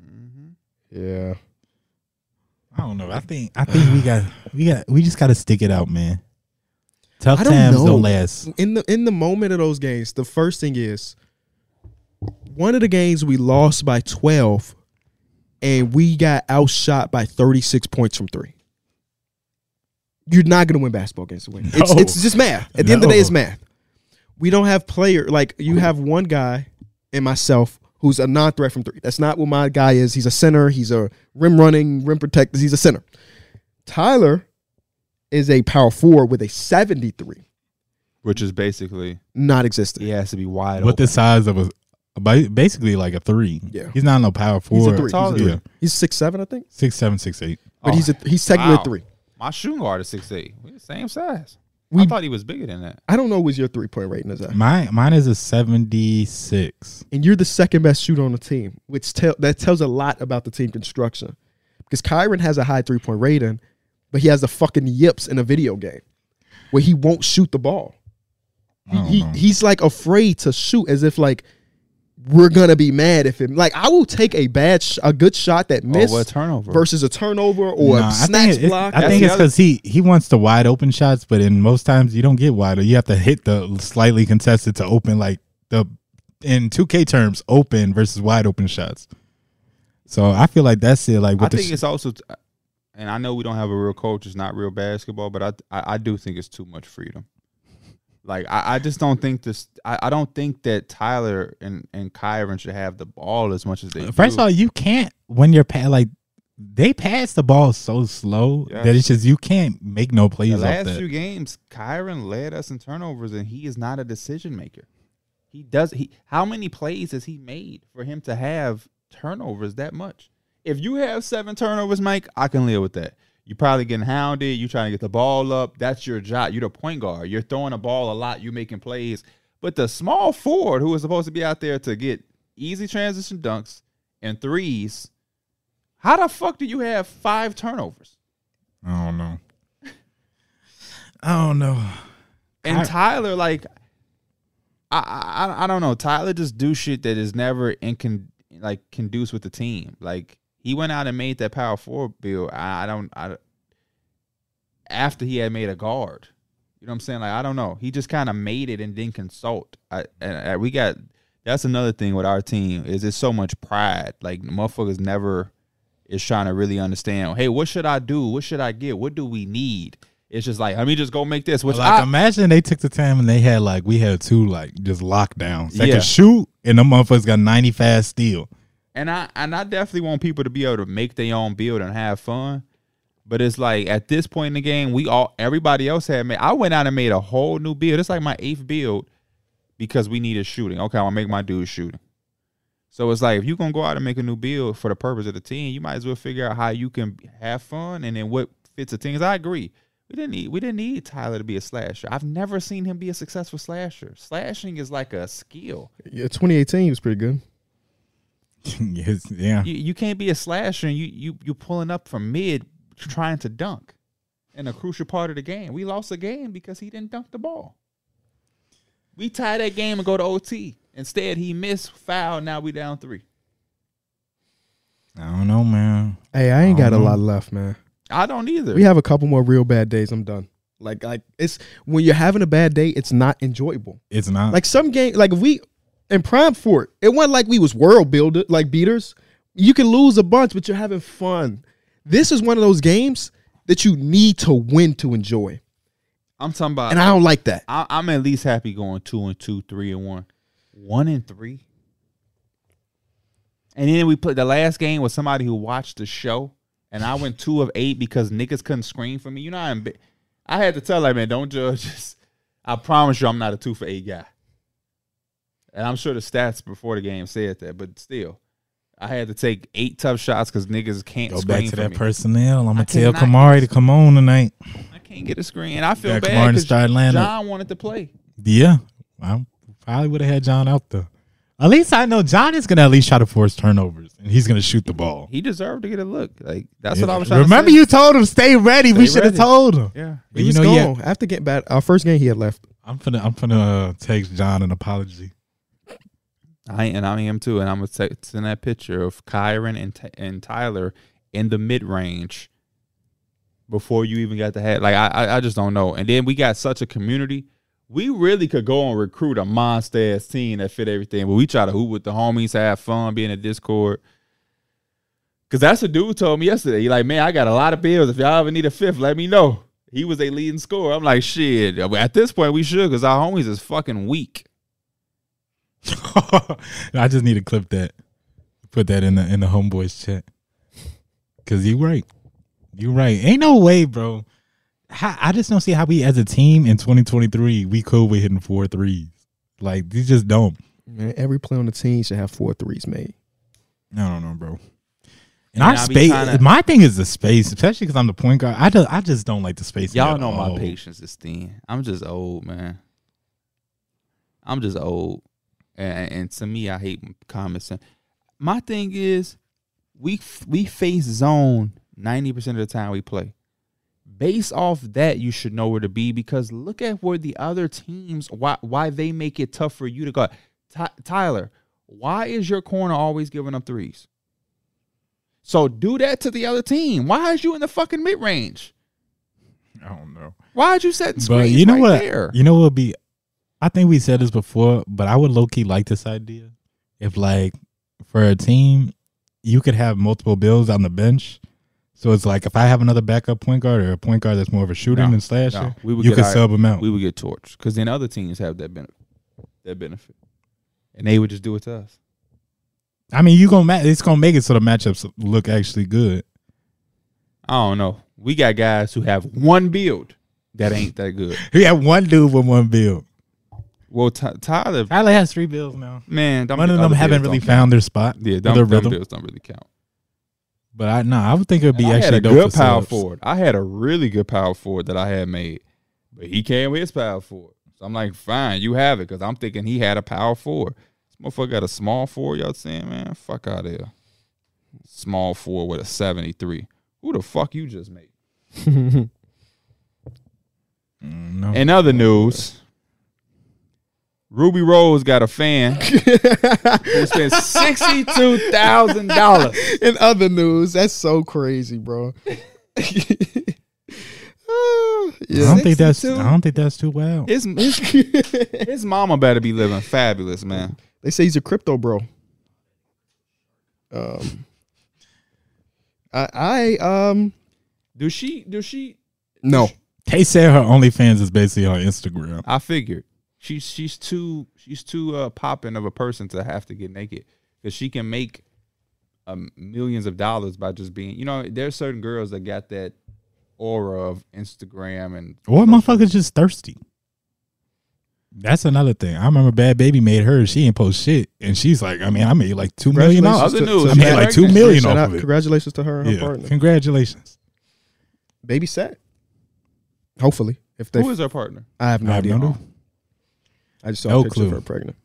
A: Mm-hmm.
B: Mhm.
A: Yeah.
C: I don't know. I think I think we got we got we just gotta stick it out, man. Tough
A: I don't
C: times
A: know.
C: don't last.
A: In the in the moment of those games, the first thing is one of the games we lost by 12 and we got outshot by 36 points from 3. You're not going to win basketball games to win. It's
C: No.
A: it's just math. At the end of the day it's
C: No.
A: math. We don't have player like you have one guy and myself who's a non-threat from 3. That's not what my guy is. He's a center, he's a rim running, rim protector, he's a center. Tyler is a power forward with a 73
B: Which is basically
A: not existent.
B: he has to be wide
C: With the size of a, a ba- basically like a three.
A: Yeah.
C: He's not no power
A: He's a
C: forward.
A: three. He's, a
B: Taller.
A: three.
C: Yeah.
A: he's six seven, I think.
C: Six seven, six eight.
A: But
B: Oh,
A: he's a he's technically
B: wow.
A: a three.
B: My shooting guard is six eight. We're the same size.
A: We-
B: I thought he was bigger than that.
A: I don't know what your three point rating is at.
C: Mine mine is a seventy six.
A: And you're the second best shooter on the team, which tell that tells a lot about the team construction. Because Kyron has a high three point rating, but he has the fucking yips in a video game where he won't shoot the ball.
C: I don't
A: He,
C: know.
A: he's like afraid to shoot as if like we're gonna be mad if him like I will take a bad sh- a good shot that missed
B: oh, what a turnover!
A: versus a turnover or
C: Nah,
A: a
C: I think
A: snatch
C: it- it-
A: block.
C: I
B: That's
C: think
B: the
C: it's
B: other-
C: because he he wants the wide open shots, but in most times you don't get wide. You have to hit the slightly contested to open like the in two K terms open versus wide open shots. So I feel like that's it. Like
B: I
C: with the
B: think it's also, t- and I know we don't have a real coach. It's not real basketball, but I I, I do think it's too much freedom. Like I, I just don't think this. I, I don't think that Tyler and and Kyron should have the ball as much as they.
C: First of
B: do.
C: all, you can't when you're pa- like they pass the ball so slow
B: Yeah.
C: that it's just you can't make no
B: the
C: plays off
B: last
C: that.
B: few games, Kyron led us in turnovers, and he is not a decision maker. He does. He how many plays has he made for him to have turnovers that much? If you have seven turnovers, Mike, I can live with that. You're probably getting hounded. You're trying to get the ball up. That's your job. You're the point guard. You're throwing the ball a lot. You're making plays. But the small forward who was supposed to be out there to get easy transition dunks and threes, how the fuck do you have five turnovers?
C: I don't know. [LAUGHS] I don't know.
B: And
C: Ky-
B: Tyler, like, I, I I- I don't know. Tyler just do shit that is never in con, like conduce with the team. Like he went out and made that power forward bill. I, I don't. I after he had made a guard. You know what I'm saying? Like I don't know. He just kind of made it and didn't consult. I and, and uh, we got that's another thing with our team is it's so much pride. Like motherfuckers never is trying to really understand. Hey, what should I do? What should I get? What do we need? It's just like let me just go make this. Which
C: like
B: I,
C: imagine they took the time and they had like we had two like just lockdowns that
B: Yeah.
C: could shoot and them motherfuckers got ninety fast steal. [LAUGHS]
B: and I and I definitely want people to be able to make their own build and have fun. But it's like at this point in the game, we all everybody else had made. I went out and made a whole new build. It's like my eighth build because we needed shooting. Okay, I'm gonna make my dude shooting. So it's like if you're gonna go out and make a new build for the purpose of the team, you might as well figure out how you can have fun and then what fits the things. I agree. We didn't need we didn't need Tyler to be a slasher. I've never seen him be a successful slasher. Slashing is like a skill.
A: Yeah, 2018 was pretty good.
C: yes, yeah.
B: you, you can't be a slasher and you you you pulling up from mid trying to dunk in a crucial part of the game. We lost the game because he didn't dunk the ball. We tie that game and go to OT. Instead, he missed foul. Now we down three.
C: I don't know, man.
A: Hey, I ain't got a
C: Mhm.
A: lot left, man.
B: I don't either.
A: We have a couple more real bad days. I'm done. Like, like it's when you're having a bad day, it's not enjoyable.
C: It's not
A: Like some game, like if we in prime for it, it wasn't like we was world builder like beaters. You can lose a bunch, but you're having fun. This is one of those games that you need to win to enjoy,
B: I'm talking about.
A: and I don't like that.
B: I, I'm at least happy going two and two, three and one, one and three. And then we played the last game was somebody who watched the show, and I went two of eight because niggas couldn't screen for me. You know, I'm. bi- I had to tell her, man, don't judge. us. I promise you, I'm not a two for eight guy. And I'm sure the stats before the game said that, but still, I had to take eight tough shots because niggas can't
C: go
B: screen
C: back to
B: for
C: that
B: me.
C: personnel. I'm
B: I
C: gonna tell
B: cannot-
C: Kamari to come on tonight.
B: I can't get a screen, and I feel
C: Got Kamara
B: bad
C: to
B: because
C: start lineup.
B: John wanted to play.
C: Yeah, I probably would have had John out there. At least I know John is gonna at least try to force turnovers and he's gonna shoot the ball.
B: He deserved to get a look. Like that's what I was trying to say.
C: Remember, you told him stay ready. we
B: Stay
C: should have
B: ready.
C: told him.
B: Yeah.
C: But
A: He
C: you
A: was
C: know, yeah,
A: gone after getting bad. Our first game, he had left.
C: I'm finna I'm finna uh, text John an apology. [LAUGHS]
B: I and I am too. And I'm gonna se- send that picture of Kyron and T- and Tyler in the mid range before you even got the hat. Like I, I I just don't know. And then we got such a community. We really could go and recruit a monster ass team that fit everything. But we try to hoop with the homies, have fun, be in a Discord. Cause that's what dude told me yesterday. He like, man, I got a lot of bills. If y'all ever need a fifth, let me know. He was a leading scorer. I'm like, shit. At this point, we should, cause our homies is fucking weak.
C: I just need to clip that, put that in the in the homeboys chat. Cause you right, you right. Ain't no way, bro. How, I just don't see how we as a team in 2023 we could with hitting four threes. Like you just don't.
A: Man, every player on the team should have four threes
C: [LAUGHS]
A: made.
C: I don't know, bro. And
B: And
C: our
B: I be
C: space,
B: tryna-
C: my thing is the space, especially because I'm the point guard. I just, I just don't like the space.
B: Y'all know my patience is thin. I'm just old, man. I'm just old, and, and to me, I hate common sense. My thing is, we f- we face zone ninety percent of the time we play. Based off that, you should know where to be because look at where the other teams why why they make it tough for you to go. Ty- Tyler, why is your corner always giving up threes? So do that to the other team. Why is you in the fucking mid range?
C: I don't know.
B: Why'd you set screens
C: But you know
B: right
C: what?
B: there?
C: You know what would be? I think we said this before, but I would low key like this idea. If like for a team, you could have multiple bills on the bench. So it's like if I have another backup point guard or a point guard that's more of a shooter
B: No,
C: than slasher,
B: no. We would
C: you
B: get
C: could
B: our-
C: sub him out.
B: We would get torched because then other teams have that benefit, that benefit, and they would just do it to us.
C: I mean, you gonna ma- it's gonna make it so the matchups look actually good. [LAUGHS]
B: I don't know. We got guys who have one build that ain't that good.
C: We had one dude with one bill.
B: Well, Ty Tyler,
C: Tyler has three bills now.
B: man, them-
C: One of them
B: other
C: haven't
B: builds
C: really
B: don't
C: found their spot,
B: count. Yeah,
C: or
B: them,
C: their
B: them
C: rhythm.
B: builds don't really count.
C: But I no, I would think it would be
B: And I had
C: actually
B: a
C: dope
B: good
C: for
B: power
C: subs.
B: forward. I had a really good power forward that I had made, but he came with his power forward. So I'm like, fine, you have it, because I'm thinking he had a power four. This motherfucker got a small four. Y'all saying, man, fuck out of here. Small four with a 73. Who the fuck you just made?
C: Mm, no.
B: In other news, Ruby Rose got a fan who spent sixty-two thousand dollars.
A: In other news, that's so crazy, bro. [LAUGHS] Ah,
C: I
A: yeah.
C: don't think that's.
B: 62.
C: I don't think that's too wild.
A: [LAUGHS]
B: His, his his mama better be living fabulous, man.
A: They say he's a crypto bro. Um, I, I um
B: Do she? Do she?
A: no.
C: They said her OnlyFans is basically her Instagram.
B: I figured she's she's too she's too uh, popping of a person to have to get naked because she can make um, millions of dollars by just being. You know, there's certain girls that got that aura of Instagram and
C: Or motherfuckers just thirsty. That's another thing. I remember Bad Baby made her. She ain't post shit, and she's like, I mean, I made like two million dollars.
B: Other news,
C: I made like two million
A: Shout
C: off
A: out,
C: of it.
A: congratulations to her and her
C: Yeah.
A: partner.
C: Congratulations.
A: Baby set. Hopefully, if they,
B: Who is her partner?
A: I have no
C: I have
A: idea.
C: no
A: I just saw
C: No
A: a picture of
C: clue.
A: her pregnant.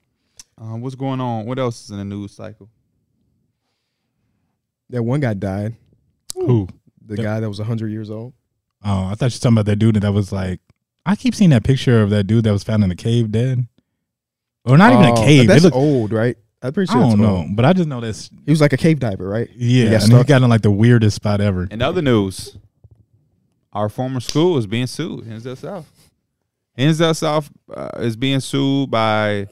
B: Um, what's going on? What else is in the news cycle?
A: That one guy died.
C: Who?
A: The
C: Yep.
A: guy that was hundred years old.
C: Oh, I thought you were talking about that dude that was like. I keep seeing that picture of that dude that was found in the cave dead, or not even a
A: Oh,
C: cave. It
A: That's
C: looked,
A: old, right? I'm pretty
C: I
A: sure.
C: don't
A: that's
C: know,
A: old.
C: but I just know that's
A: He was like a cave diver, right?
C: yeah.
A: got
C: and he
A: stuck.
C: got in like the weirdest spot ever.
B: In other news, our former school is being sued. Hinsdale South. Hinsdale South uh, is being sued by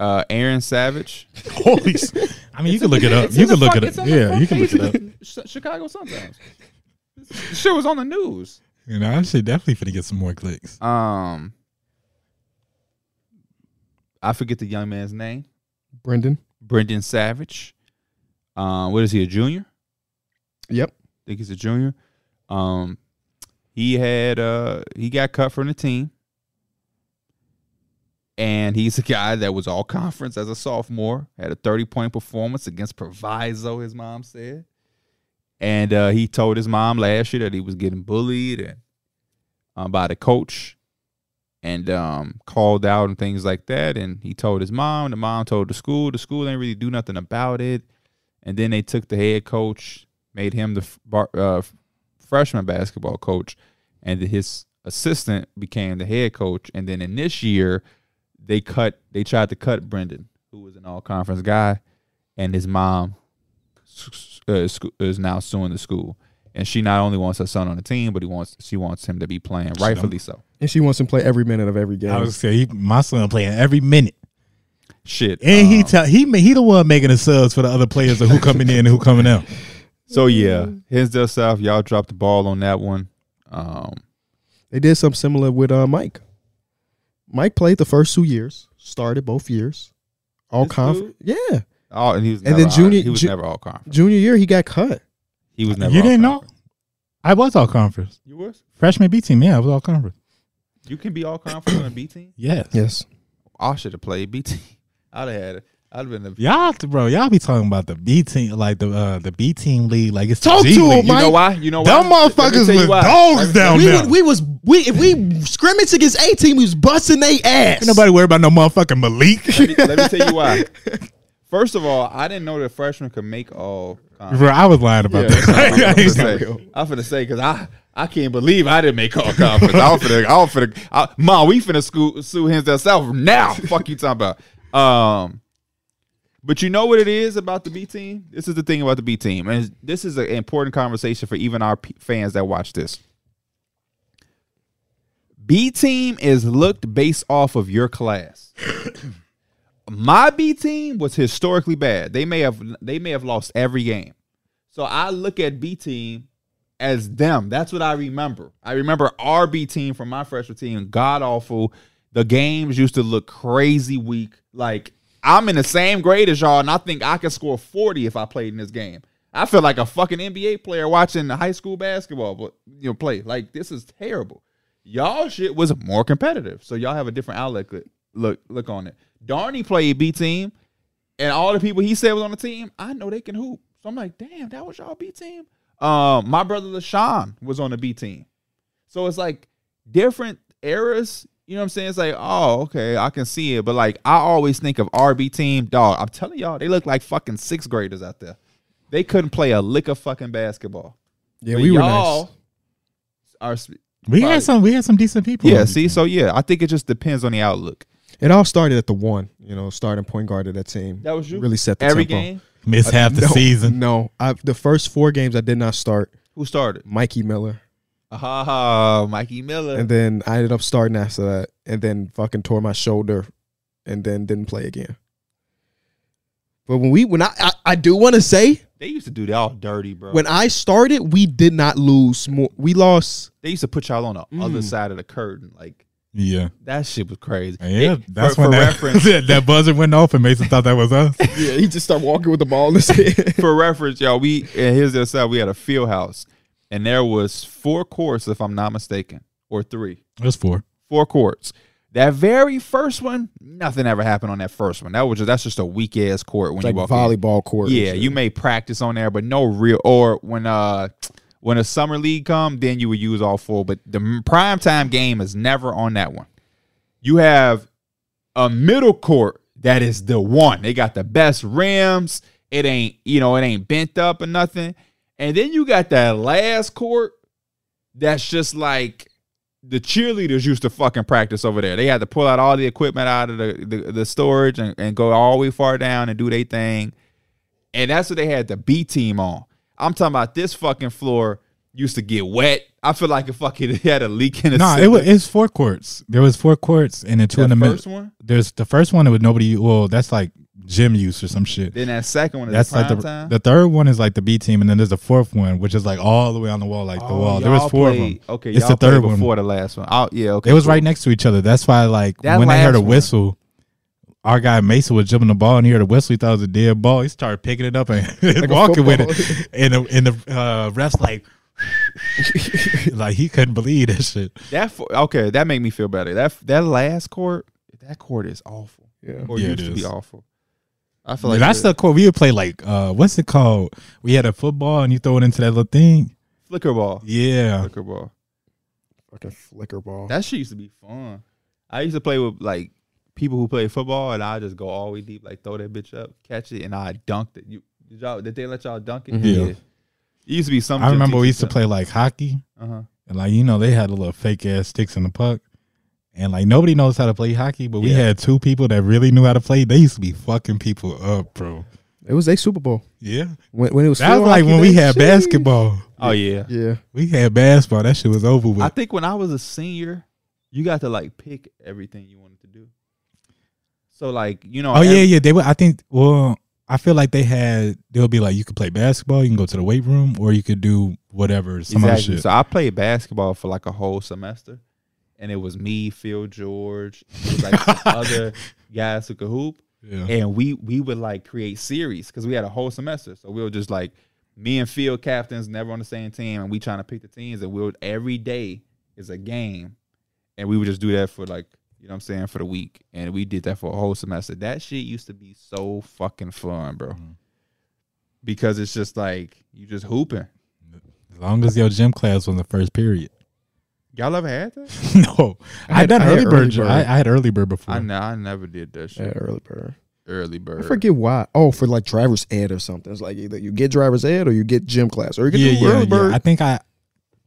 B: uh, Aaron Savage.
C: Holy! s- I mean, you can look it up. You can look it up. Yeah, you can look it
B: [LAUGHS]
C: up.
B: Chicago sometimes. Shit was on the news.
C: You know, I should definitely finna get some more clicks.
B: Um, I forget the young man's name.
A: Brendan.
B: Brendan Savage. Um, what is he? A junior?
A: Yep.
B: think he's a junior. Um, he had uh he got cut from the team, and he's a guy that was all conference as a sophomore. Had a thirty point performance against Proviso. His mom said, and uh, he told his mom last year that he was getting bullied and um, by the coach, and um called out and things like that. And he told his mom. The mom told the school. The school didn't really do nothing about it. And then they took the head coach made him the f- bar, uh, freshman basketball coach, and then his assistant became the head coach. And then in this year, they cut. They tried to cut Brendan, who was an all conference guy, and his mom s- s- uh, sc- is now suing the school. And she not only wants her son on the team, but he wants she wants him to be playing, rightfully so.
A: And she wants him to play every minute of every game.
C: I was saying, he, my son playing every minute,
B: Shit.
C: and he
B: um,
C: tell he ma- he the one making the subs for the other players of who coming in and who coming out.
B: so yeah, Hinsdale South, y'all dropped the ball on that one. Um,
A: They did something similar with uh, Mike. Mike played the first two years, started both years, all
B: This
A: conference. Yeah,
B: all and he was
A: And
B: never
A: then
B: all-
A: junior-
B: he was
A: ju-
B: never all conference.
A: junior year he got cut.
B: He was never.
C: you
B: all
C: didn't know?
B: conference.
C: I was all conference,
B: You was.
C: freshman B team. Yeah, I was all conference.
B: You can be all conference on a B team.
C: Yes,
A: Yes,
B: [CLEARS THROAT] I should have played B team. [LAUGHS] I'd have had it. I'd have been the.
C: y'all, bro, y'all be talking about the B team, like the uh, the B team league, like it's the
A: Talk
C: G
A: to 'em,
C: league.
B: You know
A: Mike,
B: why? You know
C: Them
B: why? Let me
C: motherfuckers
B: tell you
C: with
B: why.
C: dogs down
A: we
C: there.
A: would, we was we if we scrimmaged against a team, we was busting they ass.
C: Ain't nobody worry about no motherfucking Malik.
B: Let me, let me tell you why. First of all, I didn't know that freshmen could make all.
C: [LAUGHS]
B: Conference.
C: Bro, I was lying about
B: [LAUGHS] I'm
C: that.
B: finna say, I'm finna say because I I can't believe I didn't make all conference. [LAUGHS] I'm finna, I'm finna, I, ma, we finna school, sue Hinsdale South now. Fuck you talking about. Um, but you know what it is about the B team. This is the thing about the B team, and this is an important conversation for even our p- fans that watch this. B team is looked based off of your class. [COUGHS] My B team was historically bad. They may have they may have lost every game. So I look at B team as them. That's what I remember. I remember our B team from my freshman team, god awful. The games used to look crazy weak. Like I'm in the same grade as y'all, and I think I could score 40 if I played in this game. I feel like a fucking NBA player watching high school basketball, but you know, play. Like this is terrible. Y'all shit was more competitive, so y'all have a different outlook look look on it. Darney played B team and all the people he said was on the team, I know they can hoop. So I'm like, damn, that was y'all B team. Um, my brother LaShawn was on the B team. So it's like different eras, You know what I'm saying? It's like, oh, okay, I can see it. But like, I always think of RB team, dog. I'm telling y'all, they look like fucking sixth graders out there. They couldn't play a lick of fucking basketball.
A: Yeah,
B: But
A: we were
B: y'all
A: nice.
B: Are, sp-
C: We
B: Probably.
C: had some. We had some decent people.
B: yeah,
C: on
B: see,
C: defense.
B: so yeah, I think it just depends on the outlook.
A: It all started at the one, you know, starting point guard of that team.
B: That was you?
A: Really set the
B: Every
A: tempo.
B: game,
C: missed half the
A: no,
C: season.
A: No, I, the first four games I did not start.
B: who started?
A: Mikey Miller,
B: Ah, Mikey Miller.
A: and then I ended up starting after that, and then fucking tore my shoulder, and then didn't play again. But when we, when I, I, I do want to say,
B: they used to do that all dirty, bro.
A: when I started, we did not lose more. We lost.
B: they used to put y'all on the other
A: Mm.
B: side of the curtain. Like
C: Yeah,
B: that shit was crazy.
C: yeah.
B: It-
C: that's
B: for,
C: when
B: for
C: that, [LAUGHS]
B: reference.
C: that, that buzzer went off, and Mason thought that was us.
A: [LAUGHS]
B: [LAUGHS]
A: Yeah, he just started walking with the ball in [LAUGHS] his hand.
B: for reference, y'all, we and here's the other side. We had a field house, and there was four courts, if I'm not mistaken, or three,
C: It was four.
B: four courts. That very first one, nothing ever happened on that first one. That was just that's just a weak ass court when
A: like
B: you walk in.
A: volleyball court. and
B: Yeah,
A: shit.
B: you may practice on there, but no real. Or when uh when a summer league come, then you would use all four. But the m- prime time game is never on that one. You have a middle court that is the one. They got the best rims. It ain't you know it ain't bent up or nothing. And then you got that last court that's just like the cheerleaders used to fucking practice over there. They had to pull out all the equipment out of the, the, the storage and, and go all the way far down and do their thing. And that's what they had the B team on. I'm talking about this fucking floor used to get wet. I feel like it fucking [LAUGHS] had a leak in the
C: No, it
B: ceiling.
C: was it's four courts. There was four courts, and then two in the
B: that
C: middle.
B: first one.
C: There's the first one with nobody. Well, that's like gym use or some shit.
B: Then that second one is
C: That's like
B: prime
C: the
B: time.
C: the third one is like the B team, and then there's the fourth one, which is like all the way on the wall, like the
B: Oh,
C: wall. There was
B: y'all
C: four of them.
B: played- Okay,
C: It's
B: y'all
C: the third
B: played
C: one.
B: before the last one. Oh yeah, okay.
C: It was
B: cool.
C: right next to each other. That's why, like,
B: That
C: when they heard
B: last
C: a
B: one.
C: whistle, our guy Mason was jumping the ball, and he heard a whistle. He thought it was a dead ball. He started picking it up and [LAUGHS]
A: a
C: walking with
A: football.
C: it. [LAUGHS] And the, and the uh, refs like, [LAUGHS] like he couldn't believe that shit.
B: That fo- okay, that made me feel better. That that last court, that court is awful.
A: Yeah.
B: Or
C: Yeah,
B: used
C: it
B: to
C: is.
B: be awful. I feel
C: Like
B: like
C: that's
B: the
C: the cool. We would play like, uh, what's it called? We had a football, and you throw it into that little thing.
B: flicker ball.
C: Yeah,
B: Flicker ball.
A: fucking flicker ball.
B: That shit used to be fun. I used to play with like people who play football, and I just go all the way deep, like throw that bitch up, catch it, and I dunked it. You did y'all? Did they let y'all dunk it?
A: Mhm.
C: Mm-hmm. Yeah.
B: It used to be some.
C: I remember we used to play like hockey,
B: Uh huh.
C: and like you know they had the little fake ass sticks in the puck. And like nobody knows how to play hockey, but we
B: Yeah.
C: had two people that really knew how to play. They used to be fucking people up, bro.
A: It was a Super Bowl
C: Yeah.
A: when, when it was.
C: That was
A: field
C: like
A: hockey
C: when we
A: day,
C: had
A: shit.
C: basketball.
B: Oh yeah.
A: Yeah,
B: [LAUGHS]
C: We had basketball. That shit was over
B: I
C: with.
B: think when I was a senior, you got to like pick everything you wanted to do. So like you know.
C: Oh yeah,
B: every-
C: yeah. They were. I think. Well, I feel like they had. They'll be like, you could play basketball. You can go to the weight room, or you could do whatever. Some
B: Exactly.
C: other shit.
B: So I played basketball for like a whole semester, and it was me, Phil George, and it was
C: [LAUGHS]
B: like some
A: [LAUGHS]
B: other guys who could hoop,
C: yeah.
B: and we we would like create series because we had a whole semester. So we were just like me and Phil captains, never on the same team, and we trying to pick the teams, and we would every day is a game, and we would just do that for like you know what I'm saying for the week, and we did that for a whole semester. That shit used to be so fucking fun, bro.
C: Mhm.
B: Because it's just like you just hooping.
C: As long as your gym class was the first period. [LAUGHS]
B: Y'all ever had that?
C: no,
A: I
C: I,
A: had-
C: done
A: I had
C: early
A: early
C: bird. gy-
A: bird.
C: I, I had early bird before.
B: I know I never did that shit.
A: yeah, early bird.
B: Early
A: I
B: bird.
A: forget why. Oh, for like driver's ed or something. It's like either you get driver's ed or you get gym class or you get
C: yeah,
A: the
C: yeah,
A: early
C: yeah.
A: bird.
C: I think I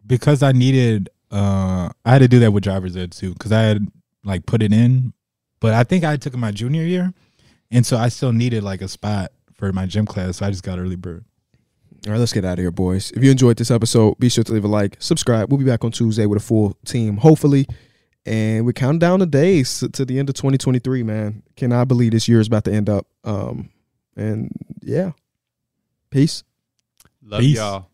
C: because I needed. uh I had to do that with driver's ed too because I had like put it in, but I think I took it my junior year, and so I still needed like a spot for my gym class. So I just got early bird.
A: All right, let's get out of here, boys. If you enjoyed this episode, be sure to leave a like, subscribe. We'll be back on Tuesday with a full team, hopefully. And we count down the days to- to the end of 2023, man. Cannot believe this year is about to end up. Um, and yeah, peace.
B: Love
C: Peace.
B: y'all.